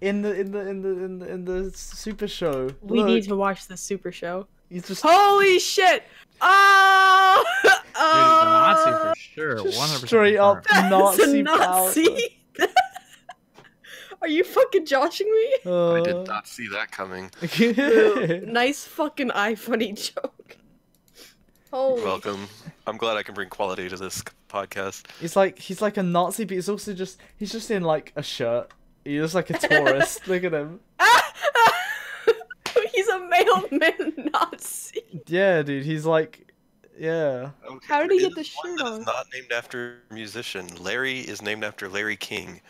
[SPEAKER 3] in the in the in the in the, in the Super Show.
[SPEAKER 1] We
[SPEAKER 3] Look,
[SPEAKER 1] need to watch this super show.
[SPEAKER 3] he's just
[SPEAKER 1] Holy shit! Oh,
[SPEAKER 4] Dude, he's a Nazi
[SPEAKER 1] oh
[SPEAKER 4] for sure.
[SPEAKER 3] Just
[SPEAKER 4] 100%
[SPEAKER 3] straight up.
[SPEAKER 4] confirmed.
[SPEAKER 1] that's
[SPEAKER 3] Nazi
[SPEAKER 1] a Nazi. Are you fucking joshing me?
[SPEAKER 2] I
[SPEAKER 3] Uh,
[SPEAKER 2] did not see that coming.
[SPEAKER 1] Ew, nice fucking eye funny joke. Holy
[SPEAKER 2] Welcome. I'm glad I can bring quality to this podcast.
[SPEAKER 3] he's like he's like a Nazi, but he's also just he's just in like a shirt. He's just like a tourist. Look at him.
[SPEAKER 1] He's a mailman Nazi.
[SPEAKER 3] Yeah, dude. He's like, yeah.
[SPEAKER 2] Okay,
[SPEAKER 1] How did
[SPEAKER 2] there
[SPEAKER 1] he get
[SPEAKER 2] is
[SPEAKER 1] the
[SPEAKER 2] one
[SPEAKER 1] shirt
[SPEAKER 2] that is
[SPEAKER 1] on?
[SPEAKER 2] Not named after a musician. Larry is named after Larry King,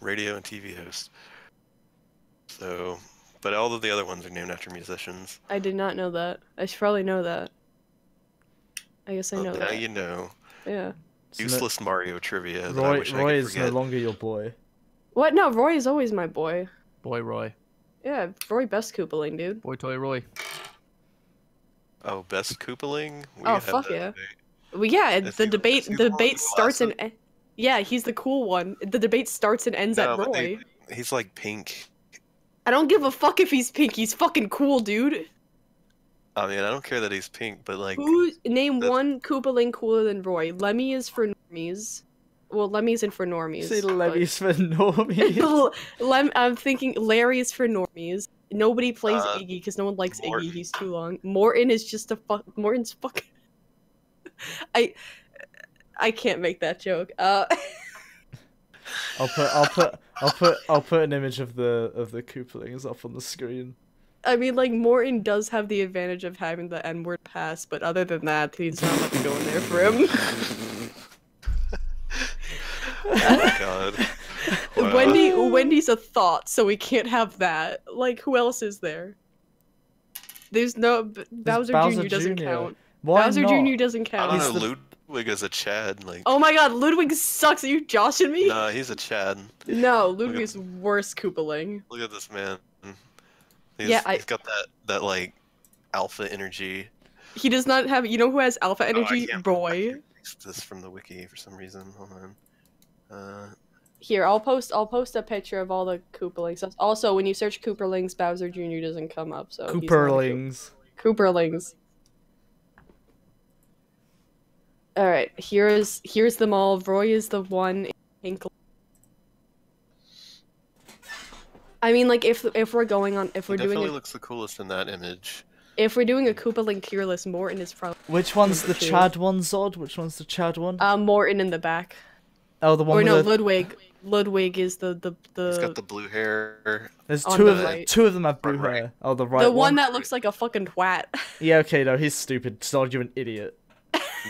[SPEAKER 2] radio and TV host. So, but all of the other ones are named after musicians.
[SPEAKER 1] I did not know that. I should probably know that. I guess I
[SPEAKER 2] Well,
[SPEAKER 1] know
[SPEAKER 2] now
[SPEAKER 1] that.
[SPEAKER 2] you know.
[SPEAKER 1] Yeah.
[SPEAKER 3] So no-
[SPEAKER 2] Useless Mario trivia. that I
[SPEAKER 3] Roy,
[SPEAKER 2] wish I
[SPEAKER 3] Roy
[SPEAKER 2] could
[SPEAKER 3] is no
[SPEAKER 2] forget.
[SPEAKER 3] longer your boy.
[SPEAKER 1] What? No, Roy is always my boy.
[SPEAKER 4] Boy Roy.
[SPEAKER 1] Yeah, Roy best Koopaling, dude.
[SPEAKER 4] Boy Toy Roy.
[SPEAKER 2] oh, best Koopaling. We
[SPEAKER 1] Oh,
[SPEAKER 2] had
[SPEAKER 1] fuck
[SPEAKER 2] that
[SPEAKER 1] yeah.
[SPEAKER 2] debate.
[SPEAKER 1] Well, yeah,
[SPEAKER 2] Is
[SPEAKER 1] the
[SPEAKER 2] he-
[SPEAKER 1] debate
[SPEAKER 2] is he
[SPEAKER 1] the
[SPEAKER 2] the one
[SPEAKER 1] debate
[SPEAKER 2] with
[SPEAKER 1] starts and
[SPEAKER 2] glasses?
[SPEAKER 1] e- yeah, he's the cool one. The debate starts and ends
[SPEAKER 2] No,
[SPEAKER 1] at
[SPEAKER 2] but
[SPEAKER 1] Roy.
[SPEAKER 2] they- He's like pink.
[SPEAKER 1] I don't give a fuck if he's pink. He's fucking cool, dude.
[SPEAKER 2] I mean, I don't care that he's pink, but like,
[SPEAKER 1] Who name
[SPEAKER 2] that's-
[SPEAKER 1] one Koopaling cooler than Roy? Lemmy is for normies. Well, Lemmy's in for normies.
[SPEAKER 3] Say
[SPEAKER 1] but-
[SPEAKER 3] Levy's for normies.
[SPEAKER 1] Lem, I'm thinking Larry is for normies. Nobody plays
[SPEAKER 2] Uh,
[SPEAKER 1] Iggy because no one likes
[SPEAKER 2] Morton.
[SPEAKER 1] Iggy. He's too long. Morton is just a fuck. Morton's fucking. I, I can't make that joke. Uh,
[SPEAKER 3] I'll put I'll put I'll put I'll put an image of the of the couplings up on the screen.
[SPEAKER 1] I mean, like Morton does have the advantage of having the N word pass, but other than that, he's not much going there for him.
[SPEAKER 2] Oh, God. Wow.
[SPEAKER 1] Wendy, Wendy's a thought, so we can't have that. Like, who else is there? There's no B- Bowser,
[SPEAKER 3] Bowser
[SPEAKER 1] Jr. doesn't
[SPEAKER 3] Jr..
[SPEAKER 1] count.
[SPEAKER 3] Why
[SPEAKER 1] Bowser
[SPEAKER 3] not?
[SPEAKER 1] Jr. doesn't
[SPEAKER 2] I
[SPEAKER 1] count.
[SPEAKER 2] don't know.
[SPEAKER 1] He's the-
[SPEAKER 2] Ludwig is a Chad. Like,
[SPEAKER 1] Oh my God, Ludwig sucks. Are you joshing me?
[SPEAKER 2] nah, he's a Chad.
[SPEAKER 1] No, Ludwig
[SPEAKER 2] at-
[SPEAKER 1] is worse Koopaling.
[SPEAKER 2] Look at this man. He's,
[SPEAKER 1] Yeah, I-
[SPEAKER 2] he's got that that like alpha energy.
[SPEAKER 1] He does not have. You know who has alpha
[SPEAKER 2] Oh, I
[SPEAKER 1] energy?
[SPEAKER 2] can't- I
[SPEAKER 1] Roy.
[SPEAKER 2] can't fix this from the wiki for some reason. Hold on. Uh,
[SPEAKER 1] Here, I'll post. I'll post a picture of all the Koopalings. Also, when you search Kooperlings, Bowser Jr. doesn't come up. So Oh, he's not a Koop-
[SPEAKER 3] Cooperlings.
[SPEAKER 1] Cooperlings. All right, here's here's them all. Roy is the one in pink. I mean, like if if we're going on if
[SPEAKER 2] he
[SPEAKER 1] we're doing
[SPEAKER 2] definitely
[SPEAKER 1] a,
[SPEAKER 2] looks the coolest in that image.
[SPEAKER 1] if we're doing a Koopaling tier list, Morton is probably
[SPEAKER 3] Which one's the
[SPEAKER 1] Number two.
[SPEAKER 3] Chad one, Zod? Which one's the Chad one?
[SPEAKER 1] uh, Morton in the back.
[SPEAKER 3] oh, the
[SPEAKER 1] or
[SPEAKER 3] one
[SPEAKER 1] no,
[SPEAKER 3] with the,
[SPEAKER 1] Ludwig. Ludwig is the the
[SPEAKER 2] He's
[SPEAKER 1] the
[SPEAKER 2] got the blue hair.
[SPEAKER 3] there's
[SPEAKER 1] on
[SPEAKER 3] two
[SPEAKER 1] the
[SPEAKER 3] of them.
[SPEAKER 1] right.
[SPEAKER 3] Two of them have blue
[SPEAKER 2] Right.
[SPEAKER 3] hair. Oh, the
[SPEAKER 1] the
[SPEAKER 3] right
[SPEAKER 1] one, that looks like a fucking twat.
[SPEAKER 3] Yeah, okay, no, he's stupid. Zod, you're an idiot.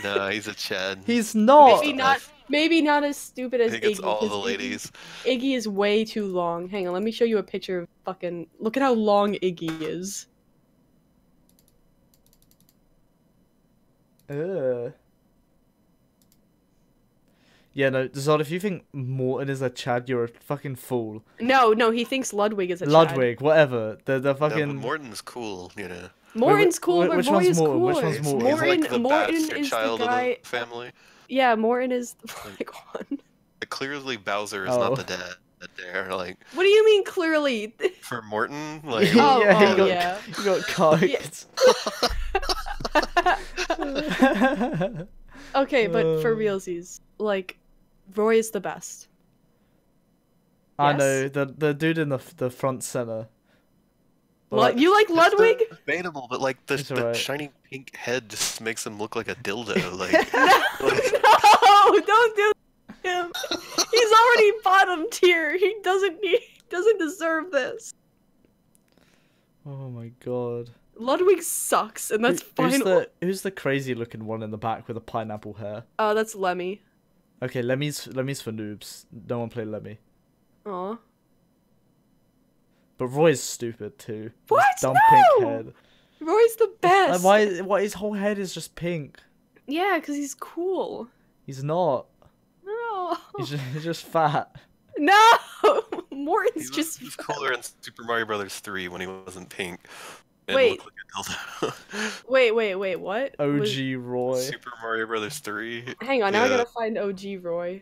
[SPEAKER 2] No, he's a Chad.
[SPEAKER 3] He's not.
[SPEAKER 1] maybe not. Maybe not as stupid as
[SPEAKER 2] he gets
[SPEAKER 1] Iggy.
[SPEAKER 2] all the
[SPEAKER 1] 'cause Iggy-
[SPEAKER 2] ladies.
[SPEAKER 1] Iggy is way too long. Hang on, let me show you a picture of fucking. Look at how long Iggy is.
[SPEAKER 3] Ugh. Eh. Yeah, no, Zod, if you think Morton is a Chad, you're a fucking fool.
[SPEAKER 1] No, no, he thinks Ludwig is a Chad.
[SPEAKER 3] Ludwig, whatever. The the
[SPEAKER 2] No, but
[SPEAKER 3] fucking
[SPEAKER 2] Morton's cool, you know.
[SPEAKER 1] Morton's cool,
[SPEAKER 3] wh-
[SPEAKER 1] but
[SPEAKER 3] which
[SPEAKER 1] Roy
[SPEAKER 3] one's
[SPEAKER 1] is
[SPEAKER 3] Morton? Which
[SPEAKER 1] cooler.
[SPEAKER 3] one's Morton?
[SPEAKER 2] He's
[SPEAKER 1] Morton,
[SPEAKER 2] like the
[SPEAKER 1] Morton
[SPEAKER 2] bastard
[SPEAKER 1] is the
[SPEAKER 2] child
[SPEAKER 1] guy.
[SPEAKER 2] of the family.
[SPEAKER 1] Yeah, Morton is the black one.
[SPEAKER 2] Clearly, Bowser is
[SPEAKER 3] Oh.
[SPEAKER 2] not the dad. That they're like
[SPEAKER 1] What do you mean clearly?
[SPEAKER 2] for Morton, like
[SPEAKER 1] Oh,
[SPEAKER 3] Yeah, he
[SPEAKER 1] oh
[SPEAKER 3] got-
[SPEAKER 1] yeah.
[SPEAKER 3] you got coked.
[SPEAKER 1] Okay, but for
[SPEAKER 3] Um.
[SPEAKER 1] realsies, like, Roy is the best.
[SPEAKER 3] I
[SPEAKER 1] Yes?
[SPEAKER 3] know the the dude in the f- the front center.
[SPEAKER 1] Lud- you like
[SPEAKER 2] It's
[SPEAKER 1] Ludwig?
[SPEAKER 2] de- Debatable, but like the,
[SPEAKER 3] It's
[SPEAKER 2] the
[SPEAKER 3] alright.
[SPEAKER 2] shiny pink head just makes him look like a dildo. Like,
[SPEAKER 1] no, don't do him. He's already bottom tier. He doesn't need. Doesn't deserve this.
[SPEAKER 3] Oh my god.
[SPEAKER 1] Ludwig sucks, and that's
[SPEAKER 3] Who-
[SPEAKER 1] fine.
[SPEAKER 3] Who's the who's the crazy looking one in the back with the pineapple hair?
[SPEAKER 1] Oh, that's Lemmy.
[SPEAKER 3] Okay, Lemmy's Lemmy's for noobs. No one play Lemmy.
[SPEAKER 1] Aw.
[SPEAKER 3] But Roy's stupid too. His
[SPEAKER 1] What?
[SPEAKER 3] Dumb
[SPEAKER 1] No!
[SPEAKER 3] pink head.
[SPEAKER 1] Roy's the best.
[SPEAKER 3] Like, why? Why his whole head is just pink?
[SPEAKER 1] Yeah, because he's cool.
[SPEAKER 3] He's not.
[SPEAKER 1] No.
[SPEAKER 3] He's just, he's just fat.
[SPEAKER 1] No!
[SPEAKER 2] he
[SPEAKER 1] Morton's
[SPEAKER 2] was,
[SPEAKER 1] just.
[SPEAKER 2] he was cooler in Super Mario Brothers Three when he wasn't pink. And
[SPEAKER 1] Wait.
[SPEAKER 2] looked like a dildo.
[SPEAKER 1] Wait, wait, wait, what?
[SPEAKER 3] OG
[SPEAKER 1] Was-
[SPEAKER 3] Roy.
[SPEAKER 2] Super Mario Brothers Three.
[SPEAKER 1] Hang on, now I
[SPEAKER 2] Yeah.
[SPEAKER 1] gotta find OG Roy.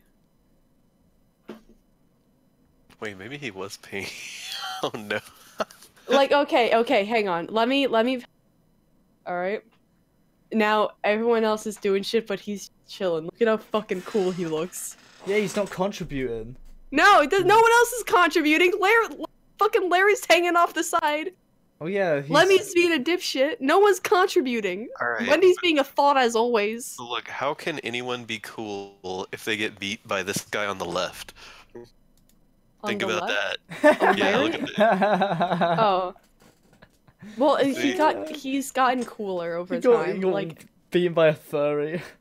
[SPEAKER 2] Wait, maybe he was pink. oh no.
[SPEAKER 1] Like, okay, okay, hang on. Let me, let me. Alright. Now everyone else is doing shit, but he's chilling. Look at how fucking cool he looks.
[SPEAKER 3] Yeah, he's not contributing.
[SPEAKER 1] No, it does, no one else is contributing. Larry, fucking Larry's hanging off the side.
[SPEAKER 3] Oh yeah. He's...
[SPEAKER 1] Lemmy's being a dipshit. No one's contributing.
[SPEAKER 2] All right.
[SPEAKER 1] Wendy's being a thought as always.
[SPEAKER 2] So look, how can anyone be cool if they get beat by this guy on the left?
[SPEAKER 1] On
[SPEAKER 2] Think
[SPEAKER 1] the
[SPEAKER 2] about
[SPEAKER 1] left.
[SPEAKER 2] Yeah, look at that.
[SPEAKER 1] Oh. Well, uh, he
[SPEAKER 2] See?
[SPEAKER 1] got he's gotten cooler over
[SPEAKER 3] he got,
[SPEAKER 1] time.
[SPEAKER 3] he got
[SPEAKER 1] Like
[SPEAKER 3] beaten by a furry.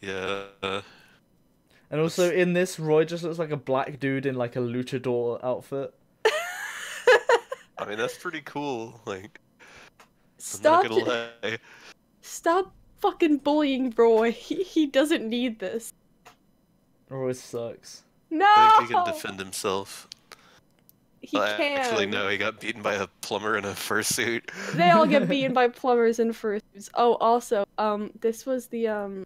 [SPEAKER 2] Yeah. uh,
[SPEAKER 3] And also in this, Roy just looks like a black dude in like a luchador outfit.
[SPEAKER 2] I mean, that's pretty cool. Like, I'm
[SPEAKER 1] stop
[SPEAKER 2] not gonna lie.
[SPEAKER 1] stop fucking bullying Roy. He, he doesn't need this.
[SPEAKER 3] Roy sucks.
[SPEAKER 1] No.
[SPEAKER 2] I think he can defend himself.
[SPEAKER 1] He
[SPEAKER 2] Uh,
[SPEAKER 1] can.
[SPEAKER 2] Actually, no, he got beaten by a plumber in a fursuit.
[SPEAKER 1] They all get beaten by plumbers and fursuits. Oh, also, um this was the um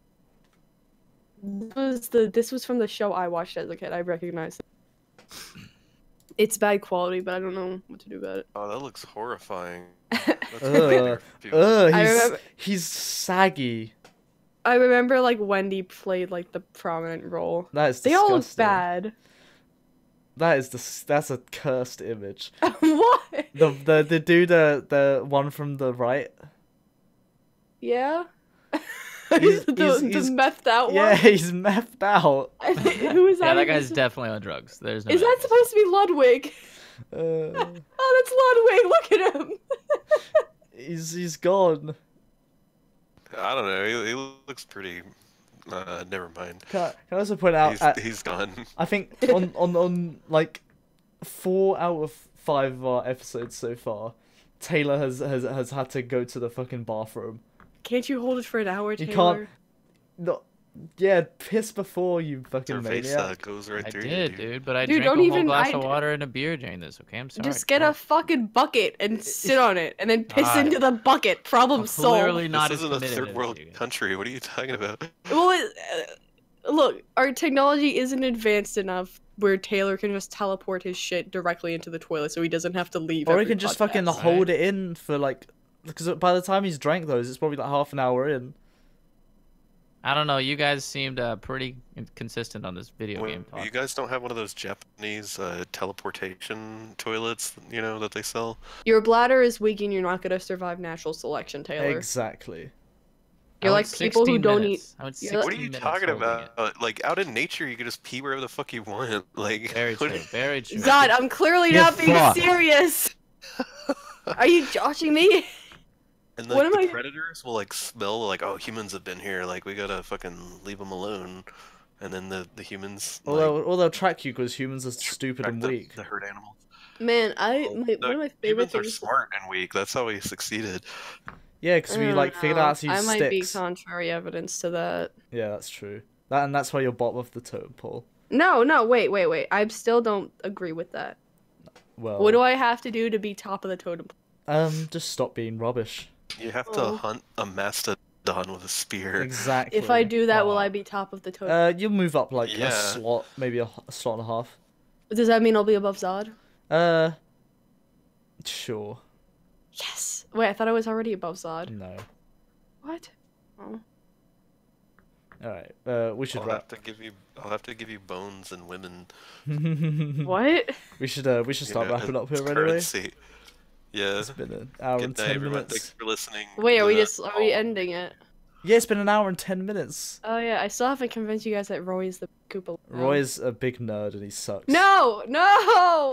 [SPEAKER 1] this was the this was from the show I watched as a kid. I recognize it. It's bad quality, but I don't know what to do about it.
[SPEAKER 2] Oh, that looks horrifying.
[SPEAKER 3] Ugh.
[SPEAKER 2] Uh,
[SPEAKER 3] Ugh,
[SPEAKER 1] I
[SPEAKER 3] he's
[SPEAKER 1] remember-
[SPEAKER 3] he's saggy.
[SPEAKER 1] I remember like Wendy played like the prominent role.
[SPEAKER 3] That is
[SPEAKER 1] They
[SPEAKER 3] disgusting.
[SPEAKER 1] all look bad.
[SPEAKER 3] That is dis- that's a cursed image.
[SPEAKER 1] what?
[SPEAKER 3] The the the dude uh, the one from the right.
[SPEAKER 1] Yeah.
[SPEAKER 3] He's-
[SPEAKER 1] the,
[SPEAKER 3] he's-
[SPEAKER 1] the
[SPEAKER 3] he's-
[SPEAKER 1] methed out
[SPEAKER 3] Yeah,
[SPEAKER 1] one.
[SPEAKER 3] he's methed out.
[SPEAKER 1] I think- Who is that?
[SPEAKER 4] Yeah, that
[SPEAKER 1] again?
[SPEAKER 4] guy's definitely on drugs. There's no.
[SPEAKER 1] Is that
[SPEAKER 4] doubt.
[SPEAKER 1] supposed to be Ludwig?
[SPEAKER 3] Uh,
[SPEAKER 1] Oh, that's Ludwig. Look at him.
[SPEAKER 3] he's he's gone.
[SPEAKER 2] I don't know. He, he looks pretty. Uh, never mind.
[SPEAKER 3] Can I, can I also point out?
[SPEAKER 2] he's,
[SPEAKER 3] at-
[SPEAKER 2] he's gone.
[SPEAKER 3] I think on on on like four out of five of our episodes so far, Taylor has has has had to go to the fucking bathroom.
[SPEAKER 1] Can't you hold it for an hour,
[SPEAKER 3] You
[SPEAKER 1] Taylor?
[SPEAKER 3] can't- No, yeah, piss before you fucking
[SPEAKER 2] Her face uh,
[SPEAKER 3] maniac.
[SPEAKER 2] goes right
[SPEAKER 4] I
[SPEAKER 2] through
[SPEAKER 4] did,
[SPEAKER 2] you.
[SPEAKER 4] dude, but I
[SPEAKER 1] Dude,
[SPEAKER 4] drank
[SPEAKER 1] don't
[SPEAKER 4] a whole
[SPEAKER 1] even-
[SPEAKER 4] glass
[SPEAKER 1] I
[SPEAKER 4] of
[SPEAKER 1] d-
[SPEAKER 4] water and a beer during this. Okay, I'm sorry.
[SPEAKER 1] Just get a fucking bucket and sit on it, and then piss
[SPEAKER 4] Ah.
[SPEAKER 1] into the bucket. Problem
[SPEAKER 4] I'm
[SPEAKER 1] solved.
[SPEAKER 4] clearly not
[SPEAKER 2] this
[SPEAKER 4] as
[SPEAKER 2] isn't a
[SPEAKER 4] committed
[SPEAKER 2] third
[SPEAKER 4] as
[SPEAKER 2] world
[SPEAKER 4] you.
[SPEAKER 2] country. What are you talking about?
[SPEAKER 1] Well, it, uh, look, our technology isn't advanced enough where Taylor can just teleport his shit directly into the toilet, so he doesn't have to leave.
[SPEAKER 3] Or he
[SPEAKER 1] every
[SPEAKER 3] can just
[SPEAKER 1] podcast.
[SPEAKER 3] fucking
[SPEAKER 4] right?
[SPEAKER 3] hold it in for like, because by the time he's drank those, it's probably like half an hour in.
[SPEAKER 4] I don't know. You guys seemed uh, pretty in- consistent on this video
[SPEAKER 2] Well,
[SPEAKER 4] game talk.
[SPEAKER 2] you guys don't have one of those Japanese uh, teleportation toilets, you know, that they sell.
[SPEAKER 1] Your bladder is weak, and you're not gonna survive natural selection, Taylor.
[SPEAKER 3] Exactly.
[SPEAKER 4] I
[SPEAKER 1] You're
[SPEAKER 4] went
[SPEAKER 1] like people who
[SPEAKER 4] 16
[SPEAKER 1] don't
[SPEAKER 4] minutes. I went
[SPEAKER 1] you're like-
[SPEAKER 2] What are
[SPEAKER 4] 16
[SPEAKER 2] you
[SPEAKER 4] minutes
[SPEAKER 2] talking
[SPEAKER 4] holding
[SPEAKER 2] about? Uh, Like out in nature, you can just pee wherever the fuck you want. Like,
[SPEAKER 4] it. Very
[SPEAKER 2] what-
[SPEAKER 4] true. Very true.
[SPEAKER 1] Zod, I'm clearly
[SPEAKER 4] You're
[SPEAKER 1] not being
[SPEAKER 4] fucked.
[SPEAKER 1] serious. Are you joshing me?
[SPEAKER 2] and like
[SPEAKER 1] What
[SPEAKER 2] the
[SPEAKER 1] am I-
[SPEAKER 2] predators will like smell like, oh, humans have been here. Like we gotta fucking leave them alone. And then the the humans
[SPEAKER 3] Or
[SPEAKER 2] like,
[SPEAKER 3] they'll, or they'll track you because humans are stupid
[SPEAKER 2] track
[SPEAKER 3] and
[SPEAKER 2] the,
[SPEAKER 3] weak.
[SPEAKER 2] the herd animals.
[SPEAKER 1] Man, I
[SPEAKER 2] Well,
[SPEAKER 1] my,
[SPEAKER 2] no,
[SPEAKER 1] one of my favorite
[SPEAKER 2] Oh, Humans are
[SPEAKER 1] things.
[SPEAKER 2] smart and weak. That's how we succeeded.
[SPEAKER 3] Yeah, because we
[SPEAKER 1] I
[SPEAKER 3] like
[SPEAKER 1] don't
[SPEAKER 3] figured
[SPEAKER 1] know.
[SPEAKER 3] out how to
[SPEAKER 1] Mm, I
[SPEAKER 3] use
[SPEAKER 1] might be
[SPEAKER 3] sticks.
[SPEAKER 1] contrary evidence to that.
[SPEAKER 3] Yeah, that's true. That and that's why you're bottom of the totem pole.
[SPEAKER 1] No, no, wait, wait, wait. I still don't agree with that.
[SPEAKER 3] Well,
[SPEAKER 1] What do I have to do to be top of the totem pole?
[SPEAKER 3] Um, just stop being rubbish.
[SPEAKER 2] You have
[SPEAKER 1] Oh.
[SPEAKER 2] to hunt a mastodon with a spear.
[SPEAKER 3] Exactly.
[SPEAKER 1] If I do that, will
[SPEAKER 3] Fuck.
[SPEAKER 1] I be top of the totem?
[SPEAKER 3] Uh, you'll move up like
[SPEAKER 2] Yeah.
[SPEAKER 3] a slot, maybe a, h- a slot and a half.
[SPEAKER 1] Does that mean I'll be above Zod?
[SPEAKER 3] Uh, sure.
[SPEAKER 1] Yes. Wait, I thought I was already above Zod.
[SPEAKER 3] No.
[SPEAKER 1] What? Oh.
[SPEAKER 3] All right. Uh, we should
[SPEAKER 2] I'll have
[SPEAKER 3] wrap.
[SPEAKER 2] to give you. I'll have to give you bones and women.
[SPEAKER 3] we
[SPEAKER 1] What?
[SPEAKER 3] should. Uh, we should
[SPEAKER 2] you
[SPEAKER 3] start
[SPEAKER 2] know,
[SPEAKER 3] wrapping
[SPEAKER 2] as
[SPEAKER 3] up here anyway.
[SPEAKER 2] currency. Yeah.
[SPEAKER 3] It's been an hour
[SPEAKER 2] Good
[SPEAKER 3] and
[SPEAKER 2] night,
[SPEAKER 3] ten
[SPEAKER 2] everyone. Thanks
[SPEAKER 3] minutes.
[SPEAKER 2] for listening.
[SPEAKER 1] Wait, are we
[SPEAKER 2] Uh,
[SPEAKER 1] just are we ending it?
[SPEAKER 3] Yeah, it's been an hour and ten minutes.
[SPEAKER 1] Oh yeah, I still Oh. haven't convinced you guys that Roy is the Koopa.
[SPEAKER 3] Roy is a big nerd and he sucks.
[SPEAKER 1] No, no.